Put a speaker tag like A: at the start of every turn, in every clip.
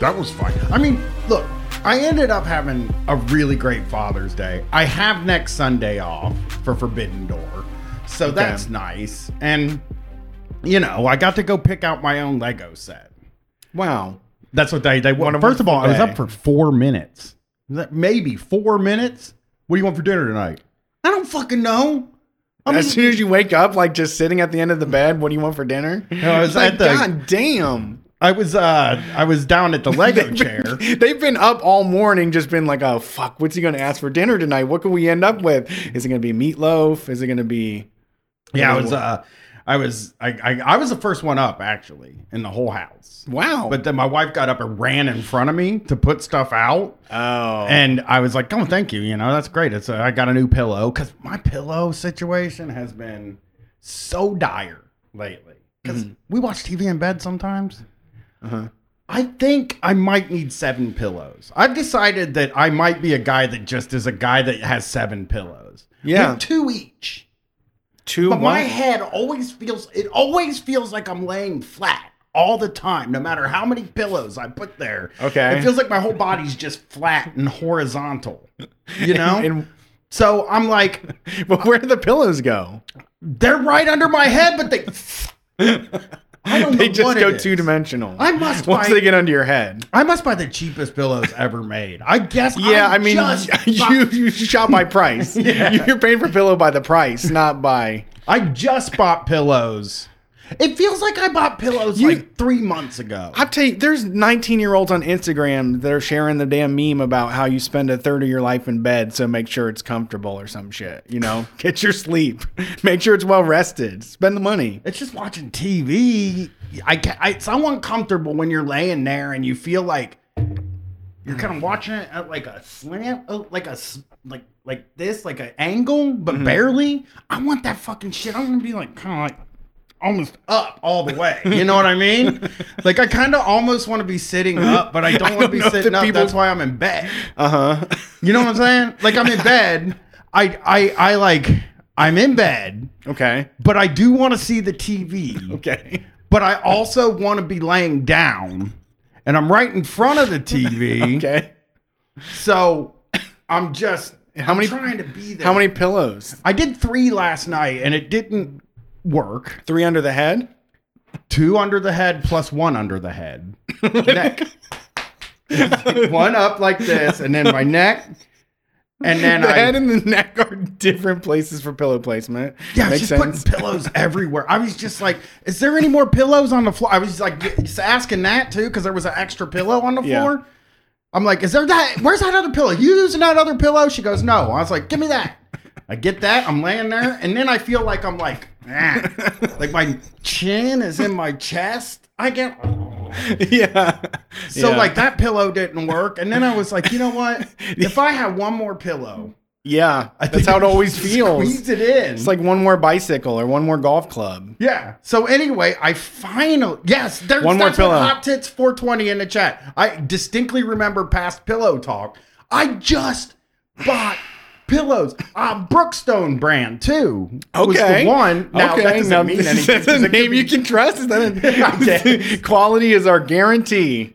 A: that was fine. I mean, look, I ended up having a really great Father's Day. I have next Sunday off for Forbidden Door, so that's nice. And you know, I got to go pick out my own Lego set.
B: Wow.
A: That's what they they want. First of all, I was up for four minutes. Is that Maybe four minutes. What do you want for dinner tonight? I don't fucking know. I
B: as soon as you wake up, like just sitting at the end of the bed, what do you want for dinner?
A: I was
B: It's like,
A: at the-
B: God damn.
A: I was uh I was down at the Lego chair.
B: They've been up all morning, just been like, oh, fuck, what's he going to ask for dinner tonight? What can we end up with? Is it going to be meatloaf? Is it going to be.
A: Yeah, I was uh I was I, I I was the first one up actually in the whole house.
B: Wow.
A: But then my wife got up and ran in front of me to put stuff out.
B: oh.
A: And I was like, "Oh, thank you. You know, that's great. It's uh, I got a new pillow because my pillow situation has been so dire lately. Because we watch TV in bed sometimes. Uh-huh. I think I might need seven pillows. I've decided that I might be a guy that just is a guy that has seven pillows.
B: Yeah.
A: With two each.
B: two.
A: But my
B: what?
A: head always feels it always feels like I'm laying flat all the time, no matter how many pillows I put there.
B: Okay.
A: It feels like my whole body's just flat and horizontal. You know?
B: And-
A: so I'm like,
B: but where do the pillows go?
A: they're right under my head, but they I don't know
B: They just
A: what it
B: go
A: is.
B: two dimensional.
A: I must
B: Once
A: buy-
B: they get under your head.
A: I must buy the cheapest pillows ever made. I guess
B: Yeah,
A: I'm
B: i mean,
A: just
B: you, you shop by price. You're paying for pillow by the price, not by.
A: I just bought pillows. It feels like I bought pillows
B: You-
A: like three months ago.
B: I tell you, there's 19 year olds on Instagram that are sharing the damn meme about how you spend a third of your life in bed, so make sure it's comfortable or some shit. You know, get your sleep, make sure it's well rested, spend the money.
A: It's just watching TV. I, ca- I it's uncomfortable when you're laying there and you feel like you're kind of watching it at like a slant, oh, like a s- like like this, like an angle, but
B: Mm-hmm.
A: barely. I want that fucking shit. I'm gonna be like kind of like almost up all the way. You know what I mean? like I kind of almost want to be sitting up, but I don't want to
B: don't
A: be
B: know if
A: sitting
B: the
A: up.
B: people-
A: That's why I'm in bed.
B: Uh huh.
A: You know what I'm saying? Like I'm in bed. I I I like I'm in bed,
B: Okay.
A: but I do want to see the TV
B: Okay.
A: but I also want to be laying down and I'm right in front of the TV.
B: Okay.
A: So I'm just
B: How many-
A: I'm trying to be there.
B: How many pillows?
A: I did 3 last night and it didn't work.
B: Three under the head?
A: 2 under the head plus 1 under the head. neck. one up like this and then my neck and then
B: the
A: I
B: head and the neck are different places for pillow placement.
A: Yeah, I was just
B: makes sense.
A: putting pillows everywhere. I was just like, "Is there any more pillows on the floor?" I was like, just asking that too because there was an extra pillow on the
B: Yeah.
A: floor. I'm like, "Is there that? Where's that other pillow? You using that other pillow?" She goes, "No." I was like, "Give me that." I get that. I'm laying there, and then I feel like I'm like, ah. like my chin is in my chest. I get
B: yeah.
A: so
B: Yeah.
A: like that pillow didn't work, and then I was like, you know what? If I had one more pillow,
B: yeah,
A: I
B: that's
A: think
B: how it
A: I
B: always
A: could
B: feels.
A: Squeeze it in.
B: It's like one more bicycle or one more golf club.
A: Yeah. So anyway, I finally yes, there's
B: One more
A: that's what
B: pillow.
A: Hot tits 420 in the chat. I distinctly remember past pillow talk. I just bought pillows, uh, Brookstone brand too. was
B: Okay.
A: the one. Now
B: okay.
A: that doesn't
B: now,
A: mean
B: is
A: anything.
B: that a name you can trust? Is that a, quality is our guarantee.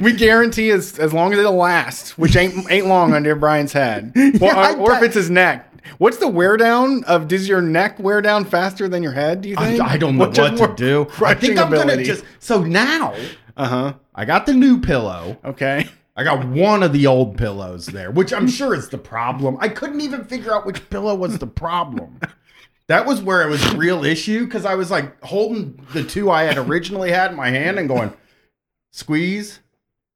B: we guarantee as as long as it'll last, which ain't ain't long under Brian's head, well,
A: I
B: or, or if
A: bet.
B: it's his neck. What's the wear down of? Does your neck wear down faster than your head? Do you
A: I,
B: think?
A: I don't know
B: What's your
A: what to
B: more
A: do. I
B: crushing
A: think I'm gonna
B: ability?
A: just so now
B: Uh huh.
A: I got the new pillow.
B: Okay.
A: I got one of the old pillows there, which I'm sure is the problem. I couldn't even figure out which pillow was the problem. That was where it was a real issue because I was like holding the two I had originally had in my hand and going, squeeze,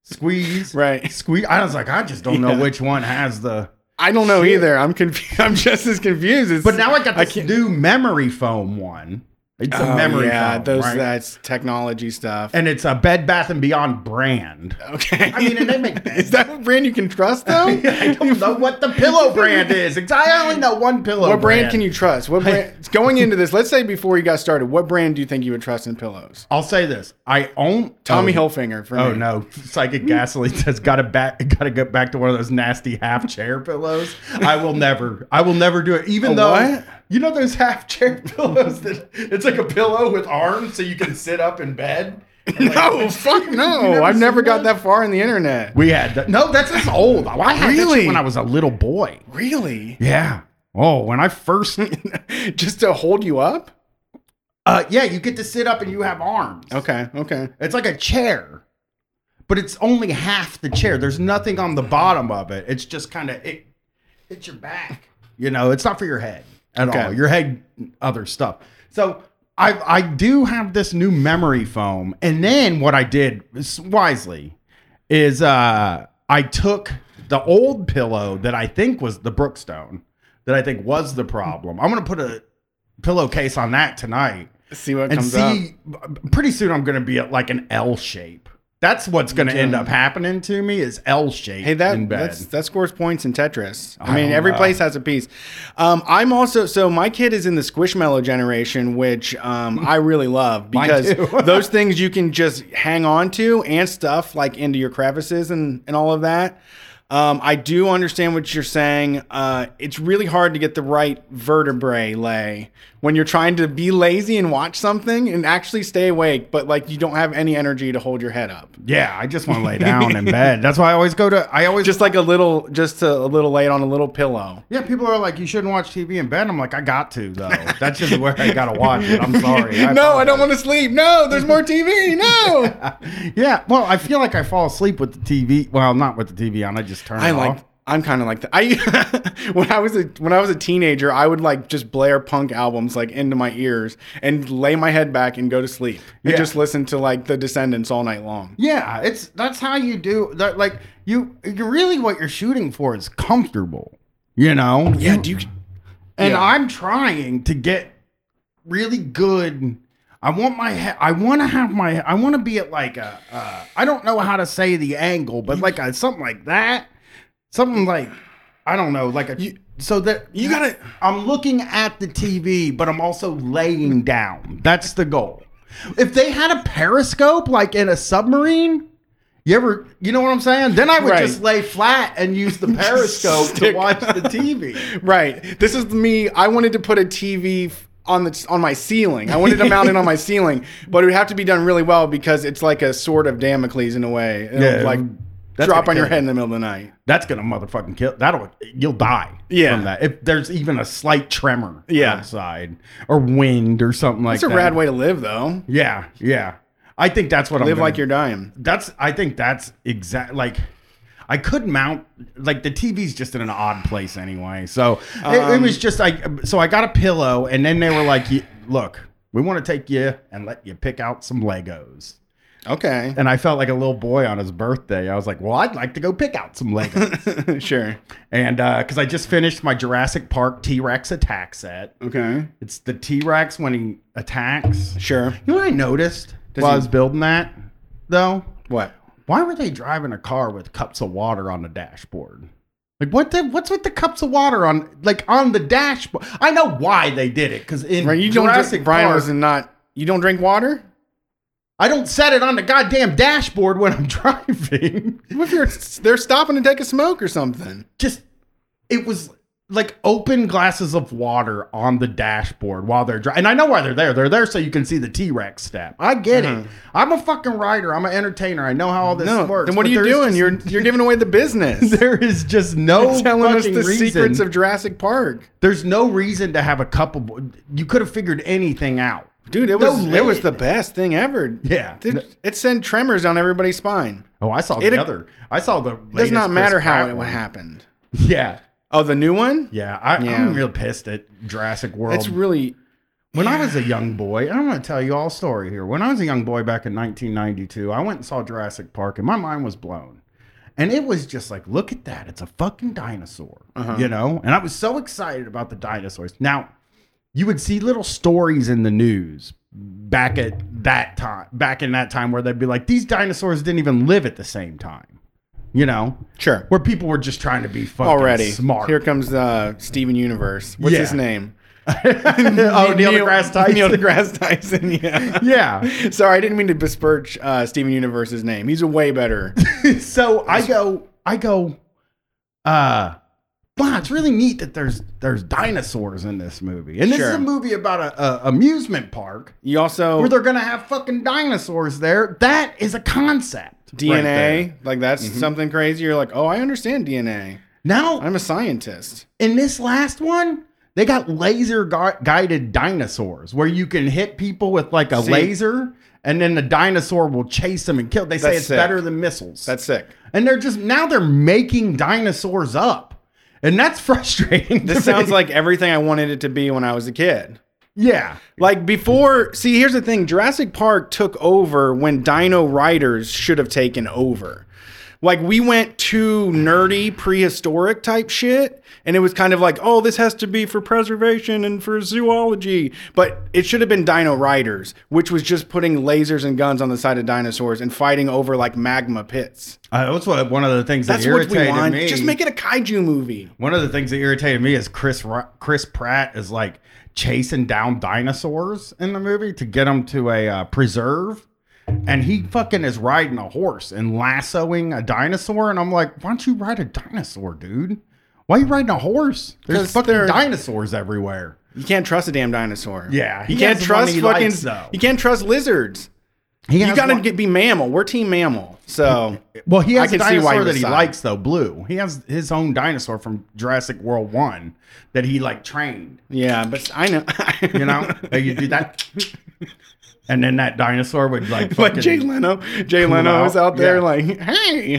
A: squeeze,
B: Right.
A: squeeze. I was like, I just don't
B: Yeah.
A: know which one has the.
B: I don't know either. I'm confused. I'm just as confused. It's,
A: But now I got
B: I
A: this
B: can't-
A: new memory foam one. It's a
B: Oh,
A: memory
B: Yeah,
A: foam,
B: those uh,
A: right?
B: that's technology stuff.
A: and it's a Bed Bath and Beyond brand.
B: okay.
A: I mean, and they make
B: is that a brand you can trust though?
A: I don't know what the pillow brand is. Ex- I only know one pillow.
B: What brand can you trust? What brand? going into this, let's say before you got started, what brand do you think you would trust in pillows?
A: I'll say this. I own
B: Tommy
A: oh,
B: Hilfiger for
A: Oh
B: me.
A: no, psychic gasoline has got to back, got to get back to one of those nasty half chair pillows. I will never, I will never do it. Even
B: A
A: though
B: what?
A: you know those half chair pillows that it's like a pillow with arms, so you can sit up in bed.
B: no, fuck no. I've never got that far in the internet.
A: We had that. No, that's just old. I had that shit
B: Really?
A: when I was a little boy.
B: Really?
A: Yeah. Oh, when I first.
B: Just to hold you up?
A: uh, yeah, you get to sit up and you have arms.
B: Okay, okay.
A: It's like a chair, but it's only half the chair. There's nothing on the bottom of it. It's just kind of it. It's your back. You know, it's not for your head at
B: Okay.
A: all. Your head, other stuff. So I I do have this new memory foam, and then what I did s- wisely is uh I took the old pillow that I think was the Brookstone that I think was the problem. I'm gonna put a pillowcase on that tonight
B: See what
A: and
B: comes up.
A: see pretty soon i'm gonna be at like an l shape that's what's gonna end up happening to me is l shape
B: Hey,
A: in
B: that
A: bed
B: that's, that scores points in Tetris. I,
A: I
B: mean,
A: don't
B: every
A: know.
B: place has a piece. Um, I'm also so my kid is in the Squishmallow generation, which um, I really love
A: Mine
B: because
A: too.
B: those things you can just hang on to and stuff like into your crevices and and all of that. Um, I do understand what you're saying. Uh, it's really hard to get the right vertebrae lay when you're trying to be lazy and watch something and actually stay awake, but like you don't have any energy to hold your head up.
A: yeah i just want to lay down in bed that's why i always go to i always
B: just like a little just a, a little laid on a little pillow
A: yeah people are like you shouldn't watch tv in bed i'm like i got to though that's just where i gotta watch it i'm sorry
B: no i don't want to sleep no there's more tv no
A: to yeah well i feel like i fall asleep with the tv well not with the tv on i just turn
B: i
A: it
B: like
A: off
B: i'm kind of like that i when i was a when i was a teenager i would like just blare punk albums like into my ears and lay my head back and go to sleep and
A: Yeah.
B: just listen to like the descendants all night long
A: yeah it's that's how you do that like you you really what you're shooting for is comfortable you know You-
B: do you
A: and
B: Yeah.
A: I'm trying to get really good. I want my he- I want to have my I want to be at like a uh, I don't know how to say the angle, but like a, something like that, something like I don't know, like a so that
B: you gotta-
A: I'm looking at the TV, but I'm also laying down. That's the goal. If they had a periscope like in a submarine. You ever, you know what I'm saying? Then I would
B: Right.
A: just lay flat and use the periscope to
B: stick-
A: watch the TV.
B: Right. This is me. I wanted to put a TV f- on the on my ceiling. I wanted to mount it on my ceiling, but it would have to be done really well because it's like a sword of Damocles in a way. It'll,
A: Yeah,
B: like
A: that's
B: drop
A: gonna
B: on your
A: kill
B: head
A: you.
B: in the middle of the night.
A: that's gonna motherfucking kill. That'll you'll die.
B: Yeah.
A: from that. If there's even a slight tremor,
B: Yeah.
A: outside or wind or something like
B: That's a
A: that.
B: rad way to live, though.
A: Yeah, yeah. I think that's what I'm
B: Live
A: gonna-
B: like you're dying.
A: That's I think that's exact. Like I could mount like the TV's just in an odd place anyway. So it, it
B: Um,
A: was just like so I got a pillow and then they were like, "You- look, we want to take you and let you pick out some Legos.
B: Okay.
A: And I felt like a little boy on his birthday. I was like, well, I'd like to go pick out some Legos.
B: sure.
A: And because I just finished my Jurassic Park T Rex attack set.
B: Okay.
A: It's the T Rex when he attacks.
B: Sure.
A: You know what I noticed while I
B: he-
A: was building that, though?
B: What?
A: Why were they driving a car with cups of water on the dashboard? Like what? The, what's with the cups of water on like on the dashboard? I know why they did it because in
B: Right. You don't.
A: Jurassic
B: drink, Brian
A: Park,
B: was not. You don't drink water.
A: I don't set it on the goddamn dashboard when I'm driving.
B: What if you're? They're stopping to take a smoke or something.
A: just it was like open glasses of water on the dashboard while they're driving. And I know why they're there. They're there so you can see the T Rex step. I get it. I'm a fucking writer. I'm an entertainer. I know how all this
B: Uh-huh. No.
A: works.
B: Then what
A: but
B: are you
A: there is
B: doing?
A: just-
B: You're you're giving away the business.
A: there is just no
B: Telling us
A: fucking
B: the
A: reason.
B: secrets of Jurassic Park.
A: There's no reason to have a couple. You could have figured anything out,
B: Dude, it
A: No
B: was it was
A: lid.
B: the best thing ever.
A: Yeah.
B: Dude, it sent tremors down everybody's spine.
A: Oh, I saw
B: It-
A: the other. I saw the.
B: It does not matter how it
A: happened.
B: happened.
A: Yeah,
B: Oh, the new one?
A: yeah. I,
B: Yeah.
A: I'm real pissed at Jurassic World.
B: It's really
A: When I was a young boy, and I'm going to tell you all a story here. When I was a young boy back in 1992, I went and saw Jurassic Park, and my mind was blown. And it was just like, look at that. It's a fucking dinosaur,
B: Uh-huh.
A: you know? And I was so excited about the dinosaurs. Now, you would see little stories in the news back at that time, back in that time where they'd be like, these dinosaurs didn't even live at the same time, you know?
B: sure.
A: Where people were just trying to be fucking
B: Already
A: smart.
B: Here comes uh, Steven Universe. What's
A: Yeah.
B: his name?
A: oh, Neil deGrasse Tyson.
B: Neil deGrasse Tyson. Yeah.
A: yeah.
B: Sorry, I didn't mean to besmirch uh, Steven Universe's name. He's a way better.
A: so I go, I go, uh, wow, it's really neat that there's there's dinosaurs in this movie, and this is
B: Sure.
A: a movie about a, a amusement park
B: You also
A: where they're gonna have fucking dinosaurs there. That is a concept.
B: DNA,
A: right there.
B: like that's something crazy. You're like, oh, I understand DNA.
A: now
B: I'm a scientist.
A: in this last one, they got laser gu- guided dinosaurs where you can hit people with like a
B: See?
A: laser, and then the dinosaur will chase them and kill. They say
B: That's
A: it's
B: sick.
A: better than missiles.
B: That's sick.
A: and they're just now they're making dinosaurs up, and that's frustrating. to
B: This sounds
A: me.
B: like everything I wanted it to be when I was a kid.
A: yeah.
B: Like before, see, here's the thing Jurassic Park took over when Dino Riders should have taken over. Like we went too nerdy prehistoric type shit, and it was kind of like, oh, this has to be for preservation and for zoology. But it should have been Dino Riders, which was just putting lasers and guns on the side of dinosaurs and fighting over like magma pits.
A: Uh, that's what one of the things
B: That's
A: that
B: what we
A: irritated
B: want.
A: me.
B: Just make it a kaiju movie.
A: One of the things that irritated me is Chris Ro- Chris Pratt is like chasing down dinosaurs in the movie to get them to a uh, preserve, and he fucking is riding a horse and lassoing a dinosaur, and I'm like, why don't you ride a dinosaur, dude? Why are you riding a horse?
B: 'Cause
A: There's fucking
B: they're-
A: dinosaurs everywhere.
B: You can't trust a damn dinosaur.
A: Yeah,
B: you
A: he
B: can't
A: has one
B: trust
A: he
B: fucking.
A: likes, though.
B: you can't trust lizards.
A: He
B: You
A: has
B: gotta
A: one-
B: get, be mammal. We're team mammal. So
A: Well, he has
B: I
A: a
B: can see
A: dinosaur
B: why you
A: that he
B: decide.
A: likes though, Blue. He has his own dinosaur from Jurassic World One that he like trained.
B: yeah, but I know.
A: You know, Like, you do that, and then that dinosaur would like
B: but
A: fucking.
B: Jay Leno, Jay Leno
A: out.
B: is out there
A: Yeah.
B: like, hey,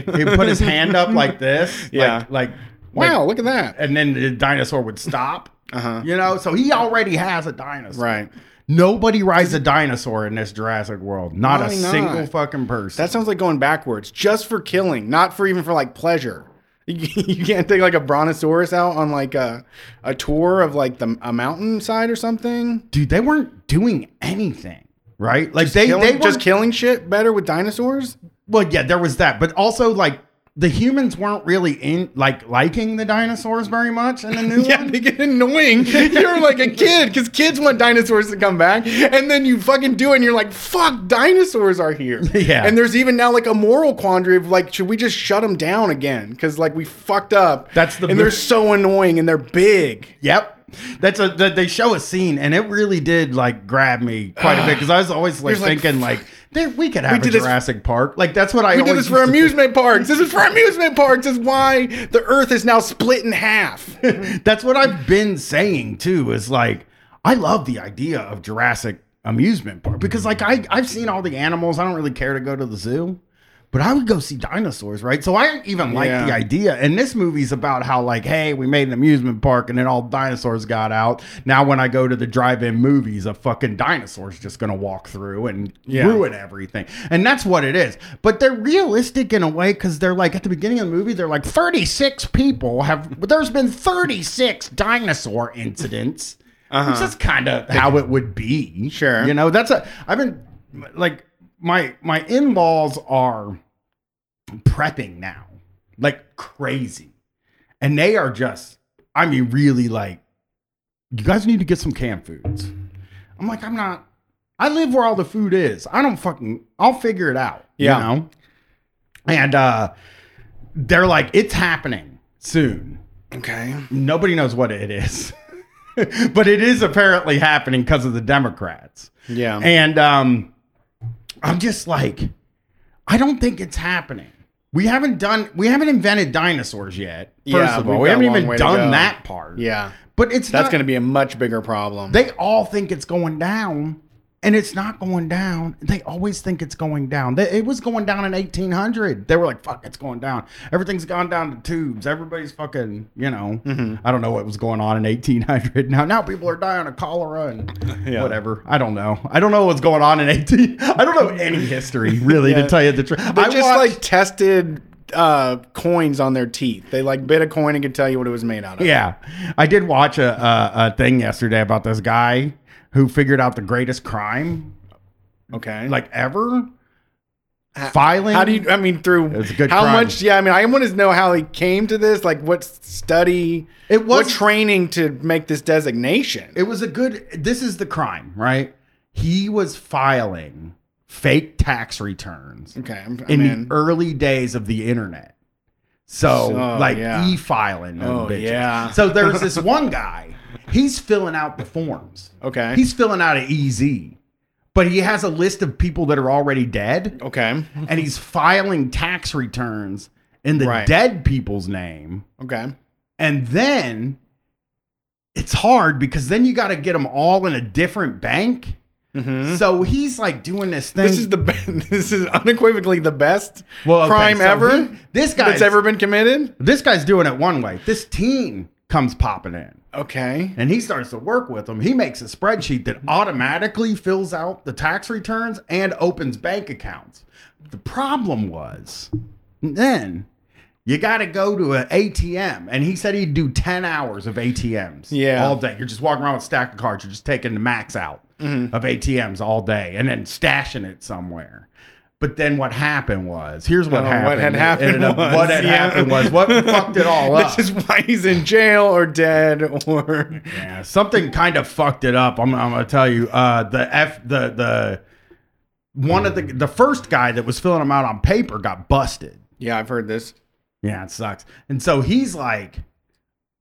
A: He would put his hand up like this.
B: Yeah.
A: Like, like
B: wow,
A: like-
B: look at that.
A: and then the dinosaur would stop.
B: Uh-huh.
A: You know, so he already has a dinosaur.
B: Right.
A: Nobody rides a dinosaur in this Jurassic World. Not
B: Why
A: a
B: not?
A: single fucking person.
B: That sounds like going backwards, just for killing, not for even for like pleasure. You, you can't take like a brontosaurus out on like a a tour of like the a mountainside or something.
A: dude. They weren't doing anything. Right? Like they
B: Killing,
A: they
B: just
A: weren't-
B: killing shit better with dinosaurs.
A: Well, yeah, there was that, but also like. The humans weren't really in like liking the dinosaurs very much in the new
B: Yeah,
A: one.
B: they get annoying. You're like a kid because kids want dinosaurs to come back, and then you fucking do, it and you're like, "Fuck, dinosaurs are here."
A: Yeah.
B: And there's even now like a moral quandary of like, should we just shut them down again? Because like we fucked up.
A: That's the
B: and they're
A: mo-
B: so annoying and they're big.
A: Yep. That's a that they show a scene and it really did like grab me quite a bit because I was always like
B: You're like,
A: thinking like there, we could have
B: did
A: a
B: this-
A: Jurassic Park like that's what I
B: We did this
A: always
B: for
A: used to
B: amusement parks. This is for amusement parks. This is why the Earth is now split in half.
A: think. that's what I've been saying too is like I love the idea of Jurassic amusement park because like I I've seen all the animals I don't really care to go to the zoo but I would go see dinosaurs right so I even like
B: Yeah.
A: the idea and this movie's about how like hey we made an amusement park and then all dinosaurs got out now when I go to the drive-in movies a fucking dinosaur's just gonna walk through and
B: Yeah.
A: ruin everything and that's what it is but they're realistic in a way because they're like at the beginning of the movie they're like 36 people have there's been 36 dinosaur incidents which is kind of how it would be
B: Uh-huh. Sure.
A: you know that's a i've been like my my in-laws are prepping now like crazy and they are just i mean really like you guys need to get some canned foods i'm like i'm not i live where all the food is i don't fucking i'll figure it out
B: Yeah.
A: you know and uh they're like it's happening soon
B: Okay.
A: nobody knows what it is but it is apparently happening because of the democrats
B: Yeah.
A: and um, I'm just like, I don't think it's happening. We haven't done, we haven't invented dinosaurs yet. First
B: Yeah,
A: of
B: we've
A: all, we
B: got a
A: haven't
B: long
A: even
B: way to go.
A: done that part.
B: yeah.
A: but it's
B: That's
A: not,
B: going to be a much bigger problem.
A: They all think it's going down, and it's not going down. They always think it's going down. They- it was going down in 1800. They were like, "Fuck, it's going down. Everything's gone down to tubes. Everybody's fucking, you know,
B: Mm-hmm.
A: I don't know what was going on in 1800. Now, now people are dying of cholera and
B: Yeah.
A: whatever. I don't know. I don't know what's going on in 18. I don't know any history really
B: Yeah.
A: to tell you the truth.
B: They
A: I
B: just
A: watched-
B: like tested uh, coins on their teeth. They like bit a coin and could tell you what it was made out of.
A: Yeah, I did watch a, a a thing yesterday about this guy who figured out the greatest crime
B: Okay.
A: like ever. Filing.
B: how do you? I mean, through
A: It's a good
B: how
A: crime.
B: much? Yeah, I mean, I want to know how he came to this. Like, what study?
A: It
B: what
A: was-
B: training to make this designation.
A: It was a good. This is the crime, right? He was filing fake tax returns
B: okay, I'm, I'm
A: in
B: in.
A: the early days of the internet. So
B: Oh,
A: like
B: yeah.
A: e-filing them
B: Oh,
A: bitches.
B: yeah.
A: So there's this one guy. He's filling out the forms.
B: Okay.
A: He's filling out an EZ, but he has a list of people that are already dead,
B: okay.
A: and he's filing tax returns in the
B: Right.
A: dead people's name.
B: Okay.
A: And then it's hard because then you got to get them all in a different bank.
B: Mm-hmm.
A: So he's like doing this thing.
B: This is the be- this is unequivocally the best
A: Well, okay,
B: crime
A: so
B: ever
A: he- this
B: that's
A: guy's-
B: ever been committed.
A: this guy's doing it one way. This teen comes popping in.
B: Okay.
A: and he starts to work with them. He makes a spreadsheet that automatically fills out the tax returns and opens bank accounts. The problem was then you got to go to an ATM, and he said he'd do ten hours of ATMs,
B: Yeah.
A: all day. You're just walking around with a stack of cards. You're just taking the max out
B: Mm-hmm.
A: of ATMs all day, and then stashing it somewhere. But then what happened was here's what
B: Oh,
A: happened.
B: What had
A: It
B: happened?
A: ended up-
B: was,
A: what had
B: yeah.
A: happened was what fucked it all up.
B: This is why he's in jail or dead or
A: Yeah, something kind of fucked it up. I'm, I'm gonna tell you. Uh, the F the the one of the the first guy that was filling them out on paper got busted.
B: yeah. I've heard this.
A: Yeah, it sucks. And so he's like,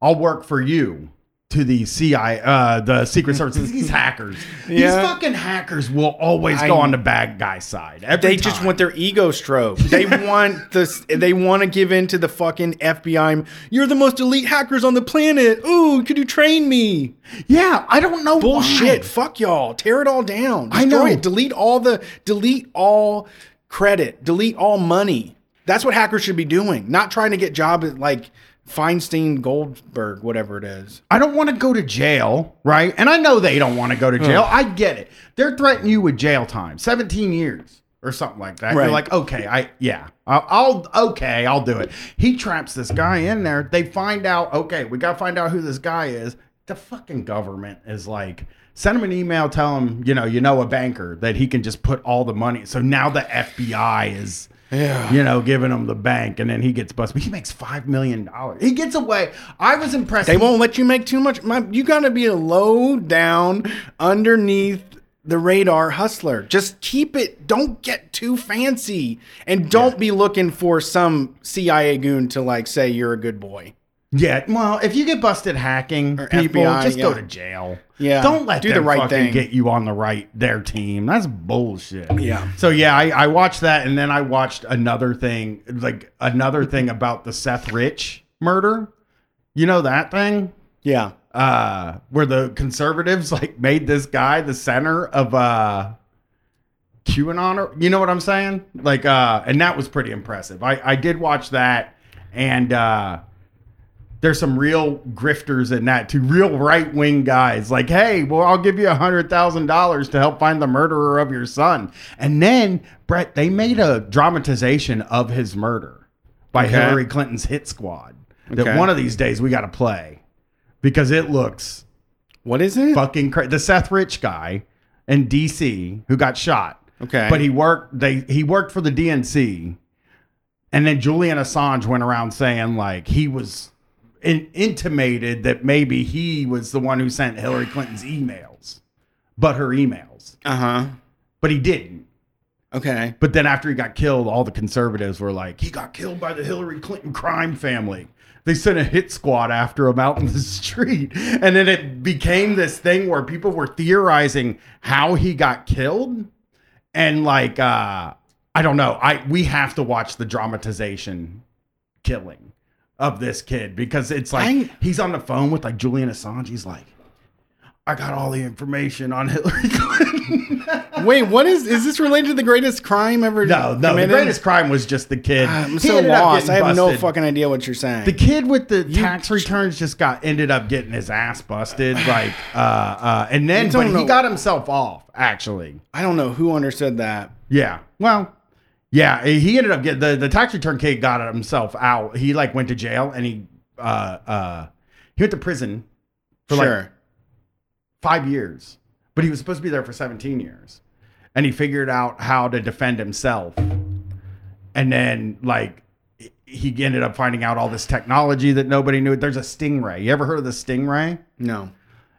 A: "I'll work for you." To the CI, uh, the Secret Services, these hackers, these
B: Yeah.
A: fucking hackers will always go
B: I-
A: on the bad guy side. Every
B: They just
A: time.
B: want their ego stroked. They want this. They want to give in to the fucking FBI. You're the most elite hackers on the planet. Ooh, could you train me?
A: yeah. I don't know
B: Bullshit.
A: why.
B: Fuck y'all. Tear it all down.
A: I
B: Destroy
A: know.
B: it. Delete all the delete all credit. Delete all money. That's what hackers should be doing. Not trying to get job at like Feinstein Goldberg, whatever it is.
A: I don't want to go to jail, right? And I know they don't want to go to jail.
B: Hmm.
A: I get it. They're threatening you with jail time, 17 years or something like that.
B: Right.
A: You're like, okay, I, yeah, I'll, I'll- okay, I'll do it. He traps this guy in there. They find out, okay, we got to find out who this guy is. The fucking government is like, send him an email, tell him, you know, you know, a banker that he can just put all the money. So now the FBI is
B: Yeah.
A: you know, giving him the bank, and then he gets busted. But he makes five million dollars. He gets away. I was impressed.
B: They won't let you make too much. My, you got to be a low down, underneath the radar hustler. Just keep it. Don't get too fancy, and don't be looking for some CIA goon to like say you're a good boy.
A: Yeah, well, if you get busted hacking, people
B: FBI,
A: just go
B: yeah.
A: to jail.
B: Yeah.
A: don't let
B: Do the
A: them
B: right
A: fucking
B: thing.
A: get you on the right their team. That's bullshit.
B: Yeah.
A: So yeah, I, I watched that, and then I watched another thing, like another thing about the Seth Rich murder. You know that thing
B: Yeah.
A: uh, where the conservatives like made this guy the center of uh, QAnon. Or, you know what I'm saying? Like, uh, and that was pretty impressive. I, I did watch that, and uh, there's some real grifters in that too. Real right wing guys like, hey, well, I'll give you a hundred thousand dollars to help find the murderer of your son. And then Brett, they made a dramatization of his murder by
B: Okay.
A: Hillary Clinton's hit squad. That
B: Okay.
A: one of these days we got to play because it looks
B: What is it?
A: fucking crazy. The Seth Rich guy in D.C. who got shot,
B: Okay.
A: but he worked. They he worked for the DNC, and then Julian Assange went around saying like he was in, intimated that maybe he was the one who sent Hillary Clinton's emails, but her emails,
B: Uh huh.
A: but he didn't.
B: Okay.
A: But then after he got killed, all the conservatives were like, he got killed by the Hillary Clinton crime family. They sent a hit squad after him out in the street. And then it became this thing where people were theorizing how he got killed. And like uh I don't know. I we have to watch the dramatization killing of this kid because it's like
B: I-
A: he's on the phone with like Julian Assange. He's like, I got all the information on Hillary Clinton.
B: Wait, what is is this related to the greatest crime ever?
A: No, no.
B: committed?
A: The greatest crime was just the kid.
B: I'm
A: He
B: so
A: ended up
B: lost. I
A: getting
B: have no
A: busted.
B: fucking idea what you're saying.
A: The kid with the tax returns just got ended up getting his ass busted, like, uh, uh, and then
B: You don't
A: but he
B: know-
A: got himself off. Actually,
B: I don't know who understood that.
A: yeah. Well, yeah. He ended up getting the the tax return kid got himself out. He like went to jail and he uh uh he went to prison for like
B: sure.
A: five years, but he was supposed to be there for 17 years. And he figured out how to defend himself. And then, like, he ended up finding out all this technology that nobody knew. There's a stingray. You ever heard of the stingray?
B: no.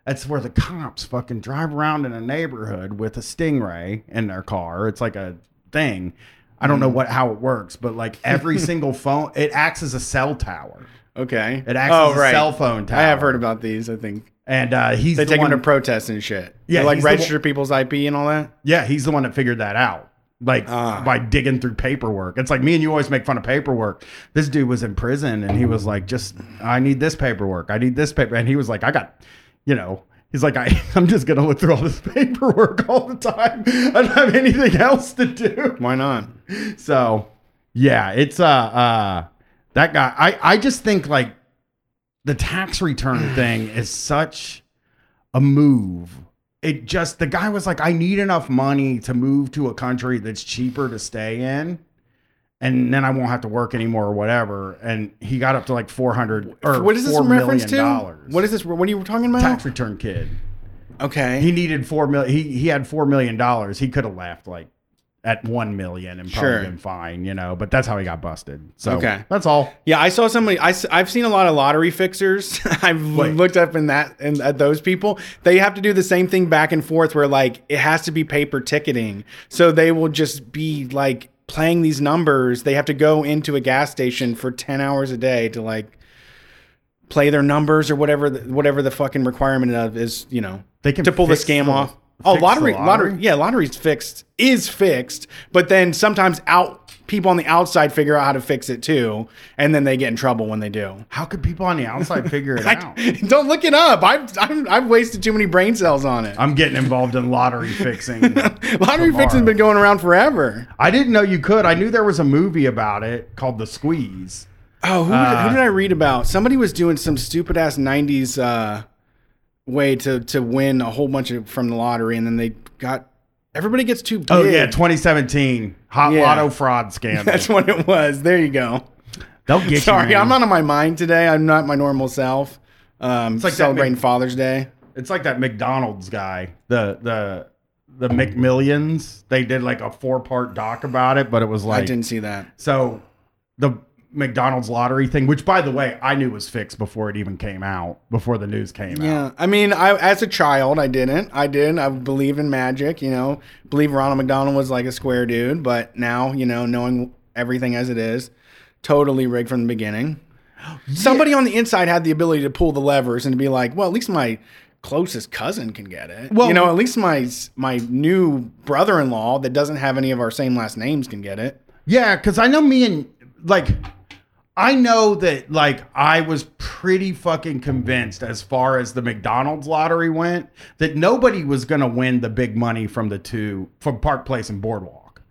A: That's where the cops fucking drive around in a neighborhood with a stingray in their car. It's like a thing. I
B: Mm.
A: don't know what how it works, but like every single phone, it acts as a cell tower.
B: Okay.
A: It acts as a cell phone tower.
B: Oh, I have heard about these. I think
A: And uh, he's
B: they
A: the
B: take
A: one.
B: them to protests and shit.
A: Yeah,
B: Yeah, like
A: he's the one-
B: register people's IP and all that.
A: yeah, he's the one that figured that out. Like
B: Ah.
A: by digging through paperwork. It's like me and you always make fun of paperwork. This dude was in prison and he was like, just I need this paperwork. I need this paper. And he was like, I got, you know. He's like, I, I'm just gonna look through all this paperwork all the time. I don't have anything else to do.
B: Why not?
A: So yeah, it's uh uh that guy I I just think like the tax return thing is such a move. It just the guy was like I need enough money to move to a country that's cheaper to stay in and then I won't have to work anymore or whatever and he got up to like 400 or
B: What is this
A: $4
B: in reference
A: million
B: to?
A: dollars.
B: What is this? What are you talking about?
A: tax return kid?
B: Okay.
A: He needed 4 million he he had 4 million dollars. He could have left like at 1 million and probably
B: Sure.
A: been fine, you know, but that's how he got busted. So
B: Okay.
A: that's all.
B: yeah, I saw somebody. I, have seen a lot of lottery fixers. I've
A: Wait.
B: looked up in that and at those people. They have to do the same thing back and forth, where like it has to be paper ticketing. So they will just be like playing these numbers. They have to go into a gas station for ten hours a day to like play their numbers or whatever the, whatever the fucking requirement of is. You know,
A: They can
B: to pull the
A: fix
B: scam
A: the-
B: off. Oh,
A: fix the
B: lottery, lottery,
A: lottery?
B: yeah, lottery's fixed is fixed, but then sometimes out people on the outside figure out how to fix it too, and then they get in trouble when they do.
A: How could people on the outside figure it out?
B: I, don't look it up. I've, I've I've wasted too many brain cells on it.
A: I'm getting involved in lottery fixing.
B: lottery
A: tomorrow.
B: fixing's been going around forever.
A: I didn't know you could. I knew there was a movie about it called The Squeeze.
B: Oh, who,
A: Uh,
B: who did I read about? Somebody was doing some stupid ass '90s uh, way to to win a whole bunch of from the lottery, and then they got everybody gets too big.
A: Oh yeah, 2017 hot
B: Yeah.
A: lotto fraud scandal.
B: that's what it was. There you go.
A: They'll get you,
B: Sorry,
A: man.
B: I'm not on my mind today. I'm not my normal self. Um, it's
A: like that
B: like celebrating
A: Mc-
B: Father's Day.
A: It's like that McDonald's guy, the the the McMillions. They did like a four part doc about it, but it was
B: I
A: like
B: didn't see that.
A: So the McDonald's lottery thing, which by the way, I knew was fixed before it even came out, before the news came out.
B: Yeah, I mean, I as a child, I didn't. I did. I believed in magic. You know, believe Ronald McDonald was like a square dude. But now, you know, knowing everything as it is, totally rigged from the beginning. Somebody on the inside had the ability to pull the levers and to be like, well, at least my closest cousin can get it.
A: Well-
B: Well, you know, at least my my new brother-in-law that doesn't have any of our same last names can get it.
A: Yeah, because I know me and like I know that like I was pretty fucking convinced as far as the McDonald's lottery went that nobody was gonna win the big money from the two from Park Place and Boardwalk.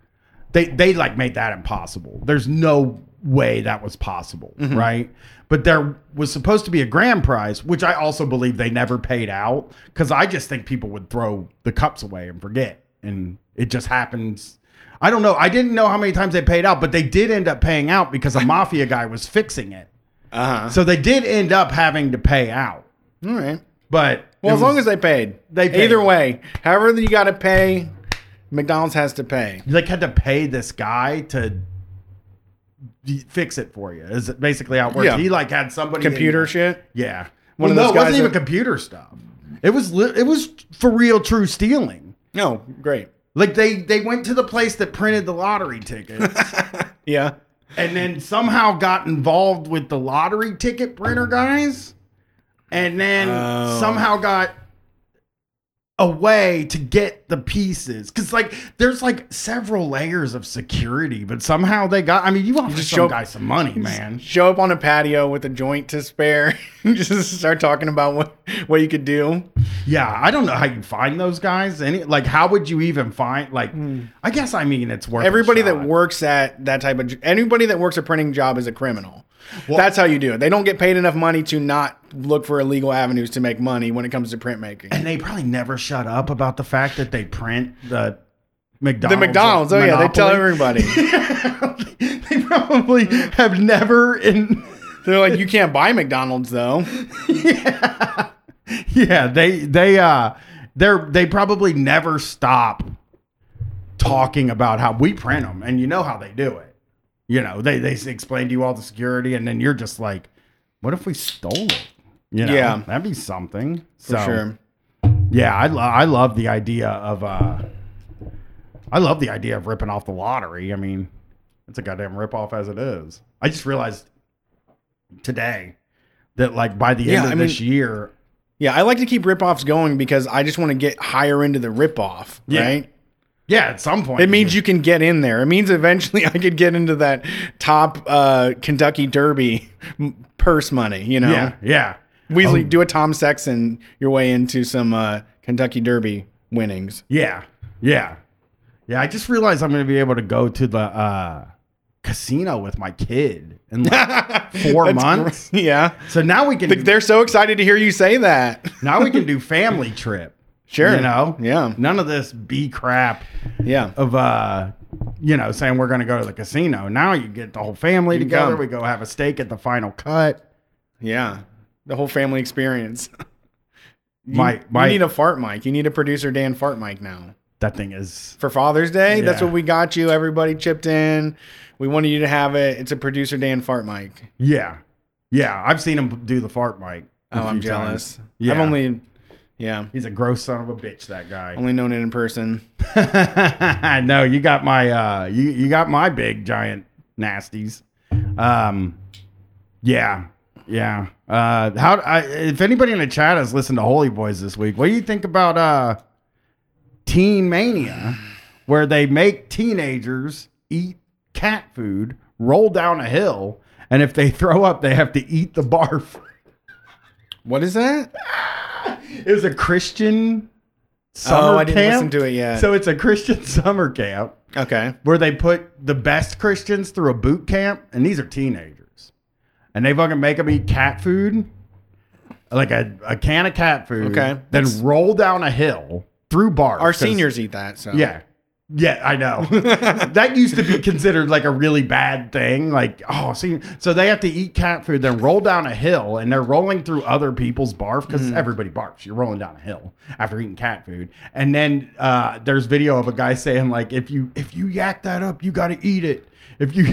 A: They they like made that impossible. There's no way that was possible,
B: Mm-hmm.
A: right? But there was supposed to be a grand prize, which I also believe they never paid out because I just think people would throw the cups away and forget, and it just happens. I don't know. I didn't know how many times they paid out, but they did end up paying out because a mafia guy was fixing it.
B: Uh
A: So they did end up having to pay out.
B: huh. All right.
A: But
B: Well, as
A: it was-
B: long as they paid,
A: They paid.
B: either way, however you got to pay, McDonald's has to pay.
A: you like had to pay this guy to d- fix it for you. Is it basically how it works?
B: Yeah.
A: He like had somebody in-
B: Computer shit.
A: yeah. well,
B: One of those
A: no, it
B: guys
A: wasn't even
B: that-
A: computer stuff. It was li- it was for real, true stealing.
B: No, great.
A: Like they they went to the place that printed the lottery tickets
B: Yeah.
A: and then somehow got involved with the lottery ticket printer guys, and then
B: Oh.
A: somehow got a way to get the pieces because like there's like several layers of security, but somehow they got. I mean, you offer
B: just
A: some
B: show-
A: guy some money, man.
B: Show up on a patio with a joint to spare. Just start talking about what what you could do.
A: Yeah, I don't know how you find those guys. Any like, how would you even find like? I guess I mean it's worth a
B: Hmm. Everybody that
A: shot.
B: works at that type of anybody that works a printing job is a criminal. That's how you do it. They don't get paid enough money to not look for illegal avenues to make money when it comes to printmaking.
A: and they probably never shut up about the fact that they print the McDonald's.
B: The McDonald's, oh yeah, they tell
A: monopoly.
B: everybody.
A: they probably have never in.
B: They're like, you can't buy McDonald's though.
A: yeah. yeah, they they uh they're they probably never stop talking about how we print them, and you know how they do it. You know, they they explain to you all the security, and then you're just like, what if we stole it? You know,
B: Yeah.
A: that'd be something.
B: For
A: so,
B: sure.
A: Yeah, I lo- I love the idea of uh, I love the idea of ripping off the lottery. I mean, It's a goddamn ripoff as it is. I just realized today that like by the
B: Yeah,
A: end of
B: I
A: this year,
B: Yeah, I like to keep ripoffs going because I just want to get higher into the ripoff,
A: Yeah.
B: right?
A: yeah, at some point
B: It means you can get in there. It means eventually I could get into that top uh, Kentucky Derby m- purse money, you know?
A: yeah, yeah.
B: Weasley,
A: Oh.
B: do a Tom Sexton your way into some uh, Kentucky Derby winnings.
A: Yeah. Yeah. Yeah. I just realized I'm going to be able to go to the uh, casino with my kid in like four
B: That's
A: months.
B: great. Yeah.
A: So now we can
B: Like, They're so excited to hear you say that.
A: now we can do family trip.
B: Sure.
A: You know?
B: Yeah.
A: None of this B crap
B: Yeah.
A: of uh you know, saying we're gonna go to the casino. Now you get the whole family
B: can
A: together,
B: come.
A: we go have a steak at the final cut.
B: Yeah. The whole family experience. You-
A: My my
B: you need a fart mic. You need a producer Dan fart mic now.
A: that thing is
B: for Father's Day. That's
A: Yeah.
B: what we got you. Everybody chipped in. We wanted you to have it. It's a producer Dan fart mic.
A: yeah. Yeah. I've seen him do the fart mic. a
B: Oh, I'm
A: few times.
B: jealous.
A: Yeah.
B: I've only, yeah,
A: He's a gross son of a bitch, that guy.
B: only known it in person.
A: no, you got my uh you, you got my big giant nasties. Um yeah. Yeah. Uh how I, if anybody in the chat has listened to Holy Boys this week, what do you think about uh Teen Mania where they make teenagers eat cat food, roll down a hill, and if they throw up they have to eat the barf.
B: What is that?
A: It was a Christian summer
B: Oh, I didn't
A: camp.
B: listen to it yet.
A: So it's a Christian summer camp.
B: Okay.
A: where they put the best Christians through a boot camp, and these are teenagers, and they fucking make them eat cat food, like a, a can of cat food,
B: Okay.
A: then
B: That's-
A: roll down a hill through bars.
B: Our
A: 'cause-
B: seniors eat that. So
A: yeah, yeah, I know. that used to be considered like a really bad thing. Like, oh, see, so they have to eat cat food, then roll down a hill, and they're rolling through other people's barf because
B: Mm.
A: everybody barfs. You're rolling down a hill after eating cat food, and then uh, there's video of a guy saying like, if you if you yak that up, you got to eat it. If you,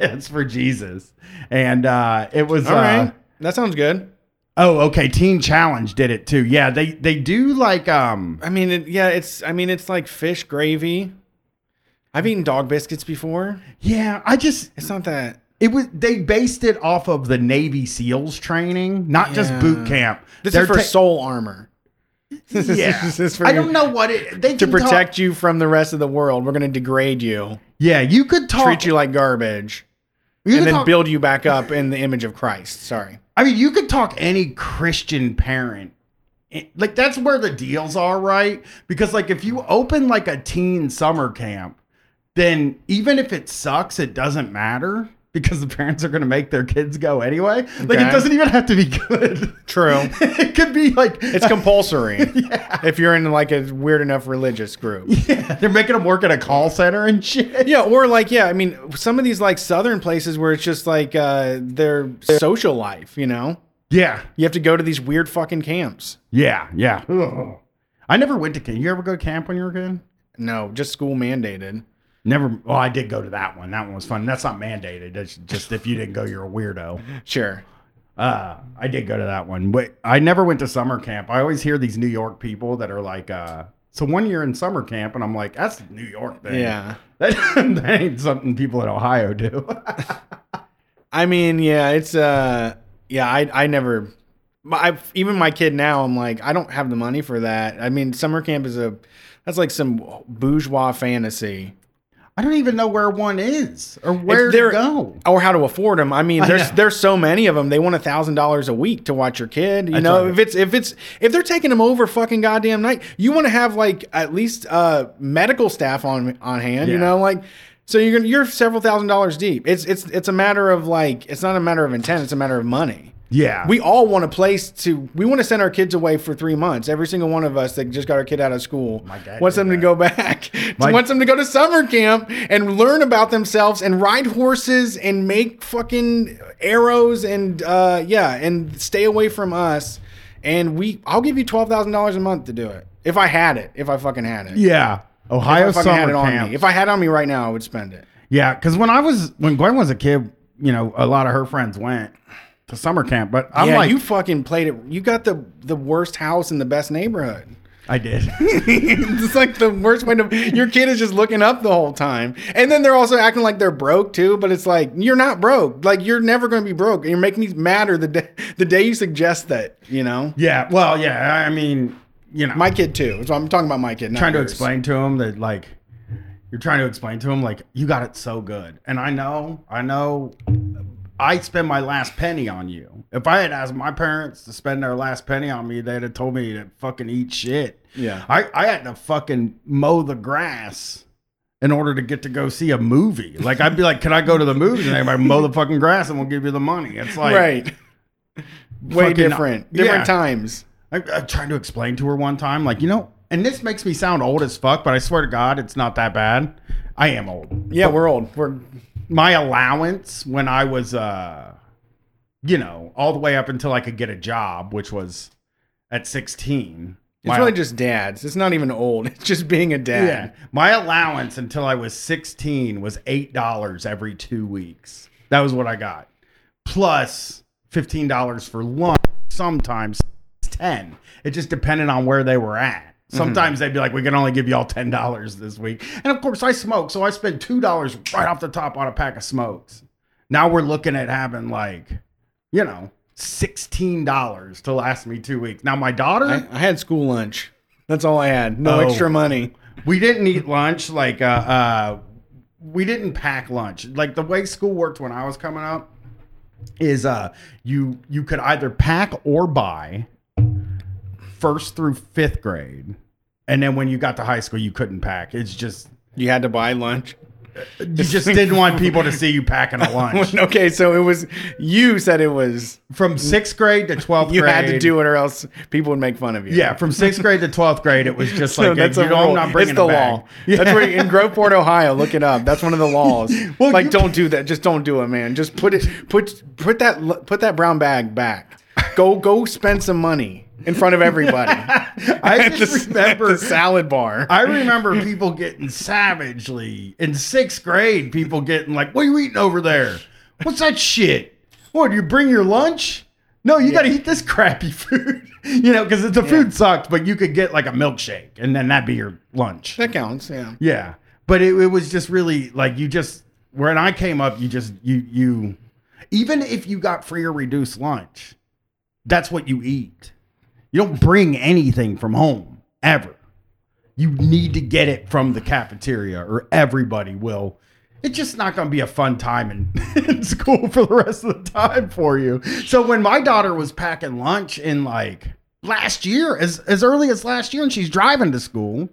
A: it's for Jesus, and uh, it was
B: All right.
A: uh,
B: That sounds good.
A: oh okay. Teen Challenge did it too. Yeah, they they do like um.
B: I mean, it, yeah, it's, I mean, it's like fish gravy. I've eaten dog biscuits before.
A: Yeah, I just
B: It's not that.
A: It was they based it off of the Navy SEALs training, not just
B: Yeah.
A: boot camp.
B: This
A: They're
B: is for
A: ta-
B: soul armor.
A: yeah.
B: this is for
A: I
B: you-
A: don't know what it they
B: To
A: can talk-
B: protect you from the rest of the world, we're going to degrade you,
A: yeah, you could talk.
B: treat you like garbage.
A: you could
B: and then
A: talk-
B: build you back up in the image of Christ. Sorry.
A: I mean, you could talk any Christian parent. It- Like that's where the deals are, right? Because like if you open like a teen summer camp, then even if it sucks, it doesn't matter because the parents are going to make their kids go anyway. Like it
B: Okay.
A: doesn't even have to be good.
B: True.
A: it could be like
B: It's compulsory if you're in like a weird enough religious group.
A: Yeah, they're making them work at a call center and shit.
B: Yeah, or like yeah, I mean some of these like southern places where it's just like uh their social life, you know?
A: Yeah,
B: You have to go to these weird fucking camps.
A: yeah, yeah. Ugh. I never went to camp. You ever go to camp when you were a kid?
B: No, just school mandated.
A: Never. Well, I did go to that one. That one was fun. That's not mandated. That's just if you didn't go, you're a weirdo.
B: Sure.
A: Uh, I did go to that one, but I never went to summer camp. I always hear these New York people that are like, uh, so one year in summer camp, and I'm like, that's a New York thing.
B: Yeah.
A: That, that ain't something people in Ohio do.
B: I mean, yeah, it's uh yeah, I I never I even my kid now I'm like I don't have the money for that. I mean, summer camp is a that's like some bourgeois fantasy.
A: I don't even know where one is or where to
B: they're-
A: go.
B: or how to afford them. I mean,
A: I
B: there's
A: know.
B: there's so many of them. They want a thousand dollars a week to watch your kid. You
A: That's
B: know,
A: right.
B: if it's if it's if they're taking them over fucking goddamn night, you want to have like at least uh medical staff on on hand. You
A: Yeah.
B: know, like so you're gonna, you're several thousand dollars deep. It's it's it's a matter of like it's not a matter of intent. It's a matter of money.
A: Yeah,
B: We all want a place to. We want to send our kids away for three months. Every single one of us that just got our kid out of school
A: My dad
B: wants
A: did
B: them to
A: that.
B: go back.
A: My-
B: wants them to go to summer camp and learn about themselves and ride horses and make fucking arrows and uh, yeah and stay away from us. And we, I'll give you twelve thousand dollars a month to do it if I had it. If I fucking had it.
A: yeah. Ohio
B: If I fucking had
A: summer
B: it on
A: camp.
B: me. If I had it on me right now, I would spend it.
A: Yeah, because when I was when Gwen was a kid, you know, a lot of her friends went to summer camp, but I'm
B: yeah,
A: like,
B: you fucking played it. You got the the worst house in the best neighborhood.
A: I did.
B: it's like the worst way to. Your kid is just looking up the whole time, and then they're also acting like they're broke too. But it's like you're not broke. Like you're never going to be broke. and You're making me madder the day the day you suggest that. You know,
A: yeah. Well, yeah. I mean, you know,
B: my kid too. So I'm talking about my kid. Not
A: trying to
B: yours.
A: explain to him that like you're trying to explain to him like you got it so good and i know i know i spend my last penny on you if i had asked my parents to spend their last penny on me they'd have told me to fucking eat shit
B: Yeah.
A: i, I had to fucking mow the grass in order to get to go see a movie like i'd be like can i go to the movies and they'd be like, mow the fucking grass and we'll give you the money it's like
B: right. Way
A: fucking-
B: different. Different
A: Yeah.
B: times.
A: I, I tried to explain to her one time, like, you know, and this makes me sound old as fuck, but I swear to God, it's not that bad. I am old.
B: Yeah, we're old. We're
A: My allowance when I was, uh, you know, all the way up until I could get a job, which was at 16.
B: it's really just dads. It's not even old. It's just being a
A: yeah.
B: dad.
A: My allowance until I was 16 was $8 every two weeks. That was what I got. Plus $15 for lunch, sometimes 10. It just depended on where they were at. Sometimes they'd be like, we can only give y'all $10 this week. And of course, I smoke. So I spend $2 right off the top on a pack of smokes. Now we're looking at having like, you know, $16 to last me two weeks. Now, my daughter.
B: I, I had school lunch. That's all I had. No
A: Oh.
B: extra money.
A: we didn't eat lunch like uh, uh we didn't pack lunch like the way school worked when i was coming up is uh you you could either pack or buy first through fifth grade and then when you got to high school you couldn't pack it's just
B: You had to buy lunch.
A: you just didn't want people to see you packing a lunch
B: okay, so it was you said it was
A: from sixth grade to 12th
B: you
A: grade
B: had to do it or else people would make fun of you.
A: yeah from sixth grade to 12th grade it was just
B: So
A: like
B: that's
A: you
B: a
A: know,
B: rule.
A: i'm not bringing
B: it's the
A: a bag.
B: law. That's where in Groveport, Ohio. Look it up. That's one of the laws.
A: Well,
B: like,
A: you-
B: don't do that. Just don't do it, man. Just put it. Put put that put that brown bag back. Go go spend some money in front of everybody.
A: i
B: At the-
A: just
B: at
A: remember
B: the salad bar.
A: I remember people getting savagely in sixth grade. People getting like, "What are you eating over there? What's that shit? What do you bring your lunch? No, you got to eat this crappy food. you know, because the food sucked, but you could get like a milkshake, and then that'd be your lunch.
B: that counts. Yeah.
A: Yeah, but it, it was just really like you just when I came up, you just you you even if you got free or reduced lunch, that's what you eat. You don't bring anything from home ever. You need to get it from the cafeteria, or everybody will. It's just not going to be a fun time in, in school for the rest of the time for you. So when my daughter was packing lunch in like last year, as as early as last year, and she's driving to school,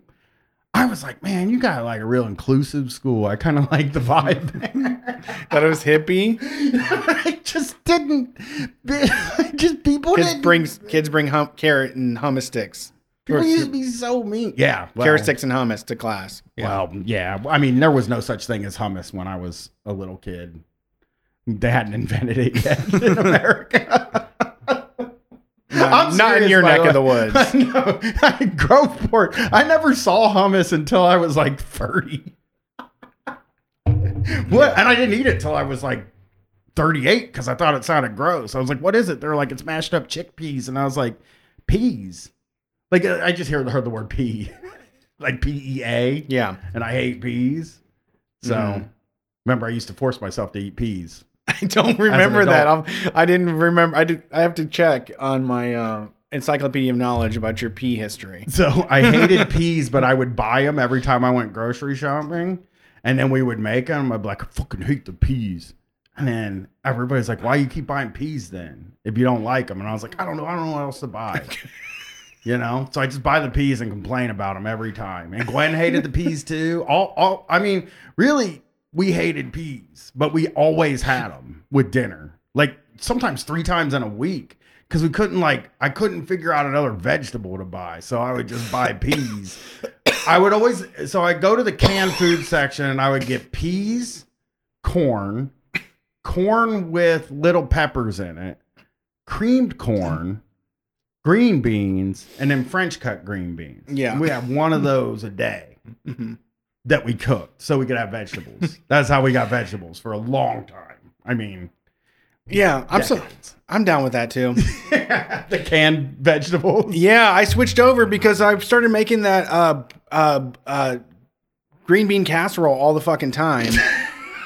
A: I was like, man, you got like a real inclusive school. I kind of like the vibe. there."
B: That it was hippie.
A: I just didn't. Just people
B: Kids
A: didn't.
B: brings kids bring hum, carrot and hummus sticks.
A: people
B: Or
A: used to be so mean. Yeah, well,
B: carrot sticks and hummus to class.
A: Well, yeah. I mean, there was no such thing as hummus when I was a little kid. They hadn't invented it yet in America.
B: Not- not in your
A: by
B: neck of the
A: way.
B: woods.
A: I know. Groveport. I never saw hummus until I was like 30. what? And I didn't eat it till I was like 38 because I thought it sounded gross. I was like, what is it? They're like, it's mashed up chickpeas. And I was like, peas. Like, uh, I I just heard, heard the word pea, like P E A.
B: Yeah.
A: And I hate peas. So
B: Mhm.
A: remember, I used to force myself to eat peas.
B: I don't remember that.
A: adult.
B: I'm, I didn't remember. I did, I have to check on my uh, encyclopedia of knowledge about your pee history.
A: So I hated peas, but I would buy them every time I went grocery shopping. And then we would make them. I'd be like, I fucking hate the peas. And then everybody's like, why you keep buying peas then if you don't like them? And I was like, I don't know. I don't know what else to buy. You know, so I just buy the peas and complain about them every time. And Gwen hated the peas too. All, all, I mean, really, we hated peas, but we always had them with dinner, like sometimes three times in a week, because we couldn't like, I couldn't figure out another vegetable to buy, so I would just buy peas. I would always, so I go to the canned food section and I would get peas, corn, corn with little peppers in it, creamed corn, green beans, and then French cut green beans.
B: Yeah.
A: we have one of those a day
B: Mhm.
A: that we cooked so we could have vegetables. That's how we got vegetables for a long time. I mean,
B: Yeah, I'm so
A: Decades.
B: I'm down with that too.
A: the canned vegetables.
B: yeah, I switched over because I started making that uh uh uh green bean casserole all the fucking time.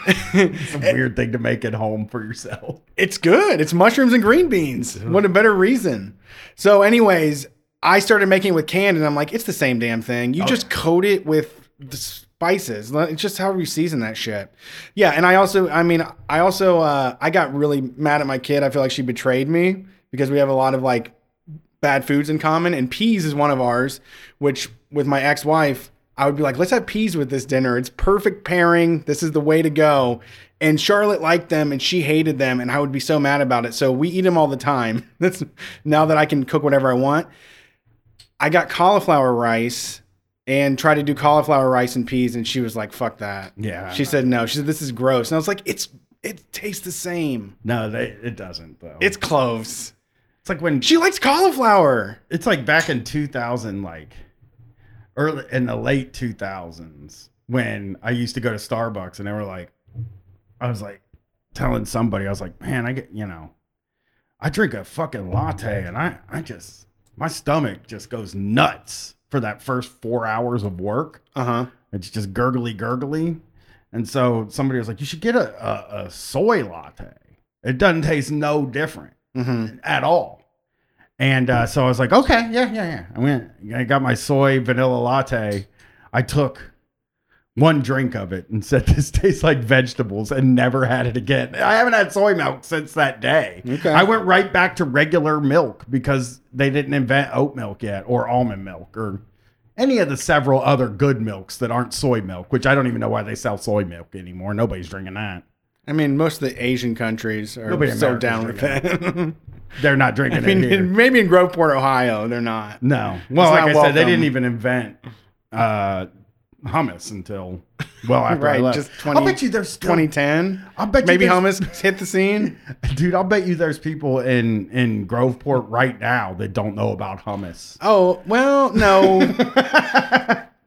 A: It's a weird thing to make at home for yourself.
B: It's good. It's mushrooms and green beans. What a better reason. So, anyways, I started making it with canned, and I'm like, it's the same damn thing. You just coat it with the spices. Let- It's just how you season that shit. Yeah, and I also, I mean, I also, uh, I got really mad at my kid. I feel like she betrayed me because we have a lot of like bad foods in common, and peas is one of ours. Which with my ex-wife, I would be like, let's have peas with this dinner. It's perfect pairing. This is the way to go. And Charlotte liked them, and she hated them, and I would be so mad about it. So we eat them all the time. That's now that I can cook whatever I want. I got cauliflower rice and tried to do cauliflower rice and peas, and she was like, "Fuck that."
A: Yeah.
B: She said no. She said this is gross, and I was like, "It's it tastes the same.
A: No, they, it doesn't though.
B: It's cloves."
A: it's like when
B: She likes cauliflower.
A: it's like back in 2000 like early in the late 2000s when i used to go to starbucks and they were like i was like telling somebody i was like man i get you know i drink a fucking latte and i i just my stomach just goes nuts for that first four hours of work
B: Uh huh.
A: it's just gurgly gurgly and so somebody was like you should get a, a, a soy latte it doesn't taste no different
B: Mm-hmm.
A: at all. And uh, so I was like, okay, yeah, yeah, yeah. I went, I got my soy vanilla latte. I took one drink of it and said, this tastes like vegetables and never had it again. I haven't had soy milk since that day.
B: Okay.
A: I went right back to regular milk because they didn't invent oat milk yet or almond milk or any of the several other good milks that aren't soy milk, which I don't even know why they sell soy milk anymore. Nobody's drinking that.
B: I mean, most of the Asian countries are
A: Nobody in
B: so
A: America's
B: down with that.
A: They're not drinking
B: I mean,
A: it. Here.
B: maybe in Groveport, Ohio, they're not.
A: No. Well,
B: It's
A: like I
B: not
A: said, they
B: welcome.
A: didn't even invent uh, hummus until well after I
B: Right,
A: left.
B: just
A: I'll
B: 20
A: bet you there's still-
B: 2010.
A: I'll bet you
B: maybe
A: there's-
B: hummus hit the scene.
A: dude. I'll bet you there's people in in Groveport right now that don't know about hummus.
B: Oh well, no.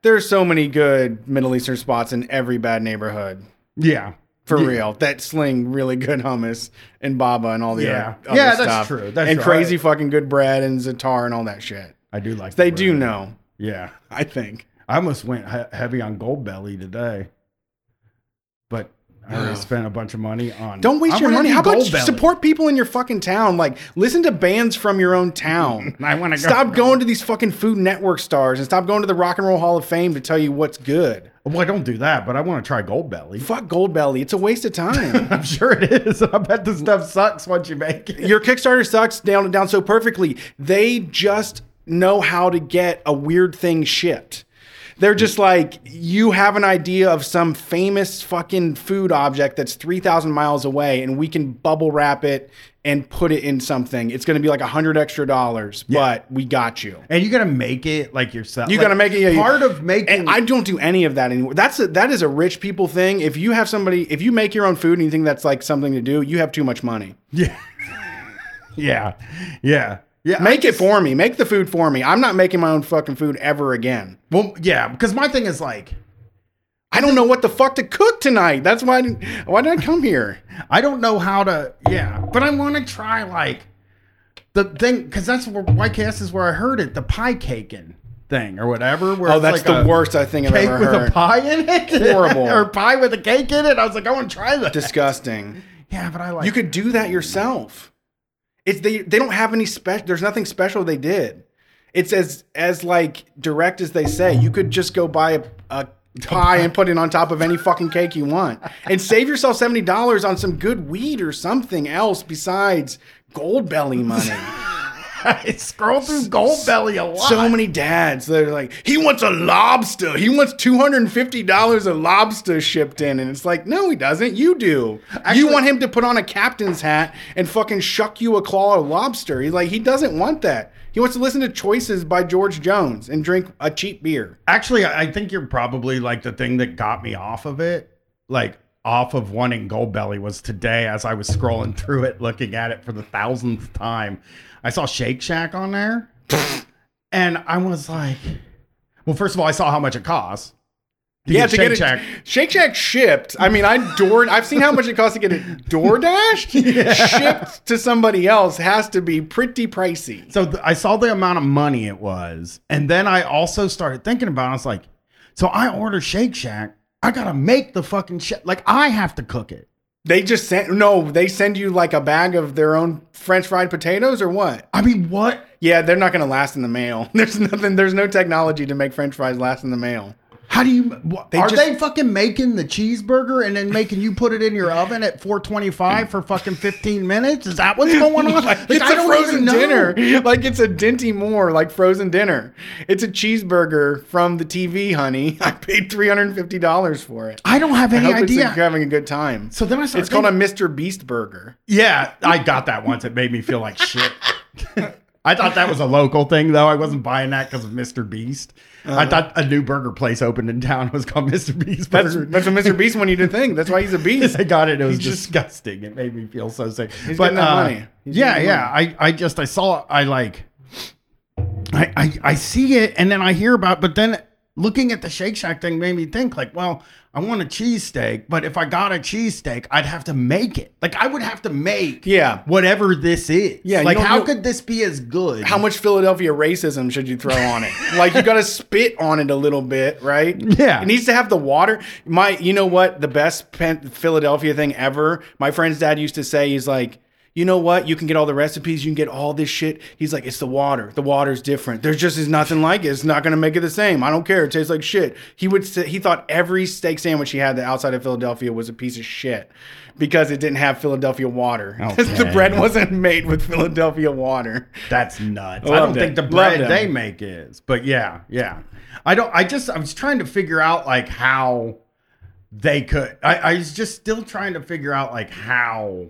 B: There's so many good Middle Eastern spots in every bad neighborhood.
A: Yeah.
B: For real, that sling really good hummus and baba and all the
A: Yeah.
B: other, other
A: Yeah, that's
B: stuff.
A: true. That's
B: and
A: true.
B: crazy fucking good bread and zatar and all that shit.
A: I do like.
B: They
A: the
B: do
A: bread.
B: know,
A: Yeah.
B: I think.
A: I almost went he- heavy on Gold Belly today, but I already
B: Oh.
A: spent a bunch of money on.
B: Don't waste
A: I
B: your
A: wanna
B: money.
A: do
B: How about
A: Gold Belly.
B: support people in your fucking town? Like, listen to bands from your own town.
A: I want to
B: stop going to these fucking Food Network stars and stop going to the Rock and Roll Hall of Fame to tell you what's good.
A: Well, I don't do that, but I want to try Gold Belly.
B: Fuck Goldbelly. It's a waste of time.
A: I'm sure it is. I bet the stuff sucks once you make it.
B: your Kickstarter sucks down and down so perfectly. They just know how to get a weird thing shipped. They're just like, you have an idea of some famous fucking food object that's 3,000 miles away, and we can bubble wrap it and put it in something. It's going to be like a 100 extra dollars, but we got you.
A: And you gotta make it like yourself.
B: You
A: Like,
B: gotta make it. Yeah, you-
A: part of making.
B: And I don't do any of that anymore. That's a, that is a rich people thing. If you have somebody, if you make your own food and you think that's like something to do, you have too much money.
A: yeah, yeah, yeah, yeah.
B: Make it for me. Make the food for me. I'm not making my own fucking food ever again.
A: well, yeah. Because my thing is like,
B: I don't know what the fuck to cook tonight. That's why. I didn't, why did I come here?
A: I don't know how to. Yeah, but I want to try like the thing because that's where YKS is where I heard it. The pie caking thing or whatever. Where
B: Oh,
A: it's
B: that's
A: like
B: the
A: a
B: worst I think I've
A: Cake
B: ever
A: with
B: heard.
A: a pie in it.
B: Horrible.
A: or pie with a cake in it. I was like, I want to try that.
B: Disgusting.
A: yeah, but I like.
B: You could do that yourself. It's they. They don't have any special. There's nothing special they did. It's as as like direct as they say. You could just go buy a, a pie and put it on top of any fucking cake you want, and save yourself seventy dollars on some good weed or something else besides gold belly money.
A: I scroll through Gold Belly a lot.
B: so many dads that are like, he wants a lobster. He wants two hundred and fifty dollars of lobster shipped in, and it's like, no, he doesn't. You do. you
A: Actually-
B: want him to put on a captain's hat and fucking shuck you a claw of lobster. He's like, he doesn't want that. He wants to listen to Choices by George Jones and drink a cheap beer.
A: actually i I think you're probably like the thing that got me off of it like off of wanting gold belly was today as i was scrolling through it looking at it for the thousandth time i saw shake shack on there and i was like well first of all i saw how much it costs You
B: yeah,
A: get
B: to
A: Shake
B: get it,
A: Shack.
B: Shake Shack shipped. I mean, I door. I've seen how much it costs to get it door dashed. Shipped to somebody else has to be pretty pricey.
A: So th- I saw the amount of money it was, and then I also started thinking about. It. I was like, so I order Shake Shack. I gotta make the fucking shit. Like I have to cook it.
B: They just sent no. They send you like a bag of their own French fried potatoes or what?
A: I mean, what?
B: Yeah, they're not gonna last in the mail. There's nothing. There's no technology to make French fries last in the mail.
A: How do you? What,
B: They
A: are
B: just-
A: they fucking making the cheeseburger and then making you put it in your oven at 425 for fucking 15 minutes? Is that what's going on? Like,
B: it's
A: I
B: a
A: don't
B: frozen
A: even know.
B: dinner. Like it's a Dinty Moore, like frozen dinner. It's a cheeseburger from the TV, honey. I paid three hundred and fifty dollars for it.
A: I don't have
B: I
A: any
B: hope it's
A: idea.
B: like you're having a good time.
A: so then I started.
B: It's called a
A: thinking-
B: Mr. Beast burger.
A: yeah. I got that once. It made me feel like shit. I thought that was a local thing though. I wasn't buying that because of Mr. Beast. I thought a new burger place opened in town was called Mr. Beast
B: That's
A: Burger.
B: that's what Mr. Beast wanted you to think. That's why he's a beast.
A: I got it. It was
B: He just-
A: disgusting. It made me feel so sick.
B: He's
A: but
B: getting that
A: uh,
B: money. He's
A: yeah,
B: getting that
A: yeah. I, I just I saw I like I, I I see it and then I hear about but then looking at the Shake Shack thing made me think like, well, I want a cheesesteak, but if I got a cheesesteak, I'd have to make it. Like I would have to make
B: Yeah.
A: whatever this is.
B: Yeah, you
A: Like
B: don't
A: how
B: know-
A: could this be as good?
B: How much Philadelphia racism should you throw on it? like you got to spit on it a little bit, right?
A: Yeah.
B: It needs to have the water. My, you know what? The best pen, Philadelphia thing ever. My friend's dad used to say, he's like. You know what? You can get all the recipes. You can get all this shit. He's like, it's the water. The water's different. There's just is nothing like it. It's not gonna make it the same. I don't care. It tastes like shit. He would. Say, he thought every steak sandwich he had that outside of Philadelphia was a piece of shit because it didn't have Philadelphia water. the
A: Okay.
B: bread wasn't made with Philadelphia water.
A: That's nuts. I,
B: Loved
A: don't
B: it.
A: think the
B: Loved
A: bread
B: it.
A: they make is, but yeah, yeah. I don't. I just I was trying to figure out like how they could. I, I was just still trying to figure out like how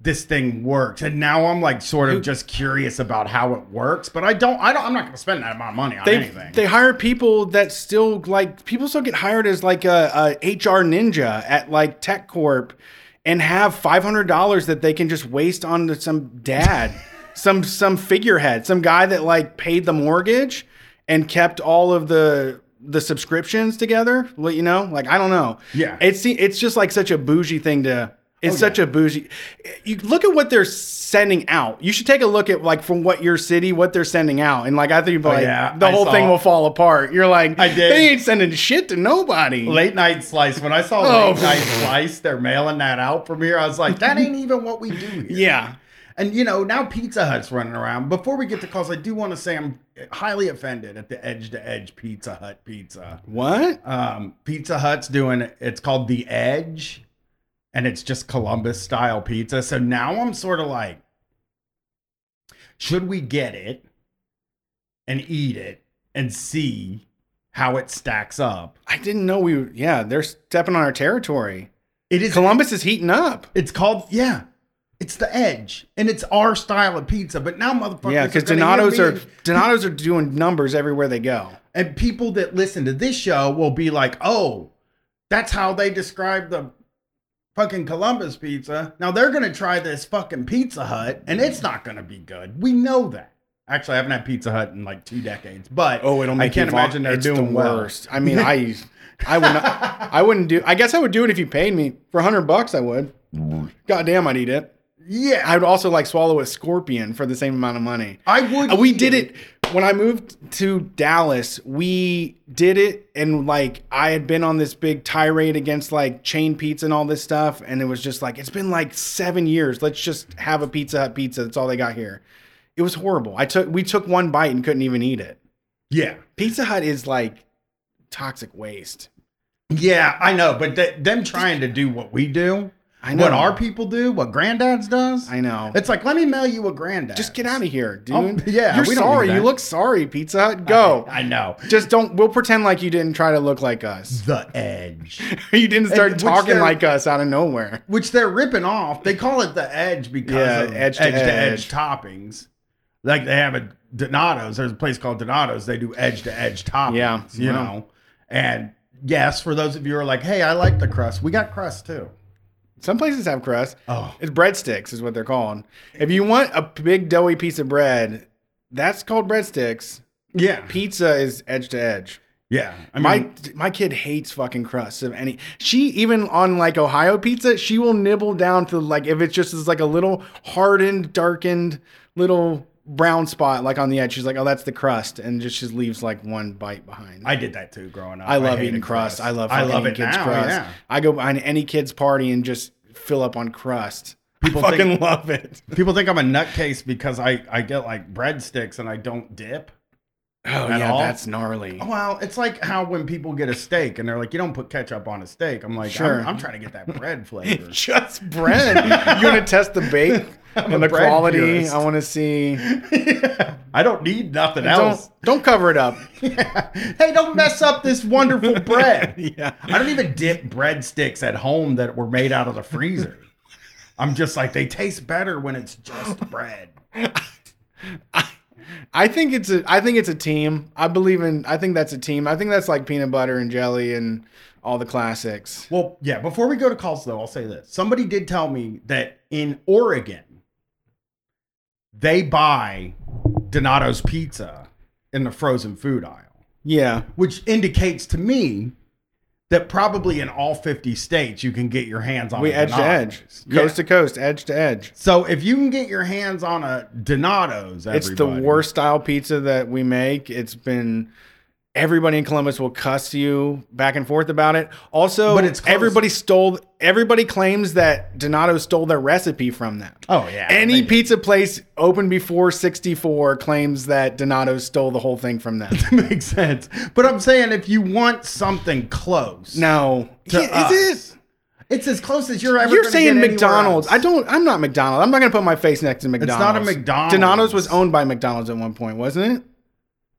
A: this thing works, and now I'm like sort of just curious about how it works. But I don't. I don't. I'm not going to spend that amount of money on
B: they
A: anything.
B: they hire people that still like people still get hired as like a, a HR ninja at like tech corp and have five hundred dollars that they can just waste on to some dad, some some figurehead, some guy that like paid the mortgage and kept all of the the subscriptions together. Let you know, like I don't know.
A: Yeah. Oh,
B: it's it's just like such a bougie thing to. It's such a bougie. eh, You look at what they're sending out. You should take a look at like from what your city, what they're sending out, and like I think like,
A: Oh, yeah,
B: the
A: I
B: whole
A: saw-
B: thing will fall apart. You're like,
A: I did.
B: They ain't sending shit to nobody.
A: Late night slice. When I saw
B: Oh.
A: late night slice, they're mailing that out from here. I was like, that ain't even what we do. Here.
B: yeah,
A: And you know, now Pizza Hut's running around. Before we get to calls, I do want to say I'm highly offended at the edge to edge Pizza Hut pizza.
B: what?
A: Um, pizza Hut's doing it's called the Edge, and it's just Columbus style pizza. So now I'm sort of like, should we get it and eat it and see how it stacks up?
B: I didn't know we. were- Yeah, they're stepping on our territory.
A: It is
B: Columbus is heating up.
A: it's called yeah. It's the edge, and it's our style of pizza. But now, motherfuckers,
B: Yeah,
A: are
B: because
A: gonna hear
B: Donatos
A: me
B: are
A: and-
B: Donatos are doing numbers everywhere they go.
A: And people that listen to this show will be like, oh, that's how they describe the fucking Columbus pizza. Now they're going to try this fucking Pizza Hut and it's not going to be good. We know that. Actually, I haven't had Pizza Hut in like two decades, but I can't
B: Oh, you vom-
A: imagine they're
B: it's
A: doing well.
B: I mean, I I would not. I wouldn't do. I guess I would do it if you paid me for hundred bucks. I would. God damn, I'd eat it.
A: Yeah,
B: I would also like swallow a scorpion for the same amount of money.
A: I would.
B: we
A: eat
B: did it when I moved to Dallas. We did it, and like I had been on this big tirade against like chain pizza and all this stuff, and it was just like it's been like seven years. Let's just have a Pizza Hut pizza. That's all they got here. It was horrible. I took we took one bite and couldn't even eat it.
A: Yeah.
B: Pizza Hut is like toxic waste.
A: Yeah, I know. But th- them trying to do what we do,
B: I know.
A: what our people do, what granddad's does.
B: I know.
A: It's like, let me mail you a granddad.
B: Just get out of here, dude.
A: Oh, yeah,
B: you're
A: we don't need
B: sorry. You
A: that.
B: look sorry, Pizza Hut. Go.
A: I know.
B: Just don't. We'll pretend like you didn't try to look like us.
A: The edge.
B: you didn't start
A: which
B: talking
A: they're-
B: like us out of nowhere.
A: which they're ripping off. They call it the edge because
B: Yeah,
A: of
B: edge
A: edge
B: to
A: to
B: edge.
A: edge, toppings. Like they have a Donatos. There's a place called Donatos. They do edge to edge toppings.
B: Yeah,
A: you
B: yeah.
A: know. And yes, for those of you who are like, hey, I like the crust. We got crust too.
B: Some places have crust.
A: Oh,
B: It's breadsticks, is what they're called. If you want a big doughy piece of bread, that's called breadsticks.
A: yeah,
B: Pizza is edge to edge.
A: Yeah. I mean,
B: My my kid hates fucking crusts of any. She even on like Ohio pizza, she will nibble down to like if it's just as like a little hardened, darkened little brown spot like on the edge. She's like, oh, that's the crust, and just just leaves like one bite behind.
A: I did that too growing up.
B: I love
A: hated
B: eating crust. I love
A: I
B: fucking
A: love
B: eating
A: it
B: kids
A: now.
B: crust.
A: Yeah.
B: I go on any kid's party and just fill up on crust.
A: People
B: I fucking
A: think-
B: love it.
A: People think I'm a nutcase because I I get like breadsticks and I don't dip.
B: Oh
A: At
B: yeah,
A: all?
B: that's gnarly.
A: Well, it's like how when people get a steak and they're like, you don't put ketchup on a steak. I'm like,
B: Sure.
A: I'm, I'm trying to get that bread flavor.
B: Just bread. you want to test the bake
A: I'm
B: and
A: a
B: the
A: bread
B: quality?
A: purist.
B: I want to see.
A: I don't need nothing
B: Don't
A: else.
B: don't cover it up.
A: Yeah. Hey, don't mess up this wonderful bread.
B: yeah.
A: I don't even dip breadsticks at home that were made out of the freezer. I'm just like, they taste better when it's just bread.
B: I think it's a I think it's a team. I believe in I think that's a team. I think that's like peanut butter and jelly and all the classics.
A: Well, yeah, before we go to calls, though, I'll say this. Somebody did tell me that in Oregon, they buy Donato's pizza in the frozen food aisle,
B: Yeah.
A: which indicates to me that probably in all 50 states you can get your hands on
B: We
A: a
B: edge to edge.
A: Donato's.
B: Coast
A: Yeah.
B: to coast, edge to edge.
A: So if you can get your hands on a Donato's, everybody,
B: It's the worst style pizza that we make. It's been everybody in Columbus will cuss you back and forth about it. Also,
A: But it's close.
B: everybody stole everybody claims that Donato stole their recipe from them.
A: Oh yeah.
B: Any
A: people.
B: pizza place opened before 64 claims that Donato stole the whole thing from them.
A: makes sense. But I'm saying if you want something close,
B: No.
A: to
B: Yeah,
A: us, it's as close as you're ever.
B: You're
A: gonna
B: saying
A: get anywhere
B: McDonald's.
A: else.
B: I don't I'm not McDonald's. I'm not going to put my face next to McDonald's.
A: not a McDonald's.
B: Donato's was owned by McDonald's at one point, wasn't it?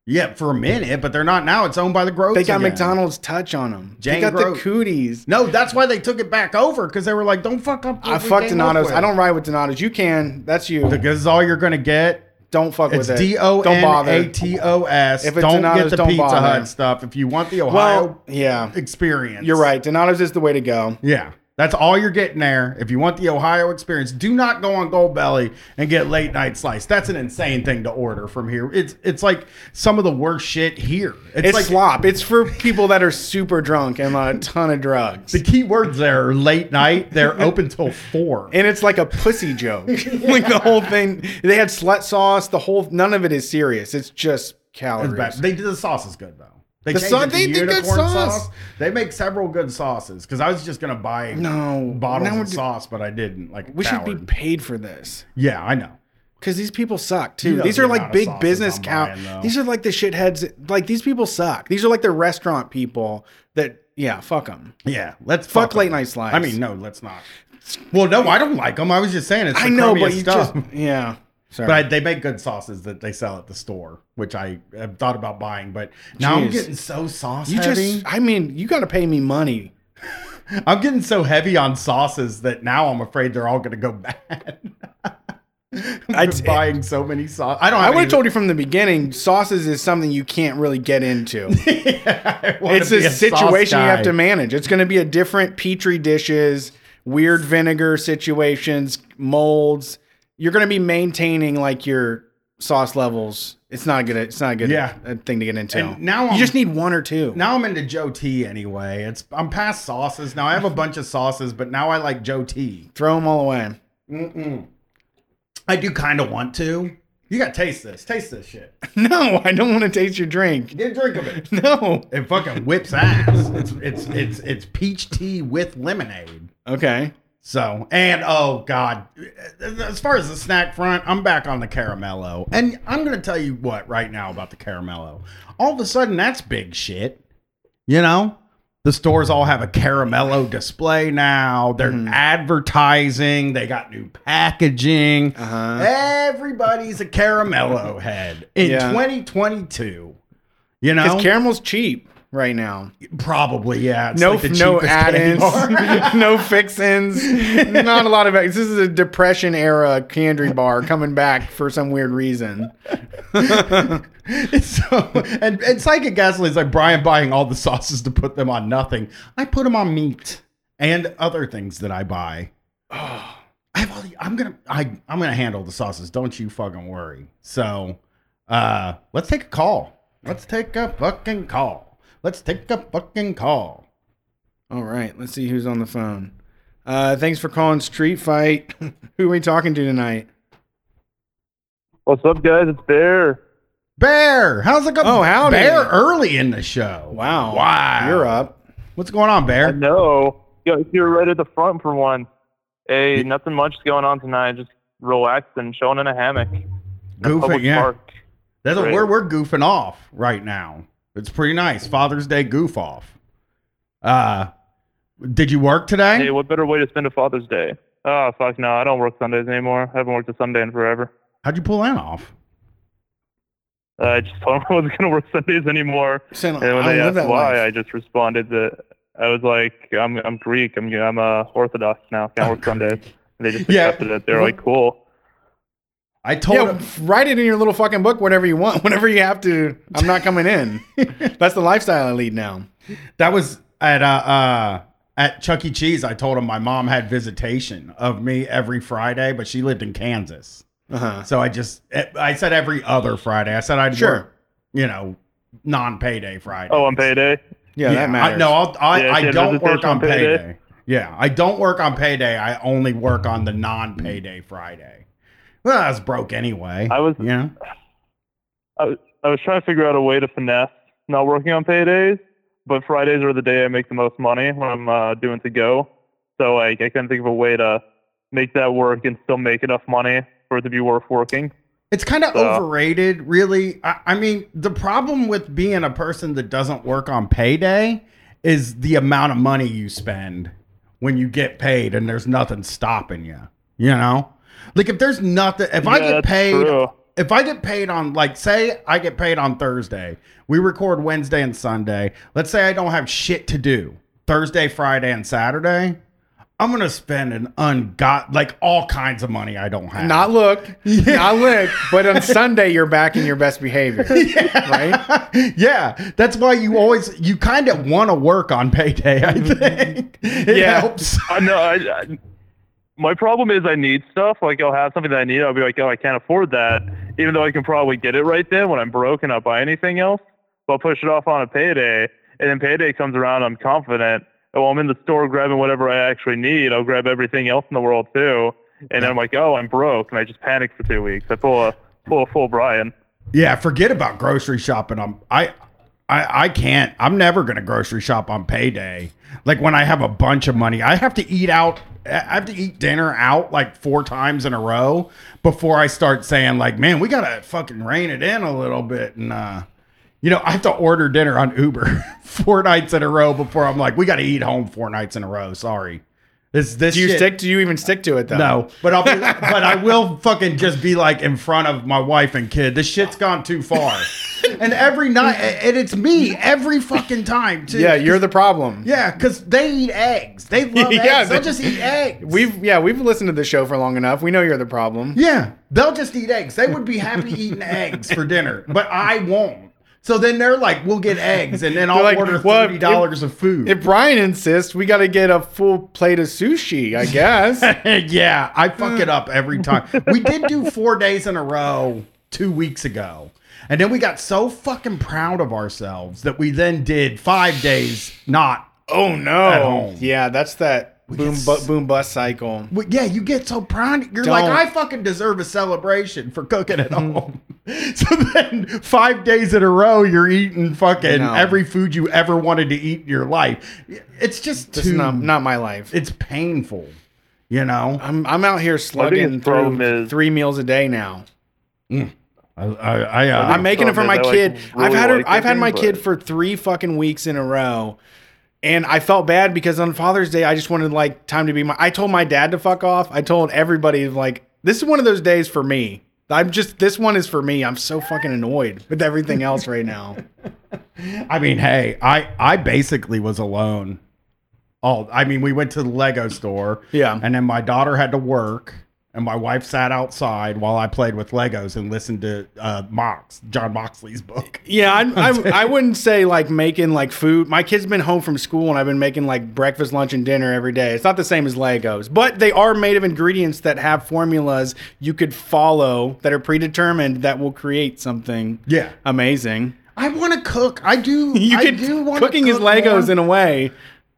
A: Yeah, for a minute, but they're not now. It's owned by the Groves.
B: They got
A: again.
B: McDonald's touch on them.
A: Jane
B: they got
A: Grote.
B: the cooties.
A: No, that's why they took it back over because they were like, "Don't fuck up." what
B: I
A: we
B: fuck
A: came up
B: Donatos.
A: with."
B: I don't ride with Donatos. You can. That's you.
A: Because this is all you're gonna get.
B: don't fuck
A: It's
B: with it.
A: D O
B: Don't
A: N
B: bother.
A: A T O S.
B: If it's
A: Don't
B: Donatos,
A: get the
B: don't
A: Pizza
B: bother.
A: Hut stuff if you want the Ohio
B: well, yeah,
A: experience.
B: you're right. Donatos is the way to go.
A: Yeah. That's all you're getting there. If you want the Ohio experience, do not go on Gold Belly and get late night slice. That's an insane thing to order from here. It's it's like some of the worst shit here. It's,
B: It's
A: like
B: slop. It's for people that are super drunk and on a ton of drugs.
A: the key words there are late night. They're open till four.
B: and it's like a pussy joke. like the whole thing. They had slut sauce. The whole none of it is serious. It's just
A: It's
B: calories.
A: bad. They did the sauce is good though. They
B: The
A: changed
B: sau-
A: it to
B: they did good
A: unicorn
B: sauce.
A: They make several good sauces because I was just gonna buy
B: no
A: bottles
B: Now we're
A: of
B: do-
A: sauce, but I didn't. Like a
B: We should be
A: coward.
B: paid for this
A: Yeah, I know.
B: because these people suck too.
A: know
B: these
A: the
B: are
A: amount
B: like
A: of
B: big
A: sauces
B: business
A: I'm
B: cow.
A: buying, though.
B: These are like the shitheads. Like these people suck. These are like the restaurant people that yeah, fuck them.
A: Yeah, let's
B: Fuck
A: them.
B: late night slice.
A: I mean, no, let's not. Well, no, I don't like them. I was just saying it's the
B: I know, but
A: crummiest
B: you
A: stuff.
B: just yeah. Sorry.
A: But I, they make good sauces that they sell at the store, which I have thought about buying. But now I'm
B: Jeez.
A: getting so sauce
B: you
A: heavy.
B: just I mean, you got to pay me money.
A: I'm getting so heavy on sauces that now I'm afraid they're all going to go bad.
B: I-
A: I've been buying so many sauces. I don't.
B: I
A: Have
B: would have
A: any-
B: told you from the beginning, sauces is something you can't really get into.
A: I wanna
B: it's
A: be
B: a
A: sauce
B: situation you have to
A: guy.
B: manage. It's going to be a different petri dishes, weird vinegar situations, molds. You're going to be maintaining like your sauce levels. It's not a good. It's not a good
A: Yeah.
B: uh, thing to get into.
A: And now
B: you
A: I'm-
B: just need one or two.
A: Now I'm into Joe T anyway. It's I'm past sauces now. I have a bunch of sauces, but now I like Joe T.
B: Throw them all away.
A: Mm-mm. I do kind of want to. You got to taste this. Taste this shit.
B: No, I don't want to taste your drink.
A: Get a drink of it.
B: No.
A: It fucking whips ass. It's it's it's it's peach tea with lemonade.
B: Okay.
A: So and oh god, as far as the snack front, I'm back on the caramello, and I'm gonna tell you what right now about the caramello. All of a sudden, that's big shit. You know, the stores all have a caramello display now. They're
B: Mm-hmm.
A: advertising. They got new packaging.
B: Uh huh.
A: Everybody's a caramello head in
B: Yeah.
A: 2022. You know,
B: Because caramel's cheap right now.
A: probably yeah. It's
B: no,
A: like the
B: no
A: cheapest candy
B: add-ins,
A: bar.
B: no fixins. Not a lot of this is a depression era candy bar coming back for some weird reason.
A: so and, and psychic gasoline is like Brian buying all the sauces to put them on nothing. I put them on meat and other things that I buy. I have all the, I'm gonna I I'm gonna handle the sauces. Don't you fucking worry. So uh let's take a call. Let's take a fucking call. Let's take a fucking call.
B: All right, let's see who's on the phone. Uh, thanks for calling Street Fight. Who are we talking to tonight?
C: What's up, guys? It's Bear.
A: Bear, how's it going?
B: Oh, howdy.
A: Bear early in the show.
B: Wow.
A: Wow.
B: You're up.
A: What's going on,
C: I
A: Bear?
C: know. Yo, you're right at the front for one. Hey, nothing much going on tonight. Just relaxing, chilling in a hammock. at
A: Goofing,
C: Public
A: yeah.
C: Park.
A: That's what
C: Great.
A: we're we're goofing off right now. It's pretty nice. Father's Day goof off. Uh did you work today?
C: Hey, what better way to spend a Father's Day? Oh, fuck no. I don't work Sundays anymore. I haven't worked a Sunday in forever.
A: How'd you pull that off?
C: Uh, I just told them I wasn't going to work Sundays anymore.
B: Saying,
C: And when
B: Oh, I
C: they
B: live
C: asked
B: that
C: why,
B: life.
C: I just responded that I was like, I'm, I'm Greek. I'm, I'm uh, Orthodox now. Can't work Sundays. And they just
A: Yeah.
C: accepted it. They're like, cool.
A: I told
B: Yeah,
A: him
B: write it in your little fucking book, whatever you want, whenever you have to. I'm not coming in. That's the lifestyle I lead now.
A: that was at uh uh at Chuck E. Cheese. I told him my mom had visitation of me every Friday, but she lived in Kansas.
B: Uh huh.
A: So I just eh, I said every other Friday. I said I'd
B: Sure.
A: work, you know, non payday Friday.
C: Oh, on payday?
B: Yeah, that matters.
A: I, no, I'll, I
C: Yeah,
A: I
C: it's
A: don't
C: visitation
A: work on
C: on
A: payday.
C: payday.
A: Yeah, I don't work on payday. I only work on the non payday Friday. Well, I was broke anyway.
C: I was
A: yeah.
C: I was trying to figure out a way to finesse not working on paydays, but Fridays are the day I make the most money when I'm uh, doing to go. So like I couldn't think of a way to make that work and still make enough money for it to be worth working.
A: It's kind of
C: So-
A: overrated, really. I, I mean, the problem with being a person that doesn't work on payday is the amount of money you spend when you get paid and there's nothing stopping you. You know? Like if there's nothing if I
C: Yeah,
A: get
C: that's
A: paid
C: true.
A: if I get paid on like say I get paid on Thursday, we record Wednesday and Sunday. Let's say I don't have shit to do Thursday, Friday, and Saturday. I'm gonna spend an ungod like all kinds of money I don't have.
B: Not look, not look. But on Sunday, you're back in your best behavior, right?
A: yeah, that's why you always you kind of want to work on payday. I think it
B: Mm-hmm. Yeah.
A: helps.
C: I know. I, I, my problem is I need stuff. Like I'll have something that I need. I'll be like, oh, I can't afford that, even though I can probably get it right then when I'm broke and not buy anything else. But I'll push it off on a payday, and then payday comes around. I'm confident. Oh, I'm in the store grabbing whatever I actually need. I'll grab everything else in the world too. And then I'm like, oh, I'm broke, and I just panic for two weeks. I pull a pull a full Brian.
A: Yeah, forget about grocery shopping. I'm I. I, I can't. I'm never gonna grocery shop on payday. Like when I have a bunch of money, I have to eat out. I have to eat dinner out like four times in a row before I start saying like, "Man, we gotta fucking rein it in a little bit." And uh, you know, I have to order dinner on Uber four nights in a row before I'm like, "We gotta eat home four nights in a row." Sorry, this this
B: Do you
A: shit-
B: stick? Do you even stick to it though?
A: no, but I'll be, but I will fucking just be like in front of my wife and kid. This shit's gone too far. and every night, and it's me every fucking time too.
B: Yeah, you're the problem.
A: yeah, because they eat eggs. They love
B: Yeah,
A: eggs. They'll
B: they-
A: just eat eggs.
B: We've yeah, we've listened to the show for long enough. We know you're the problem.
A: yeah, they'll just eat eggs. They would be happy eating eggs for dinner, but I won't. So then they're like, "We'll get eggs," and then I'll
B: like,
A: order
B: "Well, if-
A: thirty dollars of food.
B: If Brian insists, we got to get a full plate of sushi, I guess.
A: yeah, I fuck it up every time. We did do four days in a row two weeks ago. And then we got so fucking proud of ourselves that we then did five days not.
B: oh
A: At
B: no.
A: home.
B: Yeah, that's that boom
A: get
B: bu-
A: s-
B: boom bust cycle.
A: Well, yeah, you get so proud. You're like,
B: Don't.
A: I fucking deserve a celebration for cooking at home. so then five days in a row, you're eating fucking
B: No.
A: every food you ever wanted to eat in your life. It's just
B: That's
A: too,
B: not not my life.
A: it's painful, you know?
B: I'm I'm out here slugging
C: problem
B: through
C: is-
B: 3 meals a day now.
A: I, I, I, uh,
B: I'm making it for my
C: problem is
B: kid.
C: I, like,
B: I've
C: really
B: had her,
C: like
B: I've had
C: cooking,
B: my kid
C: but-
B: for 3 fucking weeks in a row. And I felt bad because on Father's Day I just wanted like time to be my I told my dad to fuck off. I told everybody like this is one of those days for me. I'm just this one is for me. I'm so fucking annoyed with everything else right now.
A: I mean, hey, I I basically was alone. All I mean, we went to the Lego store.
B: Yeah.
A: And then my daughter had to work, and my wife sat outside while I played with Legos and listened to uh, Mox John Moxley's book.
B: Yeah, I, I, I wouldn't say like making like food. My kid's been home from school and I've been making like breakfast, lunch, and dinner every day. It's not the same as Legos, but they are made of ingredients that have formulas you could follow that are predetermined that will create something
A: Yeah.
B: amazing.
A: I want to cook. I do.
B: You
A: I
B: could
A: do want
B: cooking is Legos in a way.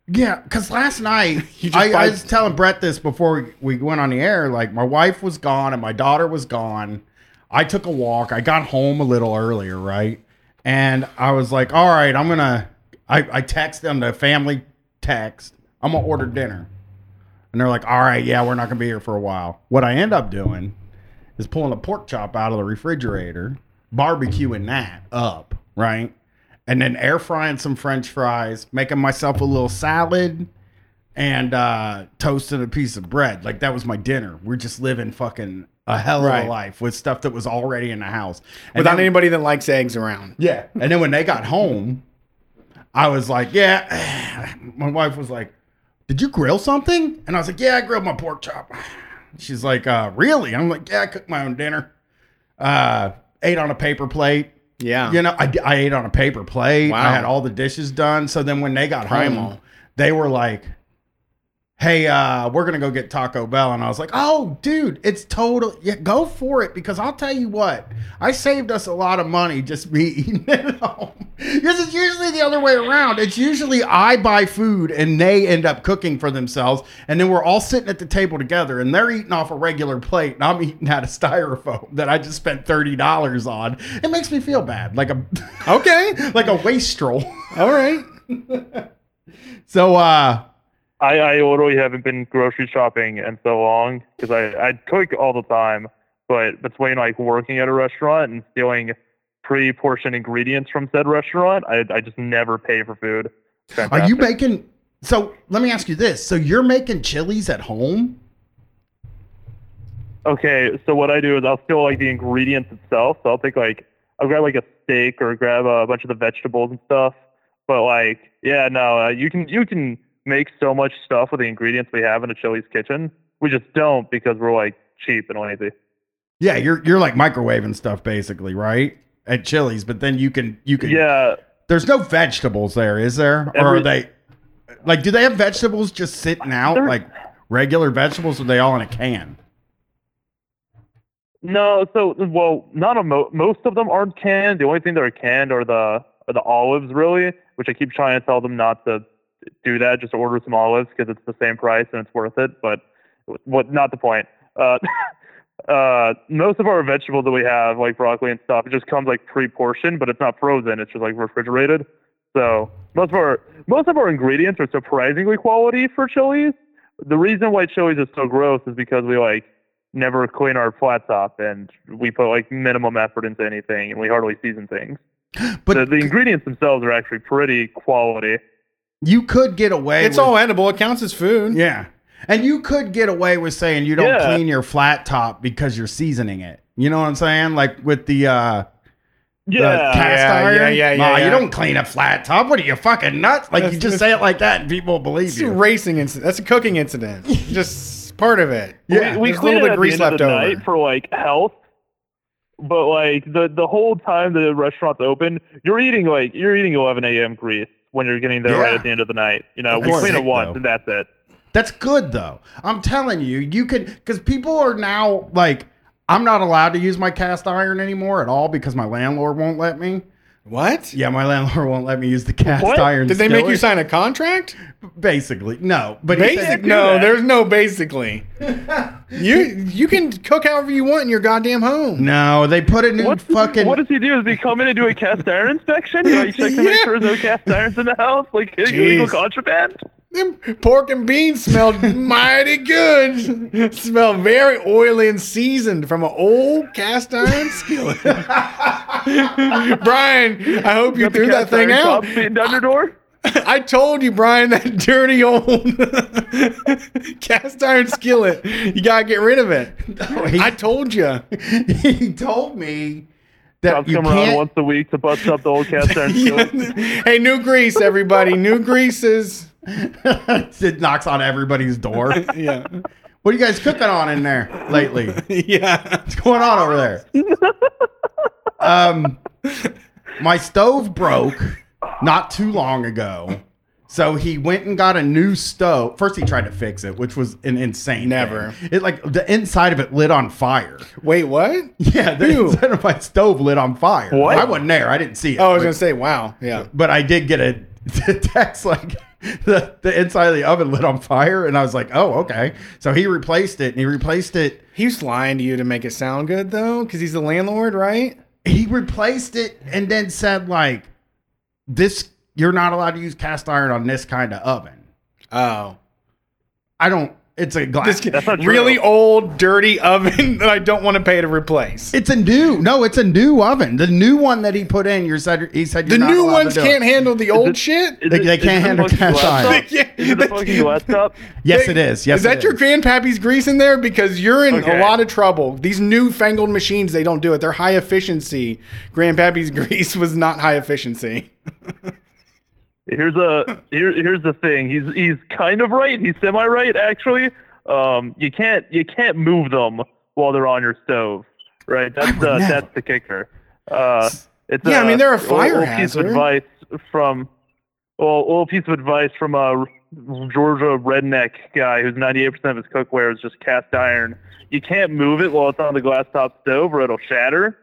A: Yeah, because last night
B: You just
A: I,
B: buy-
A: I was telling Brett this before we we went on the air. Like my wife was gone and my daughter was gone. I took a walk. I got home a little earlier, right? And I was like, all right, I'm gonna. I I text them the family text. I'm gonna order dinner, and they're like, all right, yeah, we're not gonna be here for a while. What I end up doing is pulling a pork chop out of the refrigerator, barbecuing that up, right? And then air frying some french fries, making myself a little salad, and uh, toasting a piece of bread. Like that was my dinner. We're just living fucking a hell of
B: Right.
A: a life with stuff that was already in the house. And
B: Without
A: then-
B: anybody that likes eggs around.
A: yeah. And then when they got home, I was like, yeah. My wife was like, did you grill something? And I was like, yeah, I grilled my pork chop. She's like, uh, really? I'm like, yeah, I cooked my own dinner. Uh, ate on a paper plate.
B: Yeah.
A: You know, I, I ate on a paper plate.
B: Wow.
A: I had all the dishes done. So then when they got home,
B: Primal.
A: they were like, hey, uh, we're going to go get Taco Bell. And I was like, oh, dude, it's total. Yeah, go for it. Because I'll tell you what, I saved us a lot of money just me eating at home. Because it's usually the other way around. It's usually I buy food and they end up cooking for themselves. And then we're all sitting at the table together and they're eating off a regular plate and I'm eating out of styrofoam that I just spent $30 on. It makes me feel bad, like a,
B: Okay.
A: like a wastrel.
B: All right.
A: So, uh,
C: I, I literally haven't been grocery shopping in so long because I, I cook all the time, but between like working at a restaurant and stealing pre-portioned ingredients from said restaurant, I, I just never pay for food.
A: Are you
C: Fantastic.
A: making? So let me ask you this: So you're making chilies at home?
C: Okay, so what I do is I'll steal like the ingredients itself. So I'll take like I'll grab like a steak or grab a bunch of the vegetables and stuff. But like, yeah, no, uh, you can you can make so much stuff with the ingredients we have in a Chili's kitchen. We just don't because we're like cheap and lazy.
A: Yeah, you're you're like microwaving stuff basically, right? At Chili's, but then you can you can.
C: Yeah,
A: There's no vegetables there, is there? or
C: Every-
A: are they? Like, do they have vegetables just sitting out
C: They're-
A: like regular vegetables? Or are they all in a can?
C: No, so well, not a mo- most of them aren't canned. The only thing that are canned are the are the olives, really, which I keep trying to tell them not to do that. Just order some olives because it's the same price and it's worth it. But what? Not the point. Uh, uh, most of our vegetables that we have, like broccoli and stuff, it just comes like pre-portioned, but it's not frozen. It's just like refrigerated. So most of our most of our ingredients are surprisingly quality for chilies. The reason why chilies is so gross is because we like never clean our flat top and we put like minimum effort into anything and we hardly season things.
A: But
C: the, the ingredients themselves are actually pretty quality.
A: you could get away.
B: It's
A: with-
B: all edible. It counts as food.
A: Yeah, and you could get away with saying you don't
C: Yeah.
A: clean your flat top because you're seasoning it. You know what I'm saying? Like with the uh, the
C: Yeah.
A: cast
B: Yeah,
A: iron.
B: yeah, yeah, yeah,
A: Nah,
B: yeah.
A: you don't clean a flat top. What are you fucking nuts? Like you
B: That's-
A: just say it like that, and people will believe
B: It's a
A: you.
B: racing incident. That's a cooking incident. Just part of it.
A: Yeah,
C: we, we
B: there's a little
C: clean it
B: bit
C: at the
B: grease
C: end of
B: left
C: the
B: over.
C: night for like health. But like the the whole time the restaurant's open, you're eating like you're eating 11 a.m. grease when you're getting there right
A: Yeah.
C: at the end of the night. You know, we
A: course.
C: clean it
A: Sick,
C: once
A: though.
C: and that's it.
A: That's good though. I'm telling you, you can because people are now like, I'm not allowed to use my cast iron anymore at all because my landlord won't let me.
B: What?
A: Yeah, my landlord won't let me use the cast
C: What?
A: iron.
B: Did they make you
A: skillet.
B: sign a contract?
A: Basically, no. But he said-
B: Basic? No,
C: that.
B: there's no basically. you you can cook however you want in your goddamn home.
A: no, they put a new
C: What
A: fucking.
C: What does he do? Does he come in and do a cast iron inspection? You, know, you check to make
B: Yeah.
C: sure there's no cast irons in the house, like illegal
B: Jeez.
C: contraband.
B: Them pork and beans smelled mighty good. Smell very oily and seasoned from an old cast iron skillet. Brian, I hope you
C: Got the
B: threw that
C: cast
B: thing
C: iron
B: out.
C: top sitting down your door.
B: I told you, Brian, that dirty old cast iron skillet. You gotta get rid of it.
A: No, he,
B: I told you.
A: he told me that
C: Cops
A: you
C: come
A: can't.
C: around once a week to bust up the old cast iron skillet.
B: hey, new grease, everybody. New greases.
A: it knocks on everybody's door.
B: Yeah.
A: What are you guys cooking on in there lately?
B: Yeah.
A: What's going on over there? um, my stove broke not too long ago, So he went and got a new stove. First, he tried to fix it, which was an insane.
B: Never.
A: thing. It like the inside of it lit on fire.
B: Wait, what?
A: Yeah, the
B: Ew.
A: inside of my stove lit on fire.
C: What?
A: I wasn't there. I didn't see it.
B: Oh, I was
A: but,
B: gonna say, wow. Yeah.
A: but I did get a text like the, the inside of the oven lit on fire, and I was like, "Oh, okay." So he replaced it, and he replaced it.
B: He's lying to you to make it sound good though, because he's the landlord, right?
A: He replaced it, and then said like, "This you're not allowed to use cast iron on this kind of oven."
B: Oh.
A: I don't. It's a glass.
B: This
C: not true.
B: really old, dirty oven that I don't want to pay to replace.
A: It's a new. No, it's a new oven. The new one that he put in. You said he said
B: the
A: you're not
B: new
A: allowed
B: ones
A: to do it.
B: can't handle the old
C: it-
B: shit.
C: Is
A: They-
C: it-
A: they can't
C: is it a
A: handle
C: fucking
A: cast
C: glass
A: iron.
C: cup? Is it a fucking glass cup?
A: Yes, it is. Yes,
B: is that
A: it
B: your grandpappy's grease in there? Because you're in
C: Okay.
B: a lot of trouble. These newfangled machines, they don't do it. They're high efficiency. Grandpappy's grease was not high efficiency.
C: Here's a here, here's the thing. He's he's kind of right. He's semi right actually. Um, you can't you can't move them while they're on your stove, right? That's
A: would
C: uh,
A: never.
C: that's the kicker. Uh, it's
B: Yeah,
C: I
B: I mean, they're a fire
C: old, piece
B: hazard.
C: of advice from well, old piece of advice from a Georgia redneck guy who's 98% of his cookware is just cast iron. You can't move it while it's on the glass top stove or it'll shatter.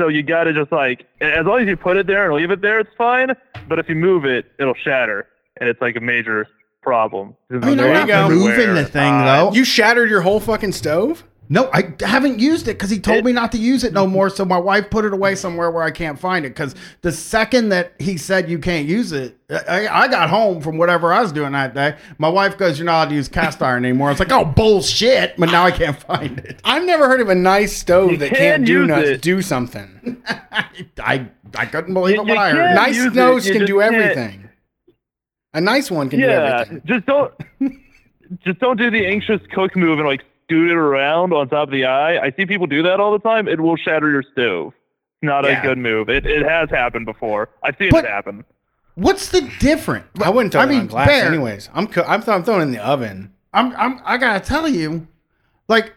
C: So you got to just like, as long as you put it there and leave it there, it's fine. But if you move it, it'll shatter, and it's like a major problem. uh,
A: I mean,
B: There
A: I'm
B: you
A: not
B: go.
A: moving the thing though.
B: You shattered your whole fucking stove?
A: no, I haven't used it because he told me not to use it no more. So my wife put it away somewhere where I can't find it. Because the second that he said you can't use it, I, I got home from whatever I was doing that day. My wife goes, "You're not allowed to use cast iron anymore." I was like, "Oh bullshit!" But now I can't find it.
B: I've never heard of a nice stove
C: You
B: that
C: can
B: can't do
C: use
B: nuts,
C: it.
B: do something.
A: I I couldn't believe it
C: You-
A: when
C: you
A: I heard.
C: can't
A: it.
B: Nice
C: use it,
B: stoves
C: you
B: can
C: just
B: do
C: can't-
B: everything. A nice one can do
C: yeah,
B: everything.
C: just don't, just don't do the anxious cook move and like scoot it around on top of the eye. I see people do that all the time. It will shatter your stove. Not
A: Yeah.
C: a good move. It it has happened before. I've seen
A: But-
C: it happen.
A: What's the difference?
B: I wouldn't throw
A: I
B: it
A: mean,
B: on glass
A: fair.
B: anyways. I'm, co- I'm, th- I'm throwing it in the oven.
A: I'm, I'm I gotta tell you, like,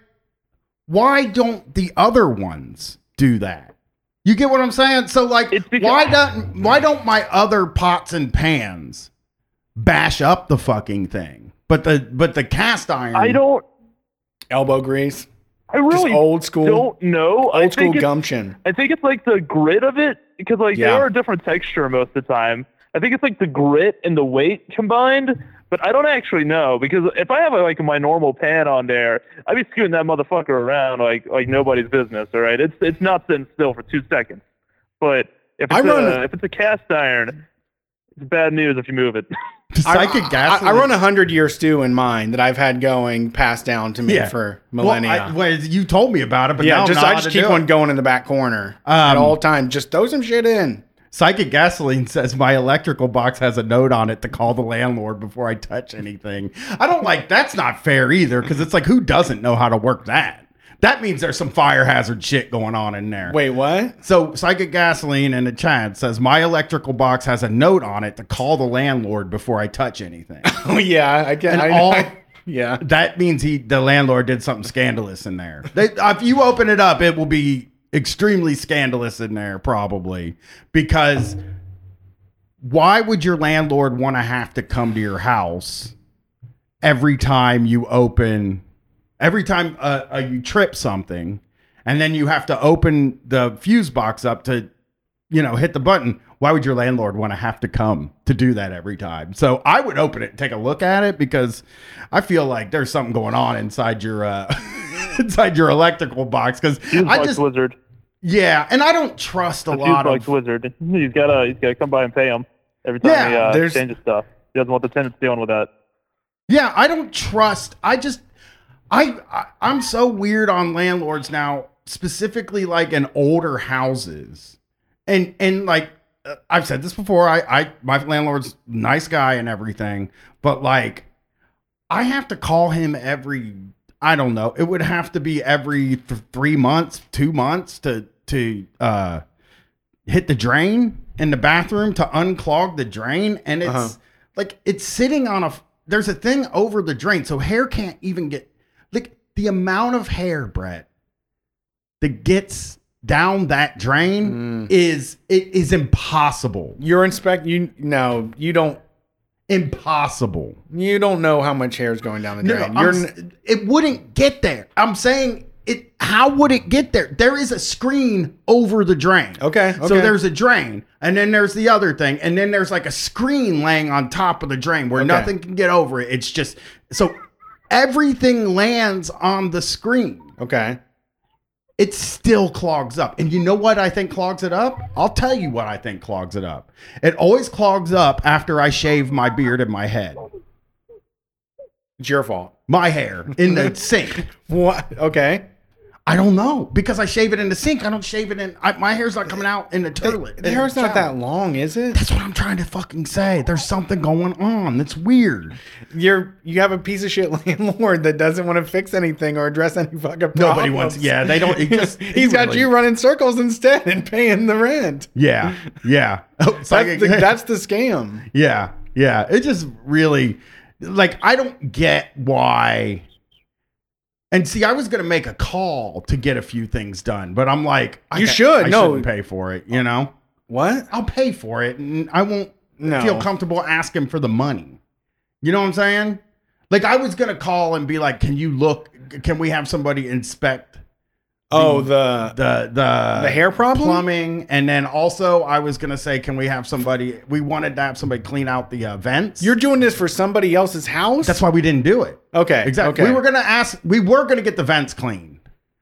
A: why don't the other ones do that? You get what I'm saying? So like,
C: It's because-
A: why don't why don't my other pots and pans bash up the fucking thing? But the but the cast iron.
C: I don't.
B: Elbow grease.
C: I really
B: just old school.
C: don't know. I
B: old school
C: think it's-
B: gumption.
C: I think it's like the grit of it because like
B: Yeah.
C: they are a different texture most of the time. I think it's like the grit and the weight combined, but I don't actually know because if I have like my normal pan on there, I'd be scooting that motherfucker around like like nobody's business. All right, it's it's not sitting still for two seconds. But if
B: I
C: it's,
B: run-
C: a, if it's a cast iron, it's bad news if you move it.
A: psychic
B: I,
A: gas.
B: I, I run a hundred year stew in mine that I've had going passed down to me
A: Yeah.
B: for
A: well,
B: millennia.
A: I- well, you told me about it, but now
B: yeah,
A: I'm
B: just
A: not
B: I
A: allowed
B: just
A: to
B: keep
A: do
B: one
A: it.
B: going in the back corner at
A: Um,
B: all time. Just throw some shit in.
A: Psychic gasoline says my electrical box has a note on it to call the landlord before I touch anything. I don't like that's not fair either because it's like who doesn't know how to work that? That means there's some fire hazard shit going on in there.
B: Wait, what?
A: So psychic gasoline in the chat says my electrical box has a note on it to call the landlord before I touch anything.
B: Oh yeah, I get
A: And
B: I,
A: all-
B: I- yeah.
A: that means he the landlord did something scandalous in there. They, if you open it up, it will be extremely scandalous in there probably because why would your landlord want to have to come to your house every time you open every time uh, uh, you trip something and then you have to open the fuse box up to you know hit the button why would your landlord want to have to come to do that every time so i would open it and take a look at it because i feel like there's something going on inside your uh inside your electrical box because i
C: Fuse
A: just
C: wizard.
A: yeah and i don't trust a
C: The
A: lot
C: fuse box
A: of
C: wizard. He's gotta he's gotta come by and pay him every time
A: Yeah,
C: he uh,
B: there's-
C: changes stuff. He doesn't want the tenants dealing with that.
A: Yeah, I don't trust. I just, I, I I'm so weird on landlords now, specifically like in older houses, and and like uh, I've said this before. I I my landlord's nice guy and everything, but like I have to call him every I don't know. It would have to be every th- three months, two months to to uh hit the drain in the bathroom to unclog the drain, and it's
B: Uh-huh.
A: like it's sitting on a. f- There's a thing over the drain, so hair can't even get like the amount of hair, Brett, that gets down that
B: Mm.
A: drain is it is impossible.
B: You're inspect you no, you don't
A: Impossible.
B: You don't know how much hair is going down the
A: No,
B: drain.
A: I'm
B: You're
A: s-
B: n-
A: it wouldn't get there. I'm saying it. How would it get there? There is a screen over the drain.
B: okay, okay.
A: So there's a drain, and then there's the other thing, and then there's like a screen laying on top of the drain where
B: Okay.
A: nothing can get over it. It's just so everything lands on the screen.
B: okay.
A: It still clogs up. And you know what I think clogs it up? I'll tell you what I think clogs it up. It always clogs up after I shave my beard and my head,
B: It's your fault.
A: my hair in the sink.
B: What? Okay.
A: I don't know because I shave it in the sink. I don't shave it in. I, my hair's not coming out in the toilet.
B: The hair's not that long, is it?
A: That's what I'm trying to fucking say. There's something going on that's weird.
B: You're you have a piece of shit landlord that doesn't want to fix anything or address any fucking problems.
A: Nobody wants- yeah, they don't- it just-
B: He's got
A: really-
B: you running circles instead and paying the rent.
A: Yeah, yeah. Oh, it's like-
B: That's the, that's the scam.
A: yeah, yeah. It just really, like, I don't get why. And see, I was gonna make a call to get a few things done, but I'm like, I
B: You
A: can't-
B: should,
A: I
B: no. Oh.
A: shouldn't pay for it. You know,
B: What?
A: I'll pay for it, and I won't
B: No.
A: feel comfortable asking for the money. You know what I'm saying? Like, I was gonna call and be like, "Can you look? Can we have somebody inspect
B: oh, the
A: the the
B: the hair problem.
A: plumbing, and then also I was gonna say, can we have somebody? We wanted to have somebody clean out the uh, vents.
B: You're doing this for somebody else's house.
A: that's why we didn't do it.
B: okay.
A: Exactly.
B: Okay.
A: We were gonna ask. We were gonna get the vents cleaned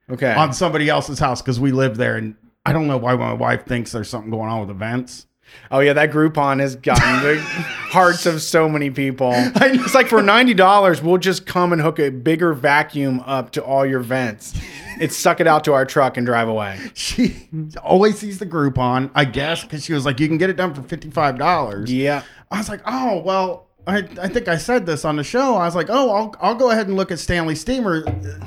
B: okay.
A: on somebody else's house because we live there, and I don't know why my wife thinks there's something going on with the vents.
B: Oh yeah, that Groupon has gotten the hearts of so many people. It's like for ninety dollars, we'll just come and hook a bigger vacuum up to all your vents. It's suck it out to our truck and drive away.
A: She always sees the Groupon, I guess, because she was like, "You can get it done for fifty five dollars."
B: Yeah.
A: I was like, oh well, I, I think I said this on the show. I was like, oh, I'll I'll go ahead and look at Stanley Steamer.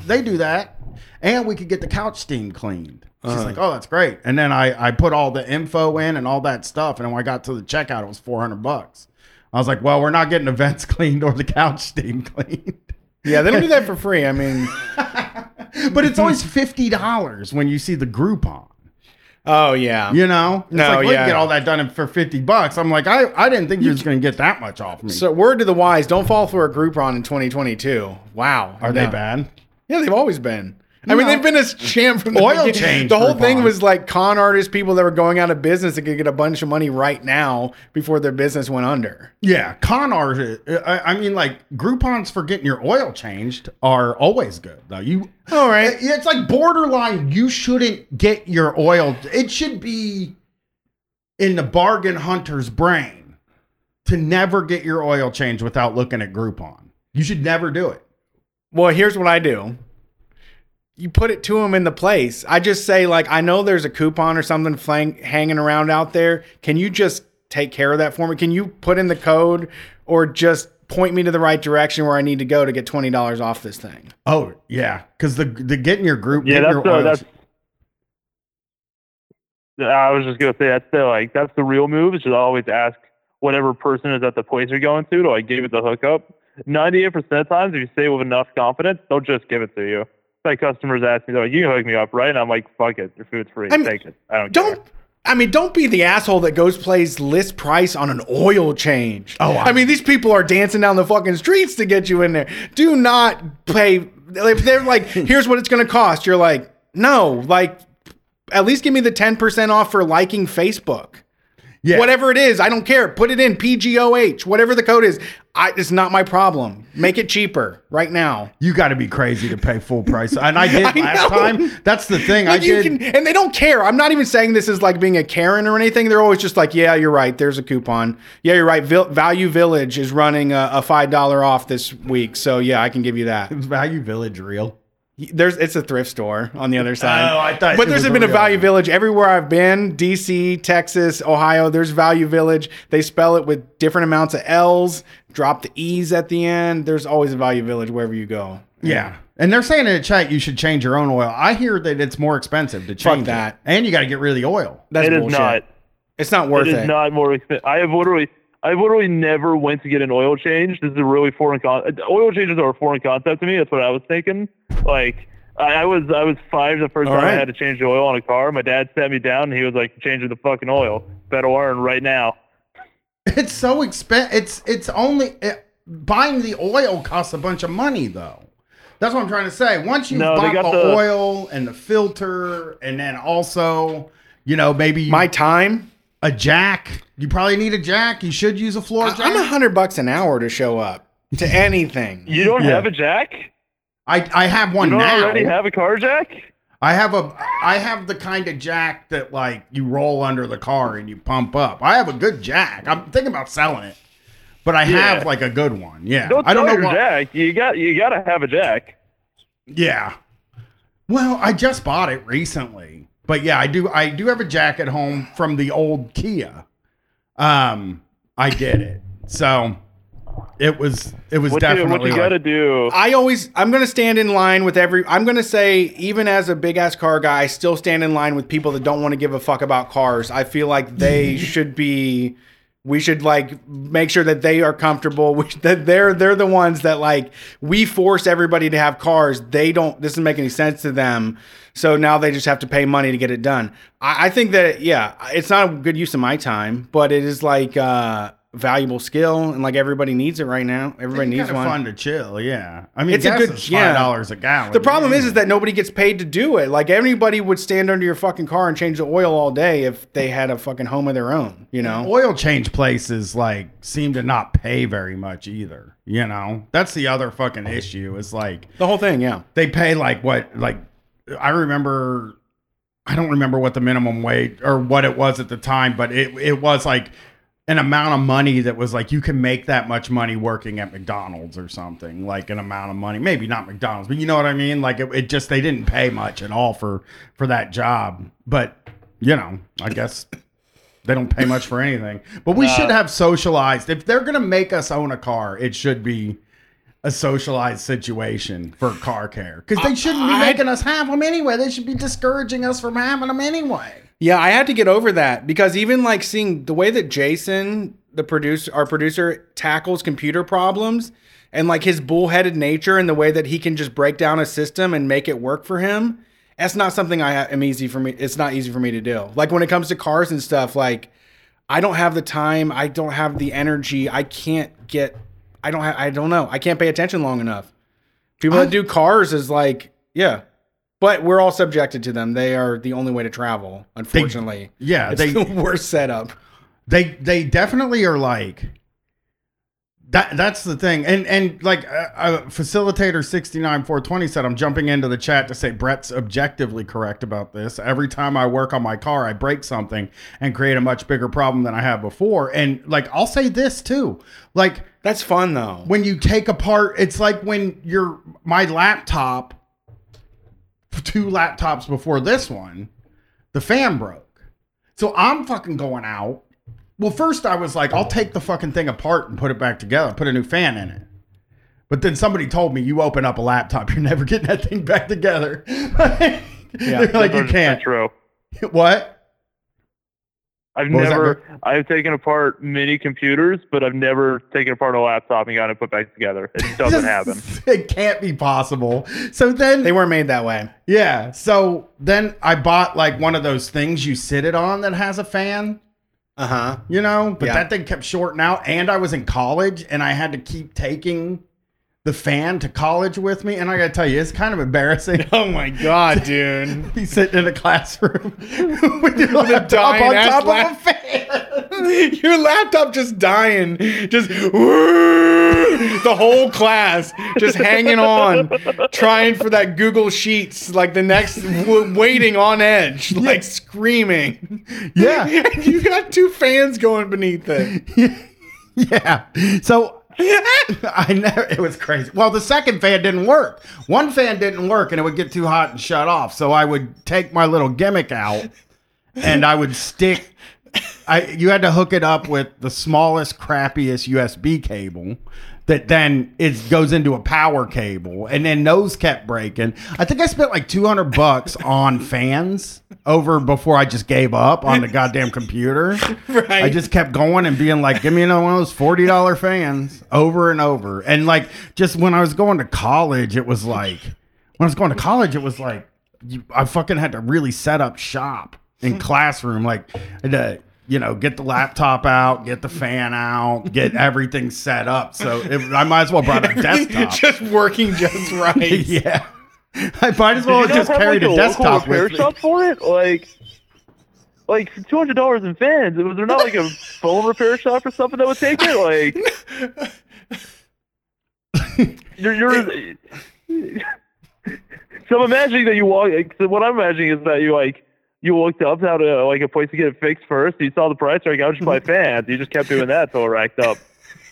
A: They do that, and we could get the couch steam cleaned. She's
B: Uh-huh.
A: like, oh, that's great. And then I I put all the info in and all that stuff, and when I got to the checkout, it was four hundred bucks. I was like, well, we're not getting the vents cleaned or the couch steam cleaned.
B: Yeah, they don't do that for free. I mean,
A: but it's always fifty dollars when you see the Groupon.
B: oh yeah.
A: You know, it's
B: No,
A: like, we
B: yeah.
A: can get all that done for fifty bucks. I'm like, I, I didn't think you was gonna get that much off me.
B: So word to the wise, don't fall for a Groupon in 2022. Wow.
A: are they
B: No.
A: bad?
B: Yeah, they've always been. I mean,
A: No.
B: they've been a sham from the
A: Oil
B: beginning.
A: change
B: The whole thing
A: Groupon.
B: was like con artists, people that were going out of business that could get a bunch of money right now before their business went under.
A: Yeah, con art. I, I mean, like Groupon's for getting your oil changed are always good though. You
B: All right.
A: it's like borderline. You shouldn't get your oil. It should be in the bargain hunter's brain to never get your oil changed without looking at Groupon. You should never do it.
B: Well, here's what I do. You put it to them in the place. I just say like, I know there's a coupon or something flang- hanging around out there. Can you just take care of that for me? Can you put in the code or just point me to the right direction where I need to go to get twenty dollars off this thing?
A: Oh yeah, because the the getting your group
C: Yeah,
A: getting
C: that's
A: your
C: uh,
A: oil-
C: that's. I was just gonna say that's the like that's the real move. Is just always ask whatever person is at the place you're going to to like give it the hookup. Ninety-eight percent of times, if you say with enough confidence, they'll just give it to you. It's like customers ask me, they're like, "You can hook me up, right?" And I'm like, "Fuck it, your food's free,
B: I mean,
C: take it." I don't. care."
B: Don't. I mean, don't be the asshole that goes plays list price on an oil change.
A: Oh,
B: I,
A: I-
B: mean, these people are dancing down the fucking streets to get you in there. Do not pay. If they're like, here's what it's going to cost, you're like, no, like, at least give me the 10% off for liking Facebook.
A: yeah.
B: Whatever it is, I don't care. Put it in PGOH, whatever the code is. I, it's not my problem. Make it cheaper right now.
A: You got to be crazy to pay full price, and I did
B: I
A: last
B: know.
A: time. That's the thing. I
B: Like, you
A: did.
B: can, and they don't care. I'm not even saying this is like being a Karen or anything. They're always just like, yeah, you're right. There's a coupon. Yeah, you're right. Vil- Value Village is running a, a five dollar off this week, so yeah, I can give you that.
A: Is Value Village real?
B: There's it's a thrift store on the other side.
A: Oh, I thought
B: But
A: it
B: there's
A: was a
B: been a
A: real
B: Value
A: one.
B: Village everywhere I've been. D.C., Texas, Ohio. There's Value Village. They spell it with different amounts of L's. Drop the E's at the end. There's always a Value Village wherever you go.
A: Yeah. And they're saying in the chat you should change your own oil. I hear that it's more expensive to change it.
B: that.
A: And you got to get rid of the oil.
B: That's
C: It is
B: bullshit.
C: not.
B: It's not worth
C: It
B: it.
C: is not more expensive. I have literally, I've literally never went to get an oil change. This is a really foreign con. uh, Oil changes are a foreign concept to me. That's what I was thinking. Like I, I was, I was five the first
B: All
C: time
B: right.
C: I had to change the oil on a car. My dad sat me down and he was like, "Changing the fucking oil. Better iron right now."
A: It's so expensive. It's it's only it, buying the oil costs a bunch of money though. That's what I'm trying to say. Once you
C: No, they
A: bought
C: got
A: the,
C: the-
A: oil and the filter, and then also, you know, maybe
B: My time.
A: a jack. You probably need a jack. You should use a floor
B: I,
A: jack.
B: I'm a hundred bucks an hour to show up to anything.
C: You don't
A: Yeah.
C: have a jack?
A: I I have one
C: You don't
A: now.
C: already have a car jack?
A: I have a I have the kind of jack that like you roll under the car and you pump up. I have a good jack. I'm thinking about selling it, but I have
C: Yeah.
A: like a good one. Yeah,
C: Don't
A: I don't
C: sell
A: know
C: your
A: why-
C: jack. You got you gotta have a jack.
A: Yeah. Well, I just bought it recently, but yeah, I do. I do have a jack at home from the old Kia. Um, I did it, so it was it was
C: What you,
A: definitely
C: what you
A: like-
C: gotta do?
B: I always I'm gonna stand in line with every I'm gonna say, even as a big ass car guy, I still stand in line with people that don't want to give a fuck about cars. I feel like they should be we should like make sure that they are comfortable we, that they're they're the ones that like we force everybody to have cars they don't this doesn't make any sense to them so now they just have to pay money to get it done i, I think that yeah it's not a good use of my time but it is like uh valuable skill and like everybody needs it right now everybody
A: It's
B: needs
A: kinda
B: one
A: fun to chill. Yeah, I mean,
B: It's a
A: gas
B: good-
A: is
B: yeah.
A: five dollars a gallon.
B: the problem is, is that nobody gets paid to do it. Like everybody would stand under your fucking car and change the oil all day if they had a fucking home of their own. You know,
A: oil change places like seem to not pay very much either. You know, that's the other fucking issue. Is like
B: the whole thing. Yeah,
A: they pay like what like I remember I don't remember what the minimum wage or what it was at the time, but it it was like an amount of money that was like you can make that much money working at McDonald's or something like an amount of money maybe not McDonald's but you know what I mean like it, it just they didn't pay much at all for for that job but you know I guess they don't pay much for anything but we should have socialized if they're gonna make us own a car it should be a socialized situation for car care because they shouldn't be
B: I-
A: making us have them anyway. They should be discouraging us from having them anyway.
B: yeah. I had to get over that because even like seeing the way that Jason, the producer, our producer, tackles computer problems, and like his bullheaded nature and the way that he can just break down a system and make it work for him. That's not something I am easy for me. It's not easy for me to do. Like when it comes to cars and stuff, like. I don't have the time. I don't have the energy. I can't get. I don't. Ha- I don't know. I can't pay attention long enough. People that do cars is like, yeah, but we're all subjected to them. They are the only way to travel. Unfortunately,
A: Yeah,
B: it's
A: they
B: the worst setup.
A: they they definitely are like that. That's the thing, and and like uh, uh, facilitator sixty nine four twenty said, I'm jumping into the chat to say Brett's objectively correct about this. Every time I work on my car, I break something and create a much bigger problem than I had before. And like I'll say this too, like.
B: That's fun though.
A: when you take apart it's like when your my laptop two laptops before this one the fan broke so i'm fucking going out well first i was like i'll take the fucking thing apart and put it back together put a new fan in it but then somebody told me you open up a laptop you're never getting that thing back together they're like you
C: Versus
A: can't
C: Metro.
A: what
C: I've
A: What was that,
C: never I've taken apart many computers, but I've never taken apart a laptop and gotten it put back together. It doesn't happen.
A: it can't be possible so then
B: They weren't made that way.
A: Yeah. So then I bought like one of those things you sit it on that has a fan,
B: Uh huh.
A: you know, but
B: Yeah.
A: that thing kept shorting out. And I was in college and I had to keep taking the fan to college with me. And I got to tell you, it's kind of embarrassing.
B: Oh my god, dude.
A: Be sitting in a classroom with your laptop
B: dying
A: on
B: ass
A: top
B: lap-
A: of a fan.
B: Your laptop just dying, just the whole class just hanging on, trying for that Google Sheets, like the next w- waiting on edge, like screaming.
A: Yeah.
B: And you got two fans going beneath it.
A: Yeah. So I never, it was crazy. Well, the second fan didn't work. One fan didn't work and it would get too hot and shut off. So I would take my little gimmick out and I would stick. I, you had to hook it up with the smallest, crappiest USB cable that then it goes into a power cable. And then those kept breaking. I think I spent like 200 bucks on fans over before I just gave up on the goddamn computer.
B: Right.
A: I just kept going and being like, give me another one of those forty dollar fans over and over. And like just when I was going to college, it was like when I was going to college, it was like you, I fucking had to really set up shop in classroom. Like I had to, you know, get the laptop out, get the fan out, get everything set up. So it, I might as well brought a desktop.
B: just working just right.
A: yeah. I might as well have
C: Did you guys
A: just
C: have,
A: carried
C: like,
A: a
C: local
A: desktop
C: repair
A: with me.
C: shop for it? Like, like two hundred dollars in fans. Was there not like a phone repair shop or something that would take it? Like, you're, you're so I'm imagining that you walk. Like, so what I'm imagining is that you like you looked up how to like a place to get it fixed first. You saw the price, you're like, I'll just buy
A: Mm-hmm.
C: fans. You just kept doing that till it racked up.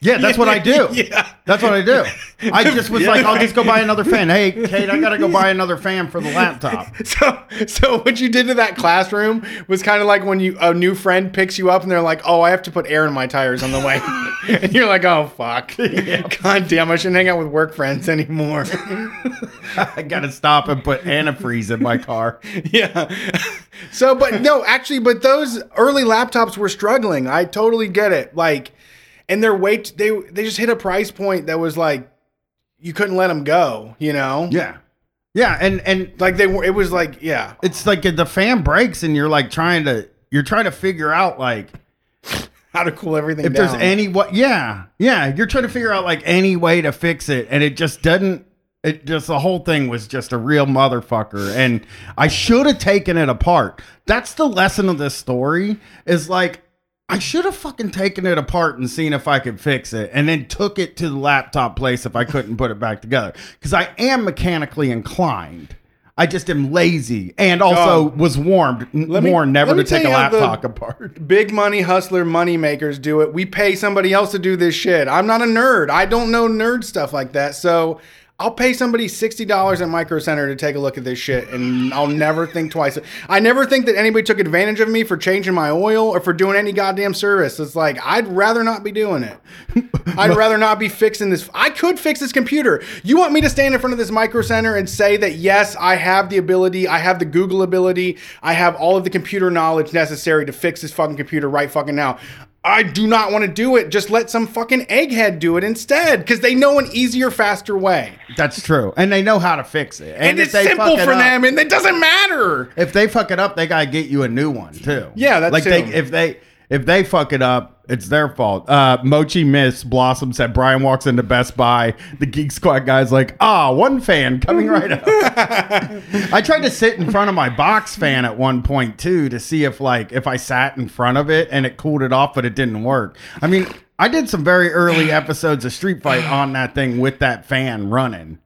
A: Yeah, that's what I do.
B: Yeah.
A: That's what I do. I just was
C: Yeah.
A: like, I'll just go buy another fan. Hey, Kate, I gotta go buy another fan for the laptop.
B: So, so what you did to that classroom was kind of like when you a new friend picks you up and they're like, "Oh, I have to put air in my tires on the way," and you're like, "Oh fuck, god damn, I shouldn't hang out with work friends anymore."
A: I gotta stop and put antifreeze in my car.
B: yeah. So, but no, actually, but those early laptops were struggling. I totally get it. Like, and their weight, they they just hit a price point that was like, you couldn't let them go. You know?
A: Yeah. Yeah, and and
B: Like they were. It was like, yeah.
A: it's like the fan breaks and you're like trying to you're trying to figure out like
B: How to cool everything
A: if
B: down.
A: there's any what yeah yeah you're trying to figure out like any way to fix it and it just doesn't it just the whole thing was just a real motherfucker and i should have taken it apart that's the lesson of this story is like i should have fucking taken it apart and seen if i could fix it and then took it to the laptop place if i couldn't put it back together because i am mechanically inclined I just am lazy, and also
B: Dog.
A: was warned,
B: Let me-
A: warned
B: let
A: never
B: me
A: to take a
B: tell you how the-
A: laptop apart.
B: Big money hustler money makers do it. We pay somebody else to do this shit. I'm not a nerd. I don't know nerd stuff like that. So I'll pay somebody sixty dollars at Micro Center to take a look at this shit, and I'll never think twice. I never think that anybody took advantage of me for changing my oil or for doing any goddamn service. It's like I'd rather not be doing it. I'd rather not be fixing this. I could fix this computer. You want me to stand in front of this Micro Center and say that yes, I have the ability, I have the Google ability, I have all of the computer knowledge necessary to fix this fucking computer right fucking now. I do not want to do it. Just let some fucking egghead do it instead, because they know an easier, faster way.
A: That's true, and they know how to fix it,
B: And,
A: if
B: it's
A: they
B: simple
A: fuck it
B: for
A: up-
B: them, and it doesn't matter.
A: If they fuck it up, they gotta get you a new one too.
B: Yeah, that's
A: like they
B: true.
A: if they if they fuck it up, it's their fault. Uh, Mochi Miss Blossom said Brian walks into Best Buy. The Geek Squad guy's like, ah, one fan coming right up. I tried to sit in front of my box fan at one point too to see if like if I sat in front of it and it cooled it off, but it didn't work. I mean, I did some very early episodes of Street Fight on that thing with that fan running,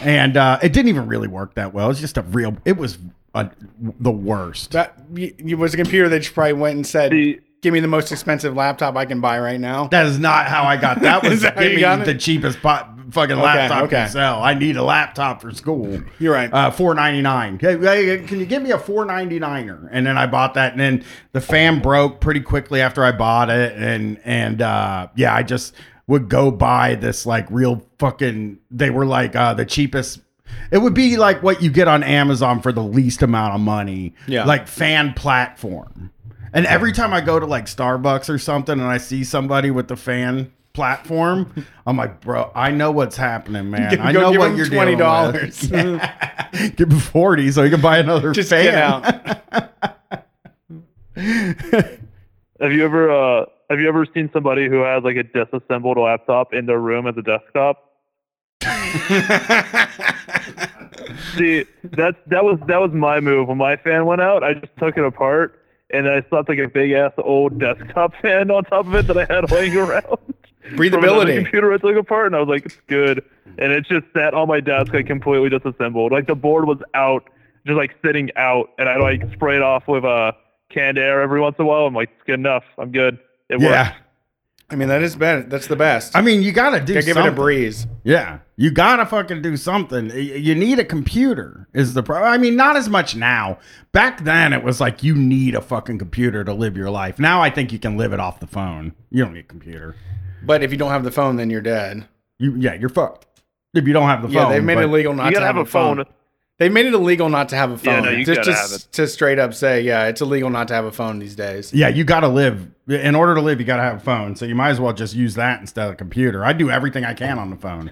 A: and uh, it didn't even really work that well. It's just a real. It was uh the worst.
B: That y- y- was a computer that you probably went and said,
C: The-
B: "Give me the most expensive laptop I can buy right now."
A: That is not how I got that. Was
B: Is that how
A: give
B: you
A: me
B: got it?
A: the cheapest po- fucking laptop
B: okay.
A: to sell. I need a laptop for school.
B: You're right.
A: Uh, four ninety nine. Hey, hey, can you give me a four ninety nine er? And then I bought that, and then the fan broke pretty quickly after I bought it, and and uh, yeah, I just would go buy this like real fucking. They were like uh, the cheapest. It would be like what you get on Amazon for the least amount of money.
B: Yeah.
A: like fan platform. And every time I go to like Starbucks or something and I see somebody with the fan platform, I'm like, bro, I know what's happening, man. I
B: Go
A: know
B: give
A: what
B: him
A: you're dealing
B: $20.
A: with. Yeah. Give him 40 so he can buy another
B: Just
A: fan.
B: get out.
C: Have you ever uh have you ever seen somebody who has like a disassembled laptop in their room as a desktop? See, that's that was that was my move. When my fan went out, I just took it apart and I slapped like a big ass old desktop fan on top of it that I had laying around. From another
B: Breathability.
C: computer I took apart and I was like, it's good. And it just sat on my desk like completely disassembled. Like the board was out, just like sitting out and I like sprayed off with uh canned air every once in a while. I'm like, it's good enough. I'm good. It works.
A: Yeah.
B: I mean, that is bad. That's the best.
A: I mean, you got to do
B: Gotta give it a
A: something.
B: breeze.
A: Yeah, you gotta fucking do something. Y- You need a computer is the problem. I mean, not as much now. Back then, it was like you need a fucking computer to live your life. Now I think you can live it off the phone. You don't need a computer.
B: But if you don't have the phone, then you're dead.
A: You yeah, you're fucked if you don't have the phone.
B: Yeah, they've made
A: but-
B: it illegal not
C: you
B: to
C: gotta
B: have,
C: have a phone.
B: They made it illegal not to have a
C: Yeah,
B: phone.
C: no, you
B: just
C: gotta
B: to,
C: have it.
B: to straight up say, yeah, it's illegal not to have a phone these days.
A: Yeah, you gotta live. In order to live, you gotta have a phone. So you might as well just use that instead of a computer. I do everything I can on the phone.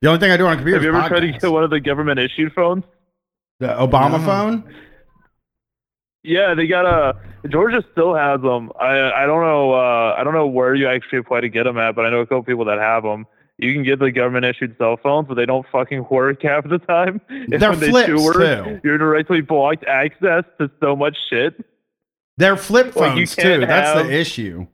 A: The only thing I do on a computer.
C: Have you ever
A: is
C: tried to
A: podcasts.
C: get one of the government issued phones?
A: the Obama
B: No.
A: phone?
C: Yeah, they got a Georgia still has them. I I don't know uh, I don't know where you actually apply to get them at, but I know a couple people that have them. You can get the government issued cell phones, but they don't fucking work half the time. And
A: They're
C: when they
A: flips
C: do work,
A: too.
C: You're directly blocked access to so much shit.
A: They're flip
C: Well, you
A: phones
C: can't
A: too. That's
C: have-
A: the issue.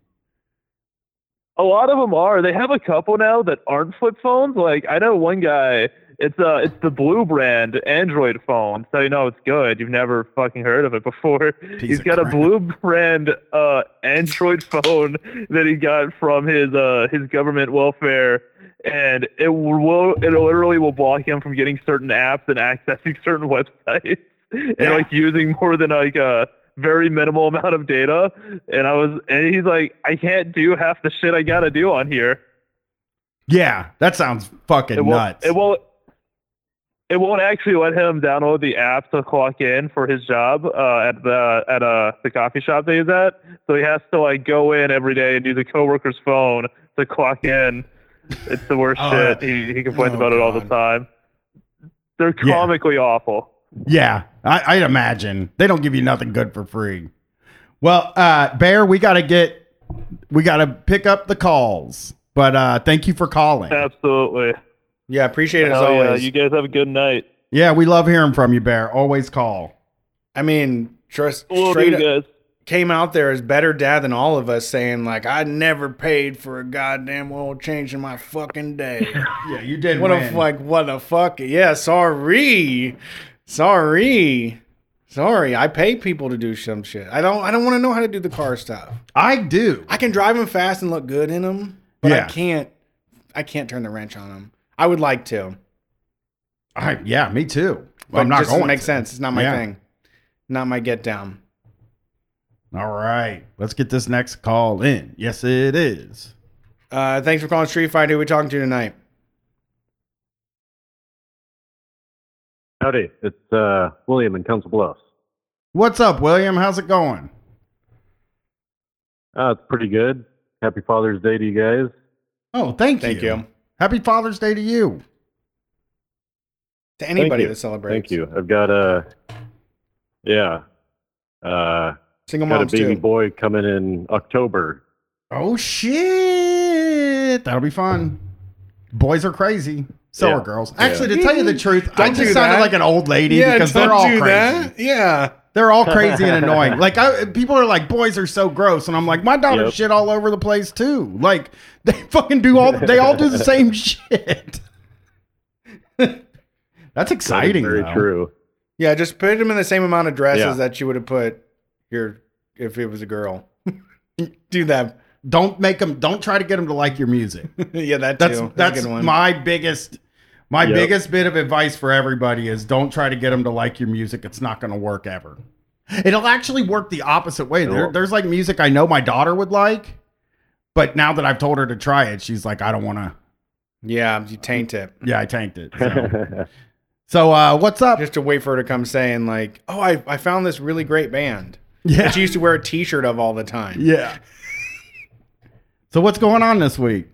C: A lot of them are. They have a couple now that aren't flip phones. Like I know one guy. It's uh, it's the blue brand Android phone, so you know it's good. You've never fucking heard of it before. He's
A: of
C: got a
A: crap.
C: blue brand uh, Android phone that he got from his uh, his government welfare, and it will it literally will block him from getting certain apps and accessing certain websites and
A: Yeah.
C: like using more than like a very minimal amount of data. And I was and he's like, I can't do half the shit I gotta do on here.
A: Yeah, that sounds fucking
C: It won't.
A: nuts.
C: It won't. It won't actually let him download the app to clock in for his job uh, at the at uh, the coffee shop that he's at. So he has to like go in every day and use a coworker's phone to clock in. It's the worst
A: Oh,
C: shit. He, he complains
A: oh,
C: about it all the
A: God.
C: time. They're
A: Yeah.
C: comically awful.
A: Yeah, I, I'd imagine they don't give you nothing good for free. Well, uh, Bear, we gotta get, we gotta pick up the calls. But uh, thank you for calling.
C: Absolutely.
B: Yeah, appreciate it as
C: Hell yeah.
B: always.
C: You guys have a good night.
A: yeah, we love hearing from you, Bear. Always call.
B: I mean, trust
C: Well,
B: straight
C: you
B: up,
C: guys.
B: came out there as better dad than all of us, saying like, "I never paid for a goddamn oil change in my fucking day."
A: Yeah, you did.
B: what a like, what a fuck? Yeah, sorry, sorry, sorry. I pay people to do some shit. I don't. I don't want to know how to do the car stuff.
A: I do.
B: I can drive them fast and look good in them, but
A: Yeah.
B: I can't. I can't turn the wrench on them. I would like to.
A: I, yeah, me too.
B: But
A: I'm not
B: just doesn't
A: going.
B: Make
A: to.
B: sense. It's not my
A: Yeah.
B: thing. Not my get down.
A: All right, let's get this next call in. Yes, it is.
B: Uh, thanks for calling Street Fighter. Who we talking to tonight?
D: Howdy, it's uh, William in Council Bluffs.
A: What's up, William? How's it going?
D: Uh, it's pretty good. Happy Father's Day to you guys.
A: Oh, thank,
B: Thank
A: you.
B: you.
A: Happy Father's Day to you.
B: To anybody
D: you.
B: that celebrates.
D: Thank you. I've got a, yeah, uh,
B: Single
D: got a
B: moms
D: baby
B: too.
D: boy coming in October.
A: Oh shit! That'll be fun. Boys are crazy. So
D: Yeah.
A: are girls.
D: Yeah.
A: Actually, to tell you the truth, I
B: Don't
A: just
B: do
A: sounded
B: that.
A: like an old lady because they're all crazy.
B: Yeah.
A: They're all crazy and annoying. Like I, people are like, boys are so gross, and I'm like, my daughter
D: Yep.
A: shit all over the place too. Like they fucking do all. They all do the same shit.
D: That
A: That's
D: is
A: exciting.
D: Very
A: though.
D: true.
B: Yeah. Just put them in the same amount of dresses
D: Yeah.
B: that you would have put your if it was a girl. Do that.
A: Don't make them. Don't try to get them to like your music.
B: yeah, that
A: That's
B: too. a
A: that's,
B: good one.
A: my biggest my
D: Yep.
A: biggest bit of advice for everybody is don't try to get them to like your music. It's not going to work ever. It'll actually work the opposite way. There,
D: It'll-
A: there's like music I know my daughter would like, but now that I've told her to try it, she's like, I don't want to.
B: yeah, you taint it.
A: Yeah, I tanked it. So, so uh, what's up?
B: Just to wait for her to come saying like, "Oh, I, I found this really great band
A: yeah,
B: that you used to wear a T-shirt of all the time."
A: yeah. so what's going on this week?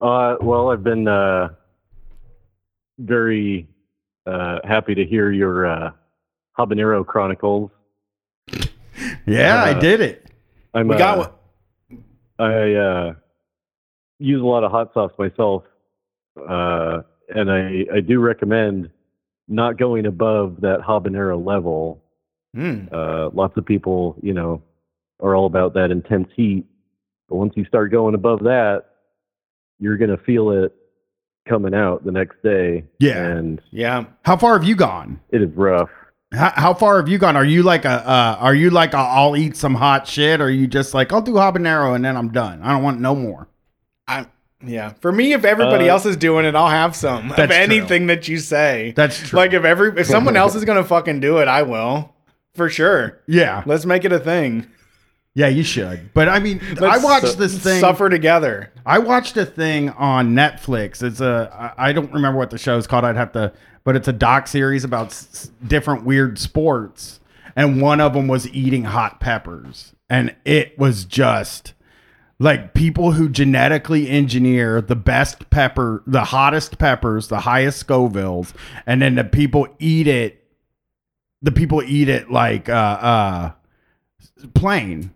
D: uh, well, I've been uh, very uh, happy to hear your uh, Habanero Chronicles.
A: Yeah, I
D: Uh,
A: did it.
D: I'm,
B: We got
D: uh,
B: one.
D: I uh, use a lot of hot sauce myself, uh, and I, I do recommend not going above that habanero level.
B: Mm.
D: Uh, lots of people, you know, are all about that intense heat, but once you start going above that, you're gonna feel it coming out the next day.
A: Yeah.
D: and
B: Yeah.
A: How far have you gone?
D: it is rough.
A: How, how far have you gone? Are you like a uh, are you like a I'll eat some hot shit? Or are you just like I'll do habanero and then I'm done. I don't want no more.
B: I yeah. For me, if everybody
D: Uh,
B: else is doing it, I'll have some of
A: That's true.
B: anything that you say.
A: That's true.
B: Like if every if someone else is gonna fucking do it, I will for sure.
A: yeah,
B: Let's make it a thing.
A: yeah, you should. But I mean, I
B: Let's
A: watched
B: su-
A: this thing.
B: Suffer together.
A: I watched a thing on Netflix. It's a I I don't remember what the show's called. I'd have to, but it's a doc series about s- s- different weird sports, and one of them was eating hot peppers, and it was just like people who genetically engineer the best pepper, the hottest peppers, the highest Scovilles, and then the people eat it the people eat it like uh, uh, plain,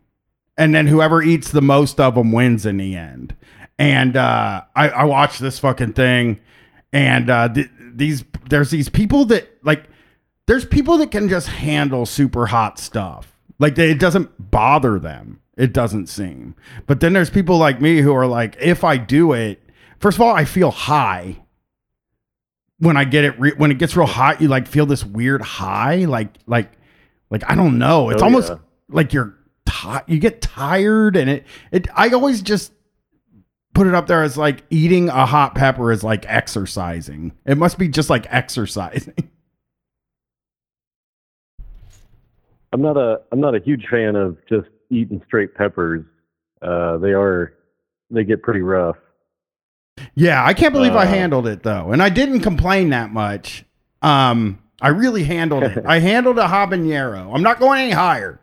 A: and then whoever eats the most of them wins in the end. And uh, I, I watched this fucking thing, and uh, th- these there's these people that like there's people that can just handle super hot stuff. Like they, it doesn't bother them. It doesn't seem. But then there's people like me who are like, if I do it, first of all, I feel high when I get it. Re- when it gets real hot, you like feel this weird high, like like like I don't know. It's
D: Oh,
A: almost
D: yeah.
A: like you're ti You get tired, and it it. I always just put it up there as like eating a hot pepper is like exercising. It must be just like exercising.
D: I'm not a I'm not a huge fan of just eating straight peppers. Uh, they are they get pretty rough.
A: Yeah, I can't believe I
D: Uh,
A: handled it though, and I didn't complain that much. Um, I really handled it. I handled a habanero. I'm not going any higher.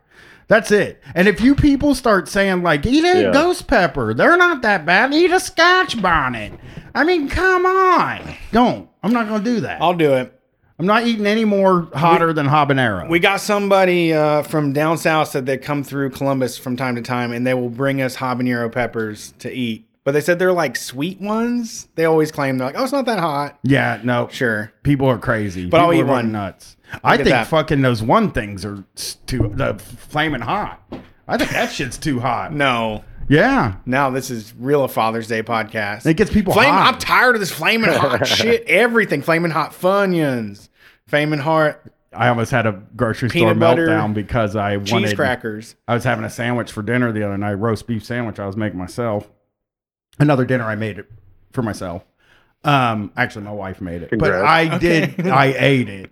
A: That's it. And if you people start saying like, eat a
D: Yeah.
A: ghost pepper, they're not that bad. Eat a Scotch bonnet. I mean, come on. Don't. I'm not going to do that.
B: I'll do it.
A: I'm not eating any more hotter than habanero.
B: We got somebody uh, from down south said they come through Columbus from time to time, and they will bring us habanero peppers to eat. But they said they're like sweet ones. They always claim they're like, oh, it's not that hot.
A: yeah, no.
B: Sure.
A: People are crazy.
B: But I'll
A: People
B: eat
A: are going
B: one.
A: Nuts. I
B: at
A: think
B: that.
A: fucking those one things are s- too the flaming hot. I think that shit's too hot.
B: No,
A: Yeah,
B: now this is real a Father's Day podcast.
A: It gets people
B: Flame,
A: hot.
B: I'm tired of this flaming hot shit. Everything flaming hot funyuns, flaming hot
A: I almost had a grocery
B: Peanut
A: store
B: butter,
A: meltdown because I
B: cheese
A: wanted.
B: crackers.
A: I was having a sandwich for dinner the other night, roast beef sandwich. I was making myself another dinner. I made it for myself. Um, actually, my wife made it, but
D: Congrats.
A: I did. I ate it.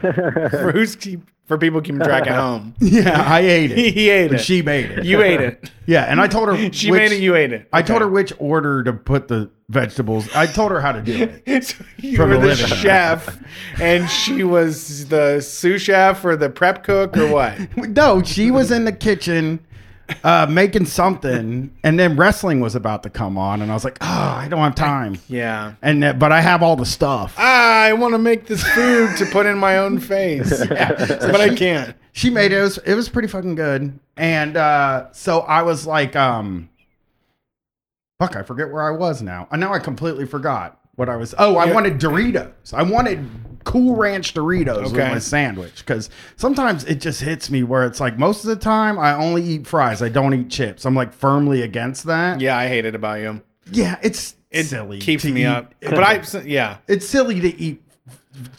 B: For who's keep, for people keeping track at home?
A: Yeah, I ate it.
B: he ate
A: But
B: it.
A: she made it.
B: you ate it.
A: yeah, and I told her
B: She
A: which-
B: made it. You ate it.
A: I told her which order to put the vegetables. I told her how to do it.
B: so you
A: From
B: were
A: the
B: the
A: living room.
B: chef, and she was the sous chef or the prep cook or what?
A: No, she was in the kitchen uh, making something, and then wrestling was about to come on, and I was like, "Oh, I don't have time."
B: Yeah.
A: And uh, but I have all the stuff.
B: Ah, I want to make this food to put in my own face, but I can't.
A: She made it. It was, it was pretty fucking good. And uh, so I was like, um, "Fuck, I forget where I was now." And now I completely forgot what I was. Oh, I
B: Yeah.
A: wanted Doritos. I wanted Cool Ranch Doritos with
B: Okay.
A: my sandwich because sometimes it just hits me where it's like most of the time I only eat fries. I don't eat chips. I'm like firmly against that.
B: Yeah, I hate it about you.
A: Yeah, it's
B: It
A: silly.
B: keeps
A: to
B: me
A: eat-
B: up. But I, yeah,
A: It's silly to eat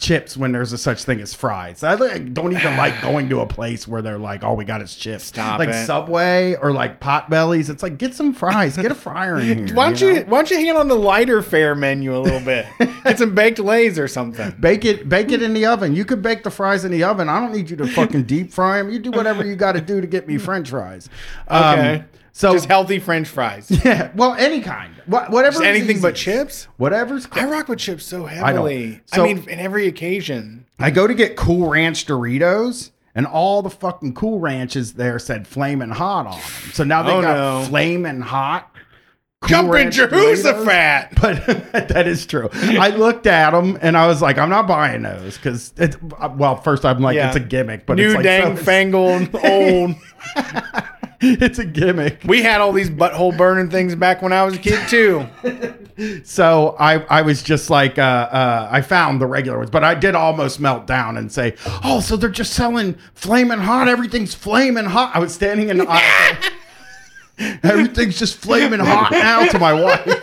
A: chips when there's a such thing as fries. I like, don't even like going to a place where they're like, all we got is chips.
B: Stop
A: like
B: it.
A: Subway or like Potbellies. It's like, get some fries. Get a fryer in here.
B: why don't you
A: know?
B: why don't you hang out on the lighter fare menu a little bit? Get some baked lays or something.
A: Bake it, bake it in the oven. You could bake the fries in the oven. I don't need you to fucking deep fry them. You do whatever you got to do to get me French fries. Um,
B: Okay.
A: So
B: Just healthy French fries. Just
A: yeah, well, any kind, Wha- whatever, is
B: anything but
A: easiest.
B: chips.
A: Whatever's
B: I rock with chips so
A: don't.
B: heavily. I,
A: So-
B: mean, in every occasion.
A: I go to get Cool Ranch Doritos, and all the fucking Cool Ranches there said flaming hot on them. So now they
B: Oh,
A: got
B: no.
A: flaming hot. Cool
B: Jumping
A: Ranch Doritos.
B: Jehoshaphat.
A: But that is true. I looked at them and I was like, I'm not buying those because it's uh, well. First, I'm like,
B: Yeah.
A: it's a gimmick, but
B: New
A: it's like,
B: dang
A: so-
B: fangled old.
A: it's a gimmick.
B: We had all these butthole burning things back when I was a kid too.
A: So I, I was just like, uh, uh, I found the regular ones, but I did almost melt down and say, oh, so they're just selling flaming hot. Everything's flaming hot. I was standing in the aisle. Everything's just flaming hot now to my wife.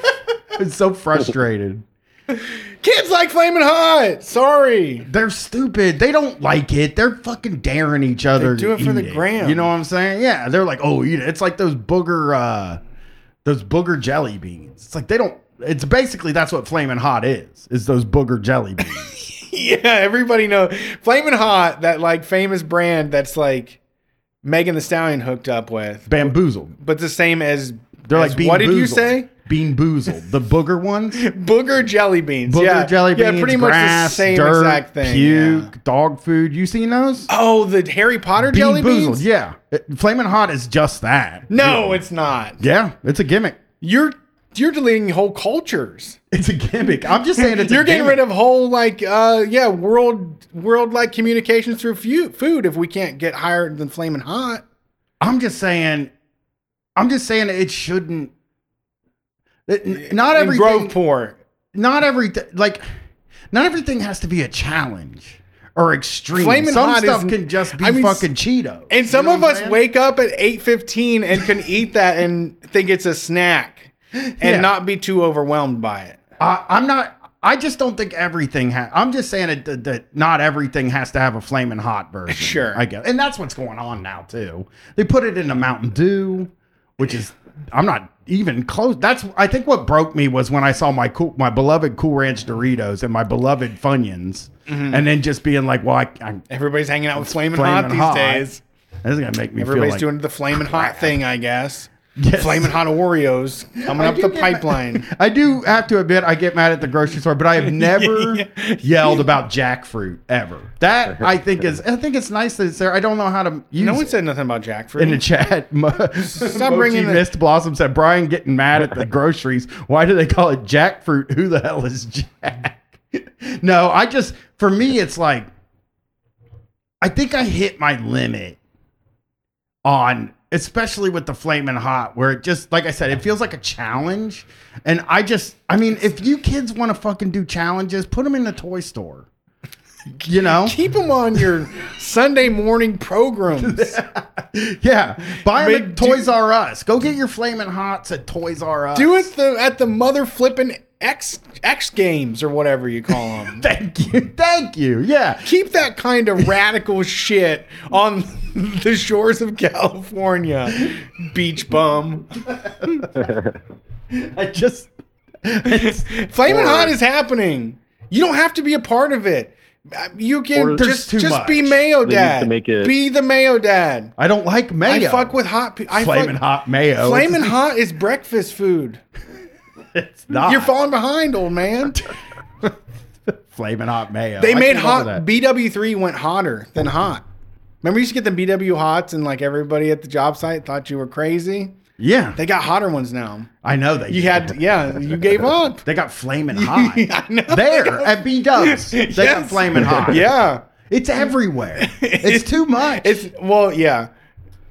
A: I'm so frustrated.
B: Kids like flaming hot. Sorry.
A: They're stupid. They don't like it. They're fucking daring each other.
B: They do
A: to
B: it for
A: eat
B: the gram.
A: You know what I'm saying? Yeah. They're like, oh, eat it. It's like those booger, uh, those booger jelly beans. It's like they don't. It's basically that's what flaming hot is. Is those booger jelly beans.
B: Yeah, everybody know flaming hot. That like famous brand that's like Megan the Stallion hooked up with,
A: bamboozled.
B: but the same as
A: They're
B: as-
A: like bean
B: what did you
A: boozled.
B: say?
A: Bean boozled. The booger ones.
B: Booger jelly beans.
A: Booger
B: yeah,
A: jelly beans.
B: Yeah, pretty much
A: grass,
B: the same
A: dirt,
B: exact thing.
A: Puke,
B: yeah.
A: dog food. You seen those?
B: Oh, the Harry Potter
A: Bean
B: jelly
A: boozled.
B: beans.
A: Yeah. Flaming hot is just that.
B: No,
A: Really.
B: it's not.
A: Yeah, it's a gimmick.
B: You're You're deleting whole cultures.
A: It's a gimmick. I'm just saying it's
B: You're
A: a
B: getting
A: gimmick.
B: rid of whole like uh yeah world world like communications through fu- food if we can't get higher than flaming hot.
A: I'm just saying. I'm just saying it shouldn't. that n- Not
B: in
A: everything.
B: Groveport.
A: Not every like. Not everything has to be a challenge or extreme.
B: Flamin'
A: Some
B: Hot
A: stuff
B: isn't-
A: can just be
B: I mean,
A: fucking Cheetos.
B: And
A: You
B: some
A: know
B: of
A: what I'm
B: us
A: saying?
B: wake up at 8:15 and can eat that and think it's a snack and
A: Yeah.
B: not be too overwhelmed by it.
A: I, I'm not. I just don't think everything. Ha- I'm just saying it, that, that not everything has to have a flaming hot version.
B: Sure.
A: I guess, and that's what's going on now too. They put it in a Mountain Dew, which is I'm not even close. That's I think what broke me was when I saw my cool, my beloved Cool Ranch Doritos and my beloved Funyuns,
B: Mm-hmm.
A: and then just being like, well, I, I
B: Everybody's hanging out with flaming,
A: Flamin'
B: hot these
A: Hot.
B: days.
A: this is gonna make me
B: Everybody's
A: feel
B: doing the flaming hot thing, I guess.
A: like Yes.
B: Flaming hot Oreos coming
A: I
B: up
A: do
B: the
A: get my-
B: pipeline.
A: I do have to admit, I get mad at the grocery store, but I have never
B: Yeah.
A: yelled about jackfruit ever. That I think is, I think it's nice that it's there. I don't know how to use
B: no one
A: it.
B: said nothing about jackfruit.
A: in the chat. Stop
B: bringing the-
A: Mist Blossom said Brian getting mad at the groceries. Why do they call it jackfruit? Who the hell is Jack? no, I just for me it's like I think I hit my limit on especially with the flaming hot where it just like i said it feels like a challenge and i just i mean if you kids want to fucking do challenges put them in the toy store you know
B: Keep them on your Sunday morning programs.
A: yeah buy them at
B: Make-
A: toys
B: do-
A: r us go get your flaming hots at toys r us
B: Do it the, at the mother flipping X X Games or whatever you call them.
A: Thank you. Thank you. Yeah.
B: Keep that kind of radical shit on the shores of California, beach bum.
A: I just
B: Flaming hot is happening. You don't have to be a part of it. Uh, You
D: Or
B: can
D: it's
B: just
A: too
B: just
A: much.
B: be mayo
D: They need
B: dad.
D: to make it-
B: Be the mayo dad.
A: I don't like mayo.
B: I fuck with hot. Pe- I
A: flaming
B: fuck-
A: hot mayo.
B: Flamin' hot is breakfast food.
A: It's not.
B: You're falling behind, old man.
A: flaming hot mayo.
B: They
A: I
B: made
A: can't
B: hot
A: order that.
B: BW3 went hotter than hot. Remember, you used to get the BW hots, and like everybody at the job site thought you were crazy.
A: yeah.
B: They got hotter ones now.
A: I know that
B: You had, yeah, you gave up.
A: They got flaming hot.
B: I know.
A: There at B Dubs, they got
B: Yes.
A: flaming hot.
B: Yeah,
A: it's everywhere. It's too much.
B: it's well, yeah,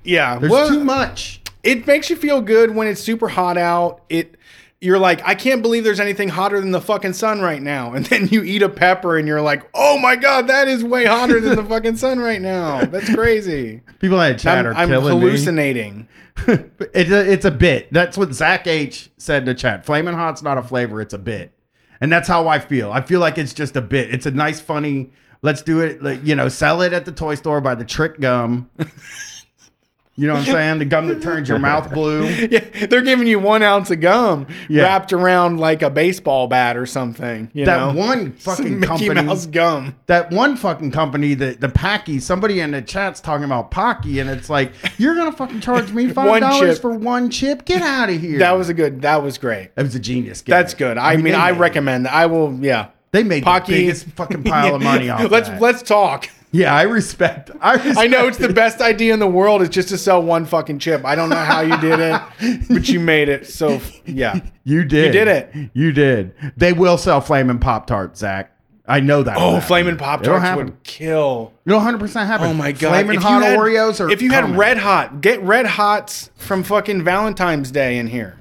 B: yeah.
A: There's
B: well,
A: too much.
B: it makes you feel good when it's super hot out. It you're like, I can't believe there's anything hotter than the fucking sun right now. And then you eat a pepper and you're like, oh my god, that is way hotter than the fucking sun right now. That's crazy.
A: People in the chat
B: I'm,
A: are
B: I'm
A: killing me.
B: hallucinating.
A: it's a, it's a bit. That's what Zach H said in the chat. Flamin' hot's not a flavor, it's a bit. And that's how I feel. I feel like it's just a bit. It's a nice, funny. Let's do it. Like, you know, sell it at the toy store by the trick gum. you know what I'm saying? The gum that turns your mouth blue.
B: Yeah, they're giving you one ounce of gum
A: Yeah.
B: wrapped around like a baseball bat or something. You
A: that
B: know,
A: one
B: Some
A: fucking
B: Mickey
A: company.
B: Mouse gum.
A: That one fucking company. The the Packy. Somebody in the chat's talking about Pocky, and it's like you're gonna fucking charge me five
B: One
A: dollars
B: chip.
A: for one chip. Get out of here.
B: That was a good. That was great.
A: that was a genius. gimmick.
B: That's good. I, mean,
A: they
B: I
A: made it.
B: recommend. That. I will. Yeah,
A: They made
B: Pocky-
A: the biggest fucking pile of money off.
B: Let's
A: that.
B: let's talk.
A: Yeah, I respect. I respect
B: I know it's the
A: it.
B: best idea in the world. It's just to sell one fucking chip. I don't know how you did it, but you made it. So yeah,
A: You did.
B: You did it.
A: You did. They will sell flaming pop tarts, Zach. I know that.
B: oh, flaming pop
A: It'll
B: tarts
A: happen.
B: would kill.
A: It'll 100 percent happen.
B: Oh my god!
A: Flaming
B: If you
A: hot
B: had-
A: Oreos or
B: if you had red hot, get red hots from fucking Valentine's Day in here.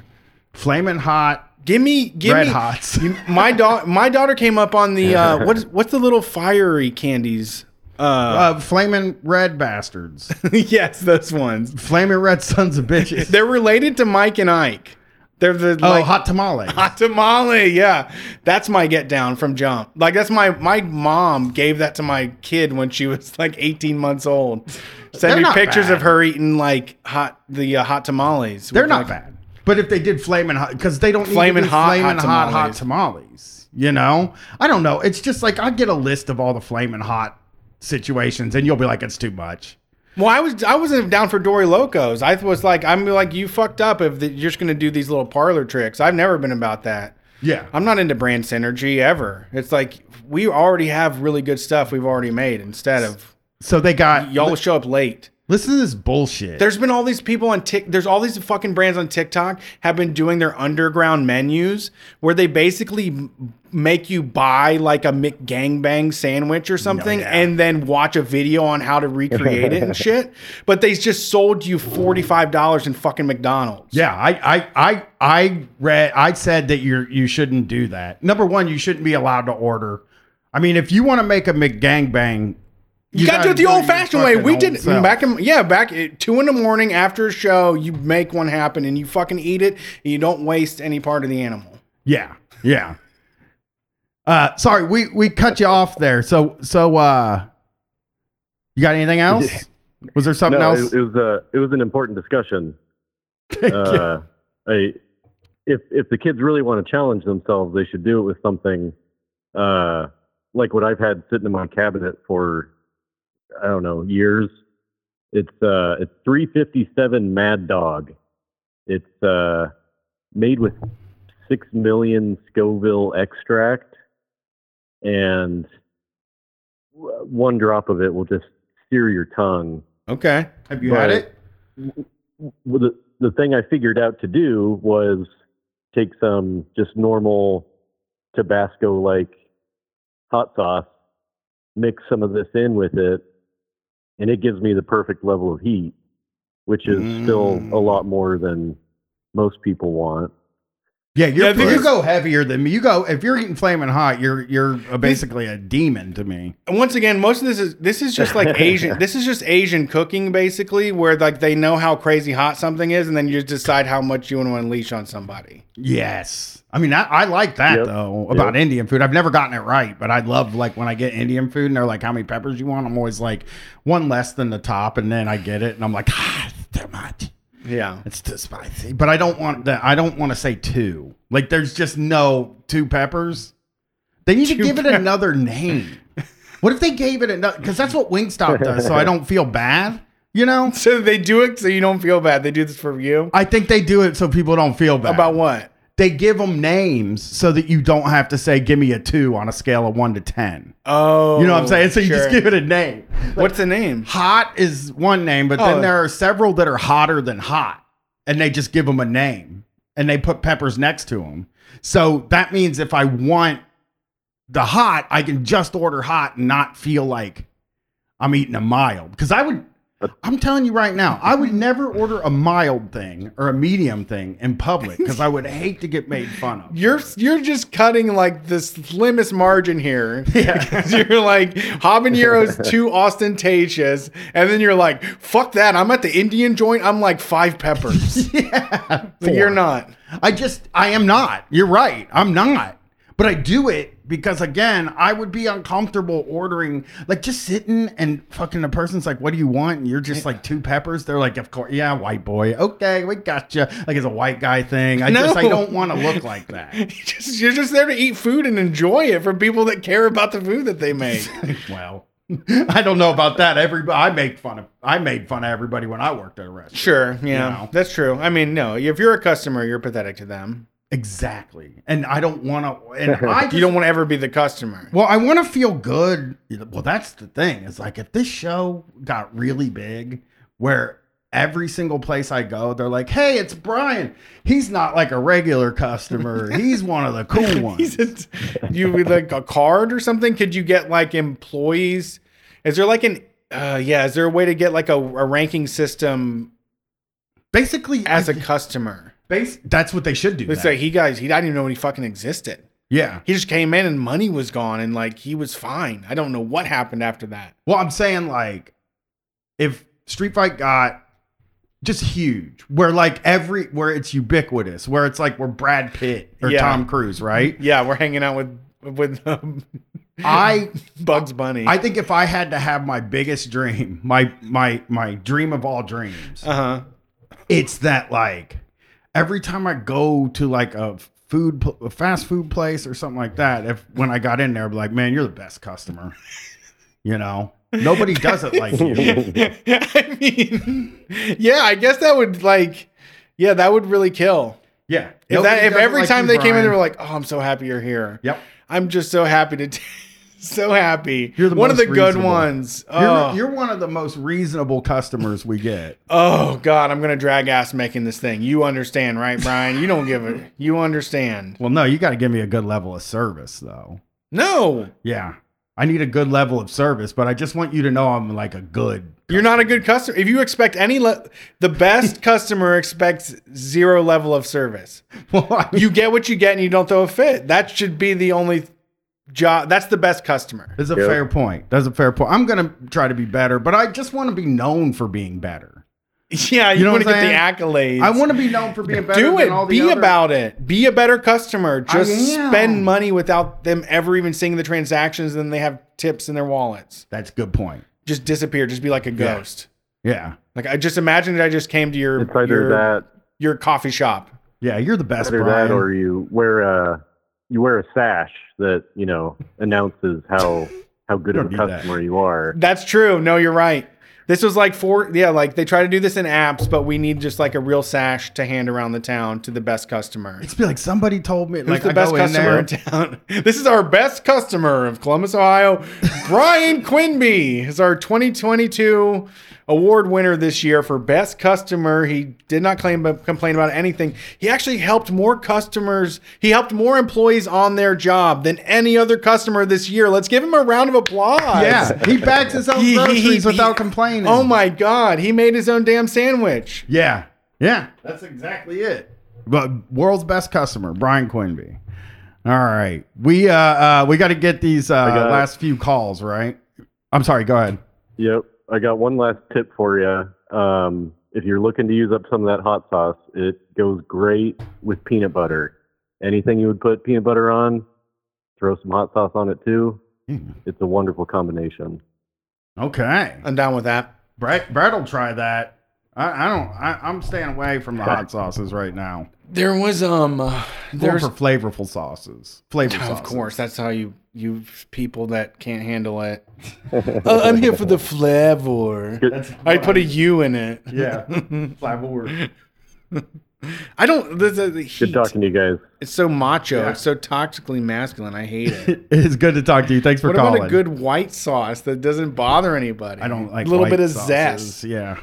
A: flaming hot
B: Give me, give
A: red
B: me.
A: hots.
B: You- my daughter, my daughter came up on the uh, what's what's the little fiery candies? Uh,
A: uh, flaming red bastards.
B: yes, those ones.
A: flaming red sons of bitches.
B: They're related to Mike and Ike. They're the
A: oh,
B: like,
A: hot tamale.
B: hot tamale. Yeah, that's my get down from jump. Like that's my my mom gave that to my kid when she was like 18 months old.
A: They're
B: Send me
A: not
B: pictures
A: bad.
B: of her eating like hot the uh, hot tamales.
A: They're
B: with,
A: not
B: like,
A: bad. But if they did flaming hot, because they don't need to
B: Flamin'
A: do
B: Hot,
A: flaming
B: hot
A: hot, hot tamales. You know, I don't know. It's just like I get a list of all the flaming hot situations, and you'll be like, it's too much.
B: Well, I was I wasn't down for Dory Locos. I was like, I'm like, you fucked up if the, you're just gonna do these little parlor tricks. I've never been about that.
A: Yeah,
B: I'm not into brand synergy ever. It's like we already have really good stuff we've already made. Instead of
A: So they got
B: y'all show up late.
A: Listen to this bullshit.
B: There's been all these people on Tik. There's all these fucking brands on TikTok have been doing their underground menus where they basically m- make you buy like a McGangbang sandwich or something,
A: yeah.
B: and then watch a video on how to recreate it and shit. But they just sold you forty five dollars in fucking McDonald's.
A: Yeah, I, I, I, I read. I said that you you shouldn't do that. Number one, you shouldn't be allowed to order. I mean, if you want to make a McGangbang,
B: You, gotta, do it the
A: your
B: old fashioned way.
A: fucking
B: We
A: old
B: did
A: self.
B: back in yeah back at two in the morning after a show. You make one happen and you fucking eat it. And you don't waste any part of the animal.
A: Yeah, yeah. Uh, sorry, we we cut you off there. So so uh, you got anything else? Was there something
D: no,
A: else?
D: it, it was a it was an important discussion. uh, I, if if the kids really want to challenge themselves, they should do it with something uh, like what I've had sitting in my cabinet for I don't know years. It's uh, it's 357 Mad Dog. It's uh, made with six million Scoville extract, and w- one drop of it will just sear your tongue
B: Okay.
A: Have you
D: but-
A: had it?
D: well, the, the thing I figured out to do was take some just normal Tabasco like hot sauce, mix some of this in with it, and it gives me the perfect level of heat, which is still a
A: Mm.
D: lot more than most people want.
A: Yeah, you're,
B: Yeah, I think
A: you
B: it's-
A: go heavier than me. You go if you're eating flaming hot, you're you're uh, basically a demon to me.
B: And once again, most of this is this is just like Asian. this is just Asian cooking, basically, where like they know how crazy hot something is, and then you decide how much you want to unleash on somebody.
A: Yes, I mean I, I like that
D: Yep.
A: though about Indian food. I've never gotten it right, but I love like when I get Indian food and they're like, "How many peppers you want?" I'm always like one less than the top, and then I get it and I'm like, "Ah, it's too much.
B: Yeah.
A: It's too spicy." But I don't want that. I don't want to say two. Like there's just no two peppers. They need
B: Two
A: to give it
B: pep-
A: another name. what if they gave it another? Because that's what Wingstop does. So I don't feel bad. You know.
B: So they do it so you don't feel bad. They do this for you.
A: I think they do it so people don't feel bad.
B: About what?
A: they give them names so that you don't have to say "give me a two on a scale of one to ten.
B: Oh,
A: You know what I'm saying? So you just
B: sure.
A: give it a name.
B: What's the name?
A: Hot is one name, but
B: Oh.
A: then there are several that are hotter than hot, and they just give them a name and they put peppers next to them. So that means if I want the hot, I can just order hot and not feel like I'm eating a mild. Because I would, I'm telling you right now, I would never order a mild thing or a medium thing in public because I would hate to get made fun of.
B: You're you're just cutting like the slimmest margin here. Yeah. you're like habaneros too ostentatious, and then you're like, fuck that. I'm at the Indian joint. I'm like five peppers.
A: yeah.
B: But
A: Four.
B: you're not.
A: I just, I am not. You're right. I'm not. But I do it because, again, I would be uncomfortable ordering, like just sitting and fucking the person's like, what do you want? And you're just like two peppers. They're like, of course. Yeah, white boy. Okay, we gotcha. Like it's a white guy thing. I just, I
B: No.
A: don't want to look like that.
B: You just, you're just there to eat food and enjoy it from people that care about the food that they make.
A: well, I don't know about that. Everybody, I make fun of, I made fun of everybody when I worked at a restaurant.
B: sure, yeah,
A: know.
B: that's true. I mean, no, if you're a customer, you're pathetic to them.
A: Exactly. And I don't want to, and I just
B: You don't want to ever be the customer.
A: Well, I want to feel good. Well, that's the thing. It's like if this show got really big, where every single place I go, they're like, "Hey, it's Brian. He's not like a regular customer. He's one of the cool
B: He's
A: ones."
B: a, you would like a card or something? Could you get like employees? Is there like an uh, yeah? Is there a way to get like a, a ranking system
A: Basically,
B: as a customer?
A: base, that's what they should do.
B: It's
A: now.
B: like he guys, he I didn't even know he fucking existed.
A: yeah.
B: He just came in and money was gone and like he was fine. I don't know what happened after that.
A: Well, I'm saying like if Street Fight got just huge, where like every where it's ubiquitous, where it's like we're Brad Pitt or
B: Yeah.
A: Tom Cruise, right?
B: Yeah, we're hanging out with with um,
A: I
B: Bugs Bunny.
A: I think if I had to have my biggest dream, my my my dream of all dreams,
B: uh huh.
A: it's that like every time I go to like a food pl- a fast food place or something like that, if when I got in there, I'd be like, man, you're the best customer. You know, nobody does it like you.
B: I mean, yeah, I guess that would like, yeah, that would really kill.
A: Yeah.
B: If,
A: Nobody
B: that, if
A: does it
B: every
A: like
B: time
A: you,
B: they came in, they
A: Brian.
B: were like, "Oh, I'm so happy you're here.
A: yep.
B: I'm just so happy to." T- so happy.
A: You're the
B: one of the
A: most
B: good
A: reasonable.
B: ones.
A: You're,
B: Oh.
A: you're one of the most reasonable customers we get.
B: oh God, I'm gonna drag ass making this thing. You understand, right, Brian? You don't give a. You understand?
A: Well, no, you got to give me a good level of service, though.
B: No,
A: Yeah, I need a good level of service, but I just want you to know I'm like a good.
B: you're not a good customer. If you expect any, le- the best customer expects zero level of service.
A: Well, I mean,
B: You get what you get, and you don't throw a fit. That should be the only job. That's the best customer.
A: it's a
D: Yeah.
A: fair point. That's a fair point. I'm gonna try to be better, but I just want to be known for being better.
B: Yeah, you,
A: You know
B: want to
A: what I'm
B: get the accolades.
A: I want to be known for being better.
B: do
A: than
B: it.
A: all the
B: Be
A: other-
B: about it. Be a better customer. Just
A: am.
B: spend money without them ever even seeing the transactions. Then they have tips in their wallets.
A: That's a good point.
B: Just disappear. Just be like a
A: Yeah.
B: ghost.
A: Yeah,
B: Like I just imagine that I just came to your
D: It's either
B: your,
D: that,
B: your coffee shop.
A: yeah. You're the best,
D: either
A: Brian.
D: that, or you wear a you wear a sash that you know announces how how good
A: You
D: of a
A: don't need that.
D: customer you are.
B: That's true. No, you're right. This was like four. Yeah, like they try to do this in apps, but we need just like a real sash to hand around the town to the best customer.
A: It's be like somebody told me.
B: Who's
A: like
B: the
A: I
B: best
A: go in
B: customer
A: there-
B: in town? This is our best customer of Columbus, Ohio. Brian Quinby is our 2022 award winner this year for best customer. He did not claim complain about anything. He actually helped more customers. He helped more employees on their job than any other customer this year. Let's give him a round of applause.
A: Yeah, he bags his own
B: He- he-
A: groceries
B: he-
A: without
B: he-
A: complaining.
B: Oh my God, he made his own damn sandwich.
A: Yeah, yeah. That's exactly it. But world's best customer, Brian Quinby. All right, we uh, uh we got to get these uh
D: got it.
A: last few calls right. I'm sorry. Go ahead.
D: Yep. I got one last tip for you. Um, if you're looking to use up some of that hot sauce, it goes great with peanut butter. Anything you would put peanut butter on, throw some hot sauce on it too. It's a wonderful combination.
A: Okay,
B: I'm down with that.
A: Brett, Brett will try that. I, I don't. I, I'm staying away from the hot sauces right now.
B: There was um, uh,
A: Going
B: there's
A: for flavorful sauces. Flavor sauces.
B: Of course, that's how you you people that can't handle it. Uh, I'm here for the flavor. I put a U in it.
A: Yeah, flavor.
B: I don't. The, the, the
D: Good
B: heat.
D: talking to you guys.
B: It's so macho.
A: Yeah.
B: It's so toxically masculine. I hate it.
A: it is good to talk to you. Thanks for
B: what
A: calling.
B: about a good white sauce that doesn't bother anybody?
A: I don't like
B: a little
A: white
B: bit of
A: sauces.
B: zest.
A: Yeah.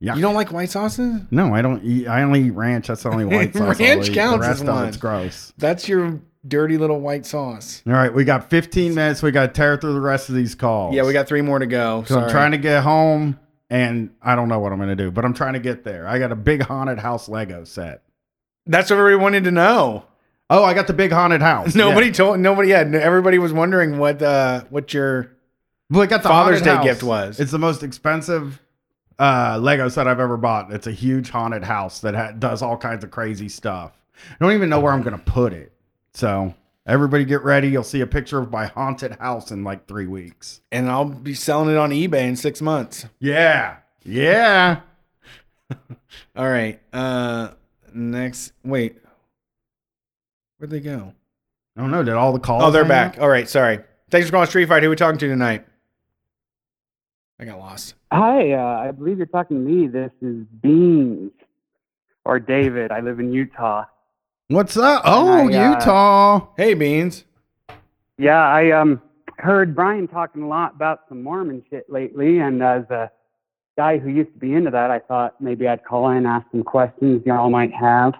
B: You don't like white sauces?
A: No, I don't eat. I only eat ranch. That's the only white sauce. I'll
B: Ranch
A: eat.
B: counts
A: The
B: as
A: rest of
B: one.
A: it's gross.
B: That's your dirty little white sauce.
A: All right, we got 15 minutes. We got to tear through the rest of these calls.
B: Yeah, we got three more to go.
A: So
B: Sorry.
A: I'm trying to get home, and I don't know what I'm going to do, but I'm trying to get there. I got a big haunted house Lego set.
B: That's what everybody wanted to know.
A: Oh, I got the big haunted house.
B: Nobody
A: Yeah.
B: told. Nobody had. Everybody was wondering what uh what your
A: Well, I got the
B: Father's
A: haunted
B: Day
A: house.
B: gift was.
A: It's the most expensive uh, Lego set I've ever bought. It's a huge haunted house that ha- does all kinds of crazy stuff. I don't even know where I'm going to put it. So everybody get ready. You'll see a picture of my haunted house in like three weeks.
B: and I'll be selling it on eBay in six months.
A: Yeah. Yeah.
B: All right. Uh, next. Wait, where'd they go?
A: I don't know. Did all the calls?
B: Oh, they're
A: hang
B: back.
A: up?
B: All right. Sorry. Thanks for calling Street Fight. Who are we talking to tonight? I got lost.
E: Hi, uh, I believe you're talking to me. This is Beans or David. I live in Utah.
A: What's up? Oh,
E: I, uh,
A: Utah.
B: Hey, Beans.
E: Yeah, I um heard Brian talking a lot about some Mormon shit lately, and as a guy who used to be into that, I thought maybe I'd call in and ask some questions y'all might have.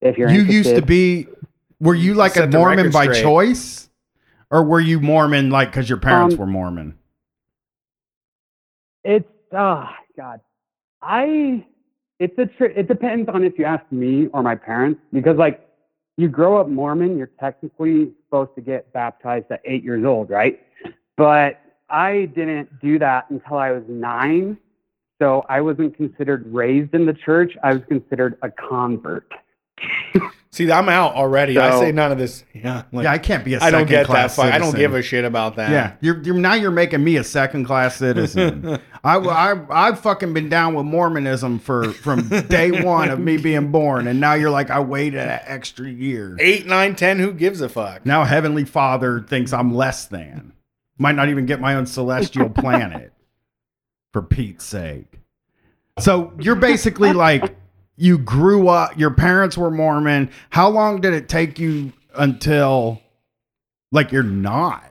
E: If you're
A: You
E: interested.
A: used to be. Were you like a
B: Set the
A: Mormon
B: record
A: by
B: straight.
A: choice, or were you Mormon like because your parents
E: Um,
A: were Mormon?
E: It's oh god. I it's a tri- it depends on if you ask me or my parents because like you grow up Mormon, you're technically supposed to get baptized at 8 years old, right? But I didn't do that until I was 9. So I wasn't considered raised in the church. I was considered a convert.
B: See, I'm out already. I
E: So-
B: say none of this. Yeah. Like,
A: yeah, I can't be a
B: I,
A: second
B: don't get that.
A: class
B: Fuck. I don't
A: citizen.
B: give a shit about that.
A: Yeah, you're, you're now you're making me a second class citizen. I, I I've fucking been down with Mormonism for from day one of me being born, and now you're like I waited an extra year.
B: Eight, nine, ten. Who gives a fuck?
A: Now Heavenly Father thinks I'm less than. Might not even get my own celestial planet. For Pete's sake. So you're basically like you grew up. Your parents were Mormon. How long did it take you until like you're not?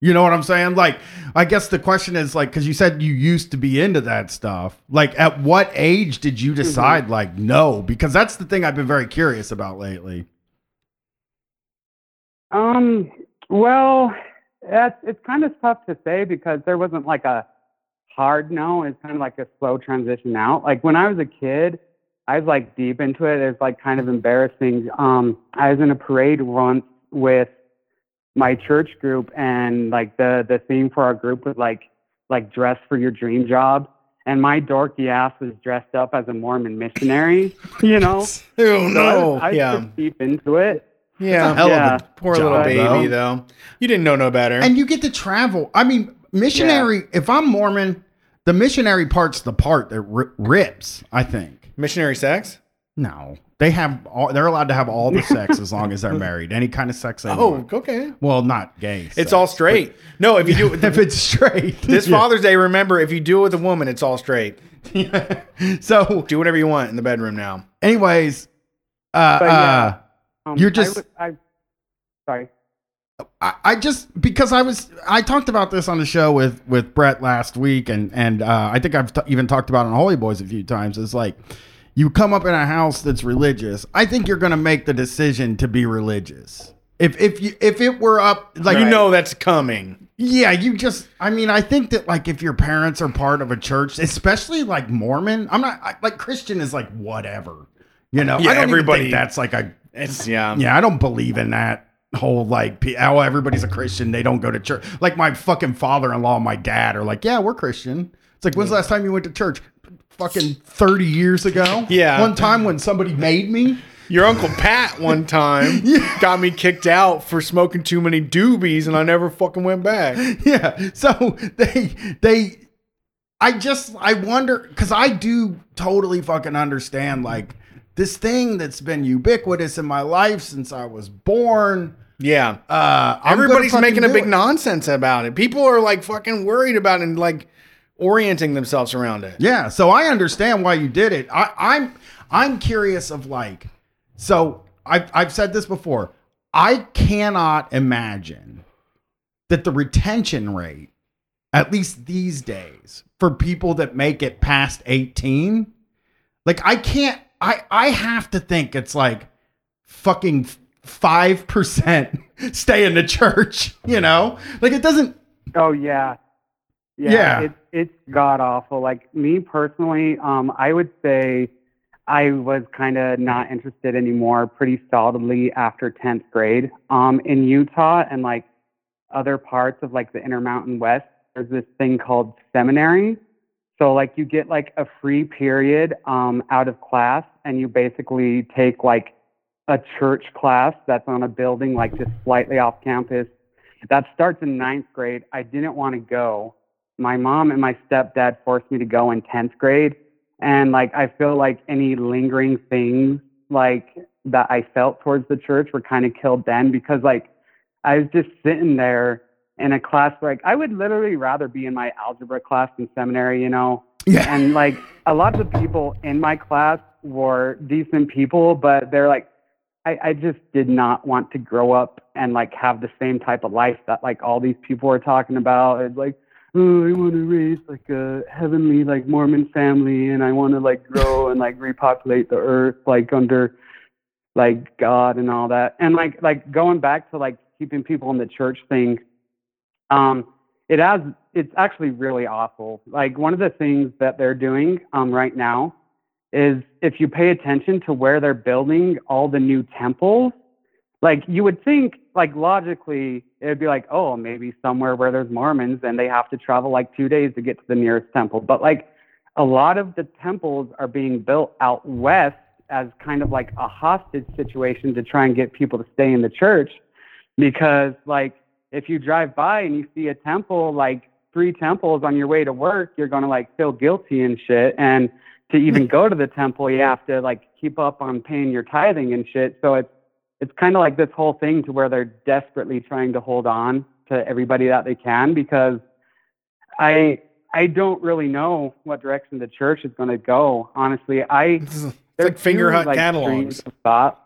A: You know what I'm saying? Like, I guess the question is like, because you said you used to be into that stuff. Like, at what age did you decide, like, no? Because that's the thing I've been very curious about lately.
E: Um, well, that's it's kind of tough to say because there wasn't like a hard no. It's kind of like a slow transition out. Like when I was a kid, I was like deep into it. It's like kind of embarrassing. Um, I was in a parade once with my church group, and like the the theme for our group was like like dress for your dream job. And my dorky ass was dressed up as a Mormon missionary, you know.
B: Oh
E: So I
B: no!
E: was- I was
B: yeah,
E: just deep into it.
B: yeah.
A: Hell
E: Yeah.
A: of a
B: Poor
A: job,
B: little baby,
A: though.
B: though. You didn't know no better.
A: And you get to travel. I mean, missionary. If I'm Mormon, the missionary part's the part that ri rips. I think.
B: Missionary sex?
A: No, they have. All, they're allowed to have all the sex as long as they're married. Any kind of sex. They
B: Oh,
A: want.
B: okay.
A: well, not gay.
B: It's
A: sex.
B: all straight. No, if you do it with
A: if it's straight.
B: this Father's Day, remember if you do it with a woman, it's all straight.
A: so,
B: Do whatever you want in the bedroom now.
A: anyways, uh,
E: But, yeah.
A: uh,
E: Um,
A: You're
E: I
A: just-
E: was- I, sorry.
A: I, I just because I was I talked about this on the show with with Brett last week and and uh, I think I've t- even talked about it on Holy Boys a few times. Is like you come up in a house that's religious. I think you're going to make the decision to be religious. If if you if it were up like
B: You know that's coming.
A: yeah you just I mean I think that like if your parents are part of a church, especially like Mormon, I'm not I, like Christian is like whatever. You know,
B: Yeah,
A: I don't everybody
B: everybody-
A: think that's like a
B: It's yeah.
A: yeah, I don't believe in that whole like pe- oh everybody's a Christian, they don't go to church. Like my fucking father-in-law and my dad are like, "Yeah, we're Christian." It's like, "When's the last time you went to church?" Fucking 30 years ago.
B: Yeah.
A: One time when somebody made me.
B: Your uncle Pat one time got me kicked out for smoking too many doobies, and I never fucking went back.
A: Yeah. So they they I just I wonder cuz I do totally fucking understand like this thing that's been ubiquitous in my life since I was born.
B: Yeah.
A: Uh I'm gonna
B: Everybody's
A: fucking
B: making a
A: do
B: big
A: it.
B: nonsense about it. People are like fucking worried about it and like orienting themselves around it.
A: Yeah, so I understand why you did it. I, I'm I'm curious of like, so I've I've said this before. I cannot imagine that the retention rate, at least these days, for people that make it past 18, like I can't I I have to think it's like fucking five percent stay in the church, you know? Like it doesn't
E: Oh yeah. Yeah.
A: Yeah.
E: It, it's god awful. Like me personally, um, I would say I was kind of not interested anymore pretty solidly after 10th grade. Um, in Utah and like other parts of like the Intermountain West, there's this thing called seminary. So like you get like a free period um, out of class and you basically take like a church class that's on a building like just slightly off campus that starts in ninth grade. I didn't want to go. My mom and my stepdad forced me to go in 10th grade. And like, I feel like any lingering things like that I felt towards the church were kind of killed then because like I was just sitting there in a class where, like I would literally rather be in my algebra class than seminary, you know?
A: Yeah.
E: And like a lot of the people in my class were decent people, but they're like, I, I just did not want to grow up and like have the same type of life that like all these people are talking about. It's like, oh, I want to raise like a heavenly like Mormon family, and I want to like grow and like repopulate the earth like under like God and all that. And like like going back to like keeping people in the church thing, um, it has it's actually really awful. Like one of the things that they're doing um right now is if you pay attention to where they're building all the new temples, like you would think, like logically, it would be like, oh, maybe somewhere where there's Mormons and they have to travel like two days to get to the nearest temple. But like a lot of the temples are being built out west as kind of like a hostage situation to try and get people to stay in the church because like if you drive by and you see a temple like three temples on your way to work you're going to like feel guilty and shit and to even go to the temple you have to like keep up on paying your tithing and shit so it's it's kind of like this whole thing to where they're desperately trying to hold on to everybody that they can because i i don't really know what direction the church is going to go honestly i
B: It's like
E: there's
B: finger
E: two,
B: hut
E: like,
B: catalogs.
E: streams of thought.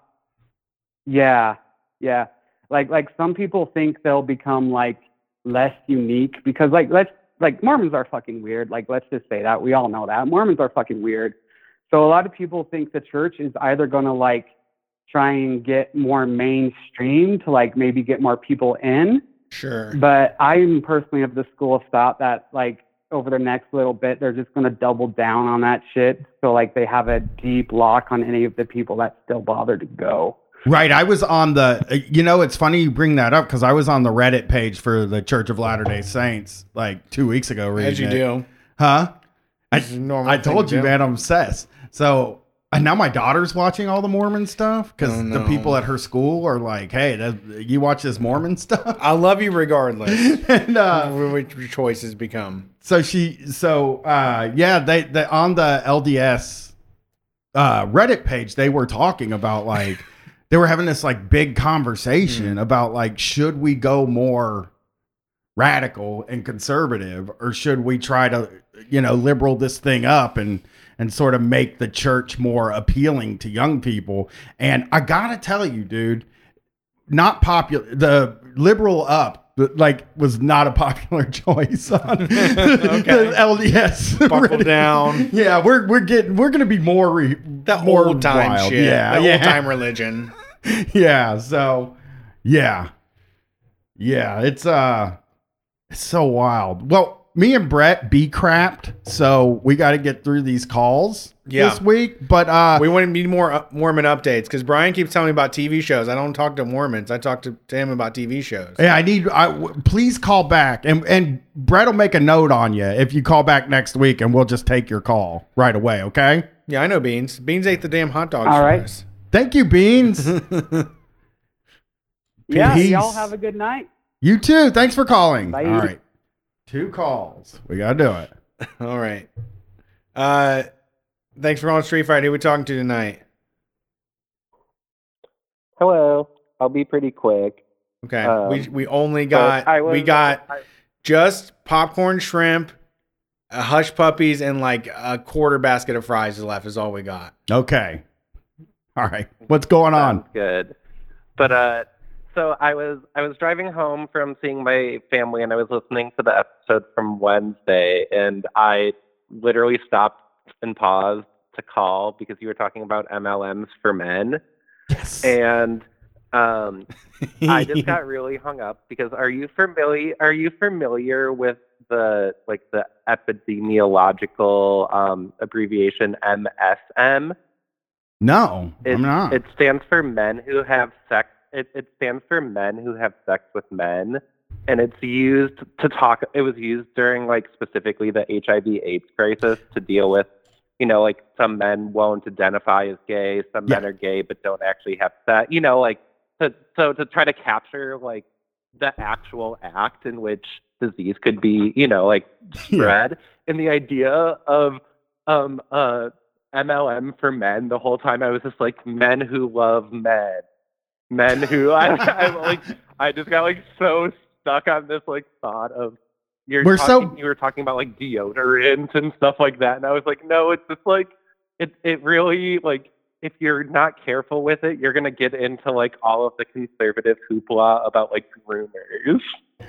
E: Yeah, yeah. Like like some people think they'll become like less unique because like let's like Mormons are fucking weird. Like let's just say that. We all know that. Mormons are fucking weird. So a lot of people think the church is either going to like try and get more mainstream to like maybe get more people in,
B: Sure.
E: but I'm personally of the school of thought that like over the next little bit they're just going to double down on that shit so like they have a deep lock on any of the people that still bother to go.
A: Right. I was on the, uh, you know, it's funny you bring that up because I was on the Reddit page for the Church of Latter day Saints like two weeks ago. Reading
B: As you
A: it.
B: do.
A: Huh? I,
B: It's a normal
A: I
B: thing
A: told
B: to
A: you,
B: do.
A: man, I'm obsessed. So, and now my daughter's watching all the Mormon stuff because
B: Oh,
A: the
B: no.
A: people at her school are like, hey, that, you watch this Mormon stuff?
B: I love you regardless.
A: and uh,
B: Wh- what your choices become.
A: so she so uh yeah they, they on the lds uh reddit page they were talking about like they were having this like big conversation about like should we go more radical and conservative or should we try to you know liberal this thing up and and sort of make the church more appealing to young people and i gotta tell you dude not popular the liberal up but, like was not a popular choice on the LDS.
B: Buckle
A: Reddit.
B: down.
A: Yeah, we're we're getting we're gonna be more re,
B: The
A: more
B: old time
A: wild.
B: shit.
A: Yeah,
B: the
A: yeah,
B: old time religion.
A: yeah. So, yeah, yeah. It's uh, it's so wild. Well, me and Brett be crapped, so we got to get through these calls
B: Yeah.
A: this week. But uh,
B: We want to need more uh, Mormon updates because Brian keeps telling me about TV shows. I don't talk to Mormons. I talk to, to him about TV shows.
A: Yeah, I need. I w- please call back, and and Brett will make a note on you if you call back next week, and we'll just take your call right away. Okay.
B: Yeah, I know Beans. Beans ate the damn hot dogs
E: All
B: for
E: right.
B: us.
A: Thank you,
B: Mm-hmm.
A: Beans.
E: Yeah,
A: Peace.
E: y'all have a good night.
A: you too. Thanks for calling.
E: Bye.
A: All right. Two calls. We gotta do it.
B: All right. Uh, thanks for calling Street Fight. Who we talking to tonight?
F: Hello. I'll be pretty quick.
B: Okay.
F: Um,
B: we we only
F: but
B: got
F: I was-
B: we got
F: I-
B: just popcorn shrimp, uh, hush puppies, and like a quarter basket of fries left is all we got.
A: Okay. All right. What's going on?
F: Sounds Good. But uh so I was I was driving home from seeing my family and I was listening to the episode from Wednesday and I literally stopped and paused to call because you were talking about MLMs for men
A: Yes.
F: and um I just got really hung up because are you familiar are you familiar with the like the epidemiological um, abbreviation MSM?
A: no,
F: It,
A: I'm not.
F: It stands for men who have sex. It, it stands for men who have sex with men, and it's used to talk. It was used during like specifically the HIV/AIDS crisis to deal with, you know, like some men won't identify as gay, some men
A: Yeah.
F: are gay but don't actually have sex. You know, like to, so to try to capture like the actual act in which disease could be, you know, like
A: Yeah.
F: spread. And the idea of um uh MLM for men the whole time I was just like men who love men. Men who I I like I just got like so stuck on this like thought of you're
A: We're so-
F: talking, you were talking about like deodorant and stuff like that and I was like no it's just like it it really like if you're not careful with it you're going to get into like all of the conservative hoopla about like groomers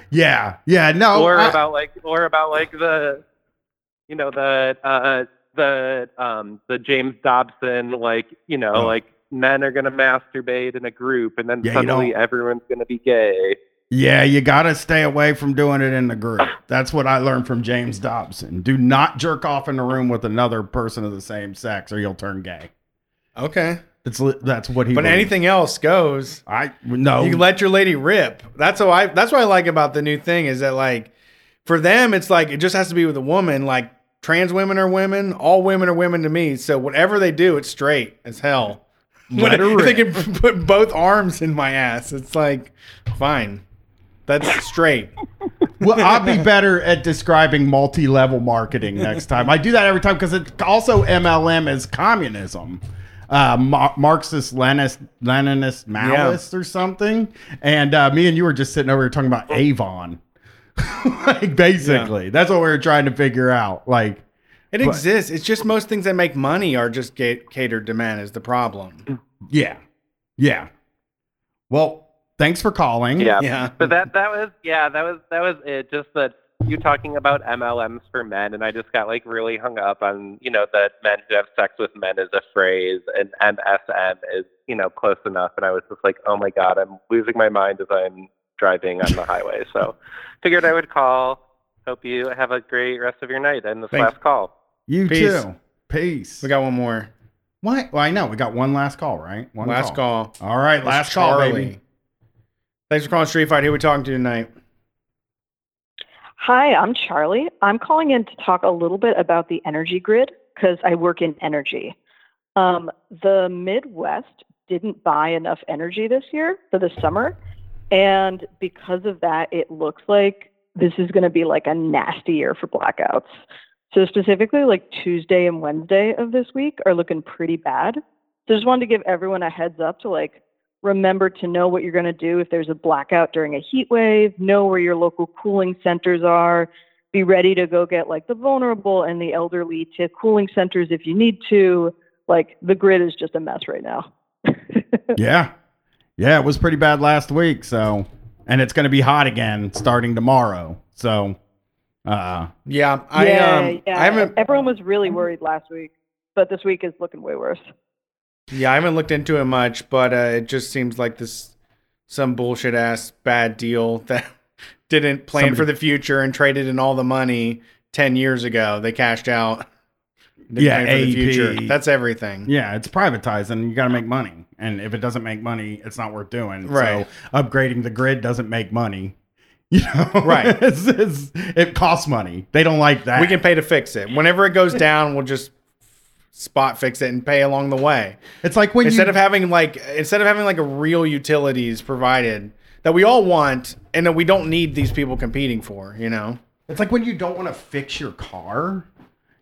A: Yeah. Yeah. No.
F: or
A: I-
F: about like or about like the you know the uh the um the James Dobson like you know
A: Oh.
F: like men are gonna masturbate in a group and then
A: Yeah, you
F: suddenly
A: don't-
F: everyone's gonna be gay.
A: yeah. You gotta stay away from doing it in the group. That's what I learned from James Dobson. Do not jerk off in the room with another person of the same sex, or you'll turn gay.
B: Okay.
A: That's li- that's what he.
B: But
A: believed.
B: anything else goes.
A: I no.
B: You let your lady rip. That's what I. That's what I like about the new thing is that like, for them, it's like it just has to be with a woman. Like trans women are women. All women are women to me. So whatever they do, it's straight as hell.
A: Let her
B: If they
A: rip.
B: can put both arms in my ass. It's like fine. That's straight.
A: well, I'll be better at describing multi-level marketing next time. I do that every time because it also MLM is communism, uh, Mar- Marxist Leninist Leninist Maoist or something. And uh, me and you were just sitting over here talking about Avon, like basically that's what we were trying to figure out. Like,
B: It
A: But-
B: exists. It's just most things that make money are just ga- catered to men is the problem.
A: yeah, yeah. Well, Thanks for calling.
F: Yeah.
B: Yeah.
F: But that that was yeah, that was that was it. Just that you talking about MLMs for men, and I just got like really hung up on you know that men who have sex with men is a phrase, and MSM is you know close enough, and I was just like, oh my god, I'm losing my mind as I'm driving on the highway. So figured I would call. Hope you have a great rest of your night and this
B: Thanks.
F: last call.
A: You
B: Peace.
A: too. Peace.
B: We got one more.
A: what? Well, I know we got one last call, right? One
B: Last call.
A: All right, last call,
B: Charlie.
A: baby.
B: Thanks for calling Street Fight. Who we talking to tonight?
G: Hi, I'm Charlie. I'm calling in to talk a little bit about the energy grid because I work in energy. Um, the Midwest didn't buy enough energy this year for the summer. And because of that, it looks like this is going to be like a nasty year for blackouts. So, specifically, like Tuesday and Wednesday of this week are looking pretty bad. So, just wanted to give everyone a heads up to like remember to know what you're going to do if there's a blackout during a heat wave, know where your local cooling centers are, be ready to go get like the vulnerable and the elderly to cooling centers if you need to. Like the grid is just a mess right now.
A: Yeah. Yeah, it was pretty bad last week, so and it's going to be hot again starting tomorrow. So uh
B: Yeah, Mm-hmm. I um, I haven't.
G: Everyone was really worried last week, but this week is looking way worse.
B: Yeah, I haven't looked into it much, but uh, it just seems like this some bullshit ass bad deal that didn't plan for
A: Somebody-
B: the future and traded in all the money ten years ago. They cashed out. Didn't
A: Yeah,
B: plan
A: AEP.
B: That's everything.
A: yeah, it's privatized and you got to make money. And if it doesn't make money, it's not worth doing.
B: Right.
A: So upgrading the grid doesn't make money. You know.
B: Right.
A: It's- it's- it costs money. They don't like that.
B: We can pay to fix it. Whenever it goes down, we'll just spot fix it and pay along the way.
A: It's like when
B: instead
A: you
B: of having like instead of having like a real utilities provided that we all want and that we don't need these people competing for, you know.
A: It's like when you don't want to fix your car.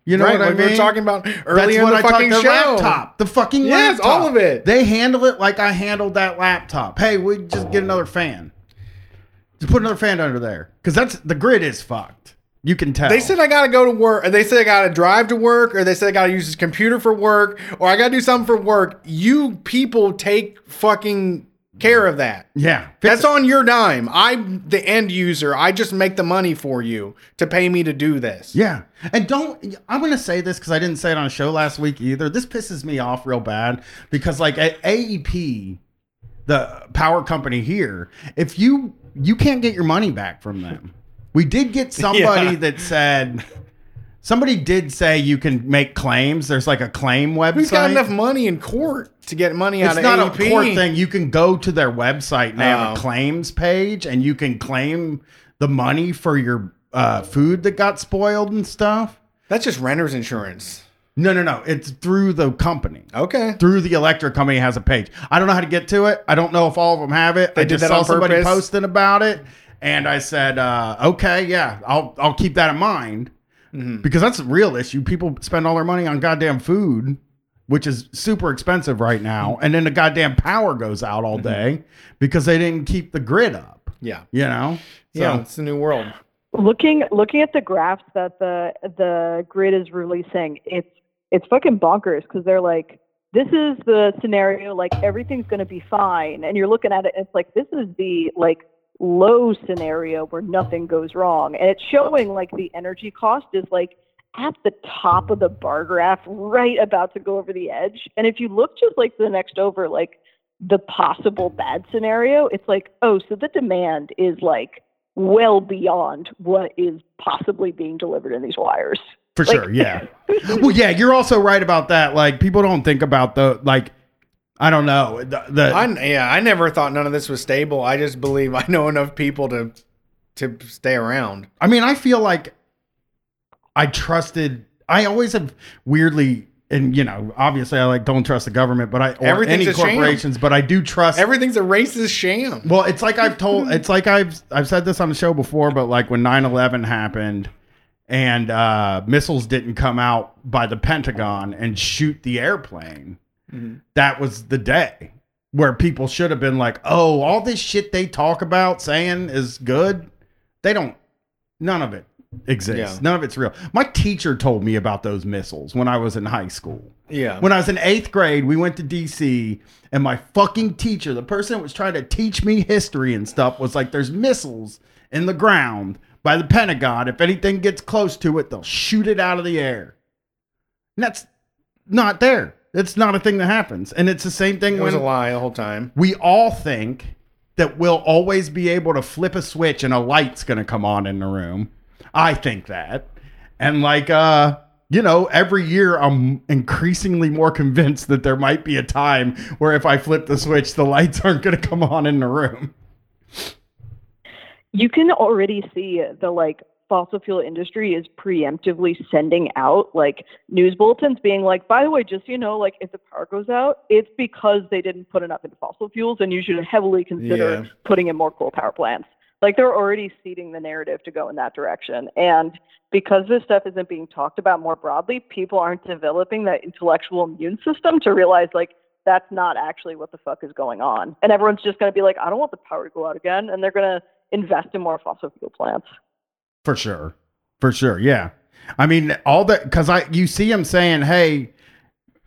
A: You know
B: right,
A: what I
B: like
A: mean?
B: we were talking about
A: That's
B: earlier in
A: what
B: the
A: I talked-
B: fucking
A: the
B: show.
A: laptop, the fucking
B: Yes,
A: laptop.
B: all of it.
A: They handle it like I handled that laptop. Hey, we just get another fan. Just put another fan under there because that's the grid is fucked. You can tell.
B: They said I gotta go to work, or they said I gotta drive to work, or they said I gotta use this computer for work, or I gotta do something for work. You people take fucking care of that.
A: yeah,
B: That's on your dime. I'm the end user. I just make the money for you to pay me to do this.
A: Yeah. And don't, I'm going to say this because I didn't say it on a show last week either. This pisses me off real bad because, like, at AEP, the power company here, if you, you can't get your money back from them. We did get somebody
B: Yeah.
A: that said, somebody did say you can make claims. There's like a claim website.
B: Who's got enough money in court to get money out
A: It's
B: of
A: not
B: AEP?
A: a court thing. You can go to their website and they have
B: Oh.
A: a claims page, and you can claim the money for your uh, food that got spoiled and stuff.
B: That's just renter's insurance.
A: No, no, no. It's through the company.
B: Okay.
A: Through the electric company has a page. I don't know how to get to it. I don't know if all of them have it.
B: They
A: I
B: did
A: just
B: that
A: saw
B: on
A: somebody
B: purpose?
A: posting about it, and I said, uh, "Okay, yeah, I'll I'll keep that in mind
B: Mm-hmm.
A: because that's a real issue. People spend all their money on goddamn food, which is super expensive right now, and then the goddamn power goes out all
B: Mm-hmm.
A: day because they didn't keep the grid up.
B: Yeah.
A: You know, so
B: yeah, it's the new world.
G: looking looking at the graphs that the the grid is releasing it's it's fucking bonkers because they're like this is the scenario like everything's going to be fine and you're looking at it and it's like this is the like low scenario where nothing goes wrong and it's showing like the energy cost is like at the top of the bar graph right about to go over the edge and if you look just like the next over like the possible bad scenario it's like oh so the demand is like well beyond what is possibly being delivered in these wires.
A: for
G: Like-
A: sure, yeah. well, yeah, you're also right about that. Like people don't think about the like. I don't know the, the
B: I yeah, I never thought none of this was stable. I just believe I know enough people to to stay around.
A: I mean, I feel like I trusted. I always have weirdly, and you know, obviously, I like don't trust the government, but I or
B: Everything's
A: any
B: a sham.
A: corporations, but I do trust.
B: Everything's a racist sham.
A: well, it's like I've told. It's like I've I've said this on the show before, but like when 9-11 happened and uh, missiles didn't come out by the Pentagon and shoot the airplane, that was the day where people should have been like, "Oh, all this shit they talk about saying is good. They don't. None of it exists.
B: Yeah.
A: None of it's real. My teacher told me about those missiles when I was in high school.
B: Yeah.
A: When I was in eighth grade, we went to DC, and my fucking teacher, the person that was trying to teach me history and stuff, was like, "There's missiles in the ground by the Pentagon. If anything gets close to it, they'll shoot it out of the air." And that's not there. It's not a thing that happens, and it's the same thing
B: It
A: when
B: was a lie the whole time.
A: we all think that we'll always be able to flip a switch and a light's going to come on in the room. I think that. And like uh you know, every year I'm increasingly more convinced that there might be a time where if I flip the switch, the lights aren't going to come on in the room.
G: you can already see the like fossil fuel industry is preemptively sending out like news bulletins being like by the way just so you know like if the power goes out it's because they didn't put enough into fossil fuels and you should heavily consider
B: Yeah.
G: putting in more coal power plants like they're already seeding the narrative to go in that direction and because this stuff isn't being talked about more broadly people aren't developing that intellectual immune system to realize like that's not actually what the fuck is going on and everyone's just going to be like i don't want the power to go out again and they're going to invest in more fossil fuel plants.
A: For sure. For sure. Yeah. I mean, all that because I you see him saying, "Hey,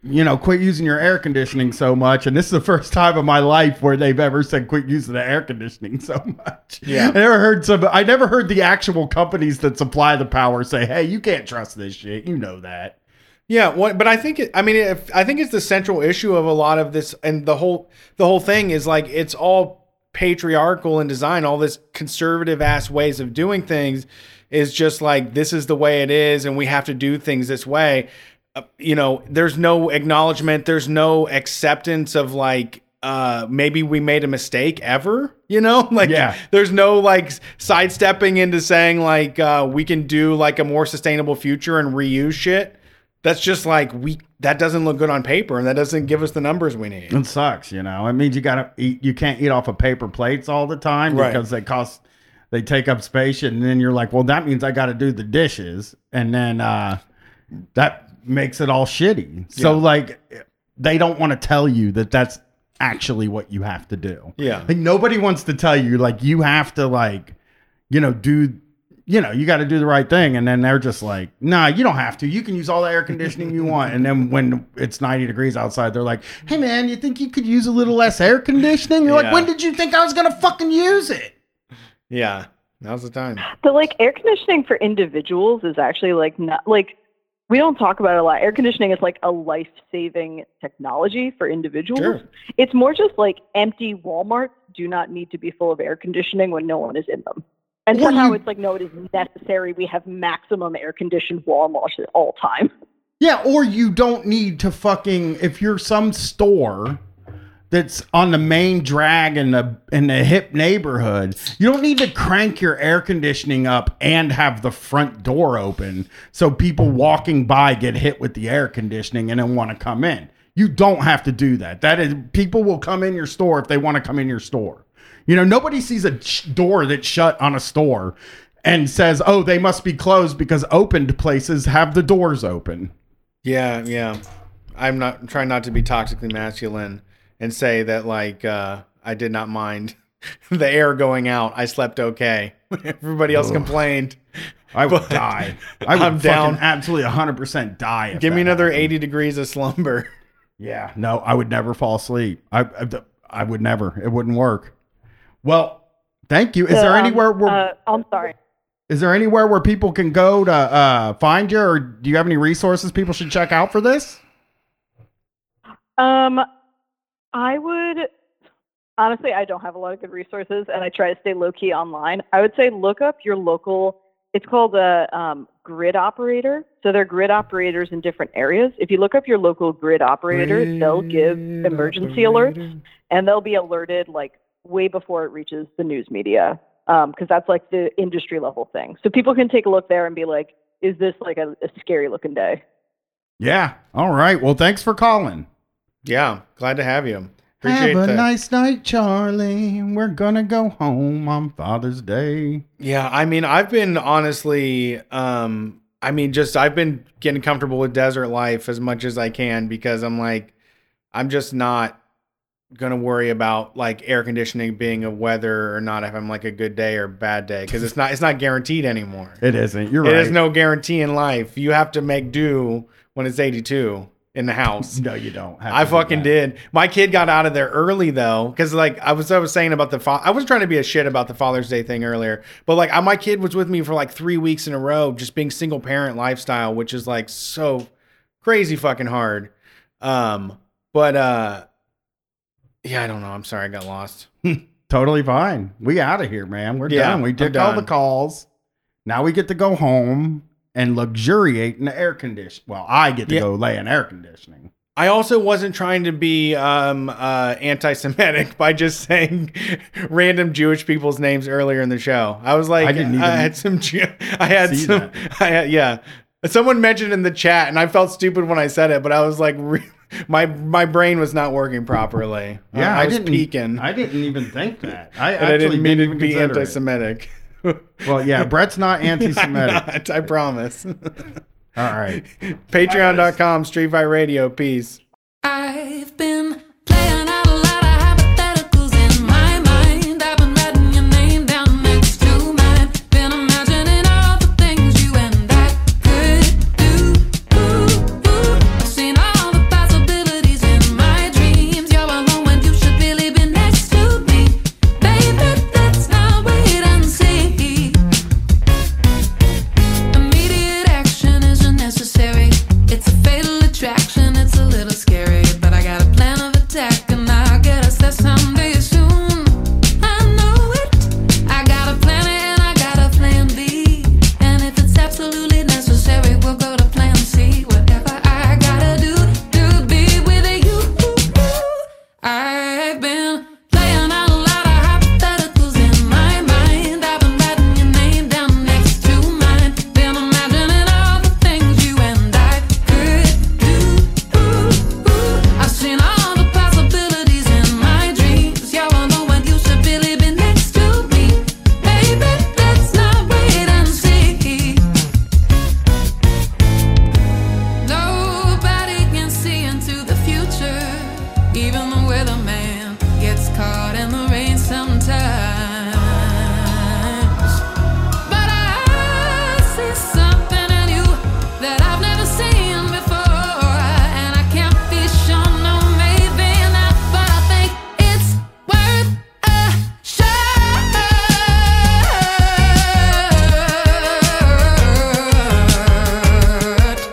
A: you know, quit using your air conditioning so much." And this is the first time in my life where they've ever said, "Quit using the air conditioning so much."
B: Yeah.
A: I never heard some. I never heard the actual companies that supply the power say, "Hey, you can't trust this shit." You know that.
B: Yeah, what, but I think it, I mean if, I think it's the central issue of a lot of this, and the whole the whole thing is like it's all patriarchal in design. All this conservative ass ways of doing things is just like this is the way it is, and we have to do things this way. Uh, you know, there's no acknowledgement, there's no acceptance of like uh maybe we made a mistake ever. You know, like
A: Yeah.
B: there's no like sidestepping into saying like uh, we can do like a more sustainable future and reuse shit. That's just like we that doesn't look good on paper and that doesn't give us the numbers we need.
A: It sucks. You know, it means you gotta eat. You can't eat off of paper plates all the time
B: Right.
A: because they cost. They take up space, and then you're like, "Well, that means I got to do the dishes," and then uh, that makes it all shitty. So like, they don't want to tell you that that's actually what you have to do.
B: Yeah.
A: Like nobody wants to tell you like you have to like, you know, do you know, you got to do the right thing and then they're just like, "Nah, you don't have to. You can use all the air conditioning you want." And then when it's 90 degrees outside, they're like, "Hey man, you think you could use a little less air conditioning?" You're
B: Yeah.
A: like, "When did you think I was going to fucking use it?"
B: Yeah. Now's the time.
G: So like air conditioning for individuals is actually like not like we don't talk about it a lot. Air conditioning is like a life-saving technology for individuals.
B: Sure.
G: It's more just like empty Walmarts do not need to be full of air conditioning when no one is in them. And
A: Well,
G: somehow
A: you-
G: it's like no, it is necessary. We have maximum air-conditioned Walmarts at all time.
A: Yeah, or you don't need to fucking if you're some store that's on the main drag in the in the hip neighborhood, you don't need to crank your air conditioning up and have the front door open so people walking by get hit with the air conditioning and then want to come in. You don't have to do that. That is people will come in your store if they want to come in your store. You know, nobody sees a sh- door that's shut on a store and says, "Oh, they must be closed because opened places have the doors open."
B: Yeah, yeah. I'm not I'm trying not to be toxically masculine and say that like uh I did not mind the air going out. I slept okay. Everybody else complained.
A: I would
B: But
A: die. I would
B: I'm
A: fucking
B: down.
A: absolutely 100% die. if
B: Give me
A: that
B: another
A: happened.
B: 80 degrees of slumber.
A: Yeah. No, I would never fall asleep. I, I, I would never. It wouldn't work. Well, thank you. Is
G: So,
A: there
G: um,
A: anywhere where
G: uh, I'm sorry.
A: is there anywhere where people can go to uh, find you, or do you have any resources people should check out for this?
G: Um, I would honestly, I don't have a lot of good resources, and I try to stay low key online. I would say look up your local. It's called a um, grid operator. So there are grid operators in different areas. If you look up your local grid operator, they'll give emergency alerts, and they'll be alerted like way before it reaches the news media, because that's like the industry level thing. So people can take a look there and be like, "Is this like a, a scary looking day?"
A: Yeah. All right. Well, thanks for calling.
B: Yeah, glad to have you. Appreciate
A: have a
B: that.
A: nice night, Charlie. We're gonna go home on Father's Day.
B: Yeah, I mean, I've been honestly, um, I mean, just I've been getting comfortable with desert life as much as I can because I'm like, I'm just not gonna worry about like air conditioning being a weather or not if I'm like a good day or bad day because it's not it's not guaranteed anymore.
A: It isn't. You're
B: There
A: right.
B: is no guarantee in life. You have to make do when it's 82 in the house.
A: No, you don't. have
B: I
A: to do
B: fucking
A: that.
B: did. My kid got out of there early though, because like I was I was saying about the fa- I was trying to be a shit about the Father's Day thing earlier, but like I, my kid was with me for like three weeks in a row, just being single parent lifestyle, which is like so crazy fucking hard. Um, but uh, yeah, I don't know. I'm sorry, I got lost.
A: Totally fine. We out of here, man. We're
B: Yeah,
A: done. We
B: we're
A: took all the
B: done.
A: calls. Now we get to go home and luxuriate in the air condition. Well, I get to
B: Yeah.
A: go lay in air conditioning.
B: I also wasn't trying to be um, uh, anti-Semitic by just saying random Jewish people's names earlier in the show. I was like,
A: I
B: I,
A: didn't even
B: had some, Jew- I had
A: see
B: some,
A: that.
B: I had, yeah. Someone mentioned in the chat, and I felt stupid when I said it, but I was like, re- my my brain was not working properly. Uh,
A: Yeah,
B: I,
A: I
B: was
A: didn't-
B: peeking,
A: I didn't even think that. I
B: and I
A: actually
B: didn't mean
A: didn't even
B: to be
A: consider it.
B: anti-Semitic.
A: Well, yeah, Brett's not
B: I'm
A: anti-Semitic.
B: not, I promise.
A: all right.
B: Patreon.com, Street Fight Radio. Peace.
H: I've been playing out a lot of hypotheticals in my mind. I've been writing your name down next to mine. Been imagining all the things you and I could do. I've seen all the possibilities in my dreams. You're alone when you should really be next to me. Baby, that's not wait and see. Immediate action isn't necessary. It's a fatal attraction, it's a little scary. But I got a plan of attack, and I guess that someday soon. I know it. I got a plan A and I got a plan B. And if it's absolutely necessary, we'll go to plan C. Whatever I gotta do to be with you. I've been playing out a lot of hypotheticals in my mind. I've been writing your name down next to mine. Been imagining all the things you and I could do. I've seen all the possibilities in my dreams. Y'all know when you should really be next to me. Baby, let's not wait and see. Nobody can see into the future. Even the weatherman gets caught in the rain sometimes. But I see something in you that I've never seen before. And I can't be sure, no, maybe not. But I think it's worth a shot.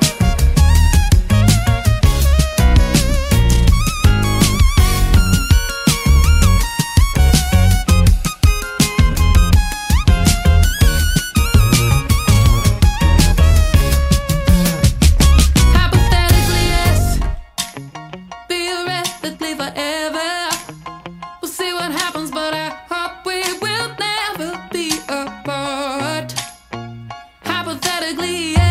H: Hypothetically, yes. Theoretically, forever. We'll see what happens, but I hope we will never be apart. Hypothetically, yes. Oh, Oh, Oh,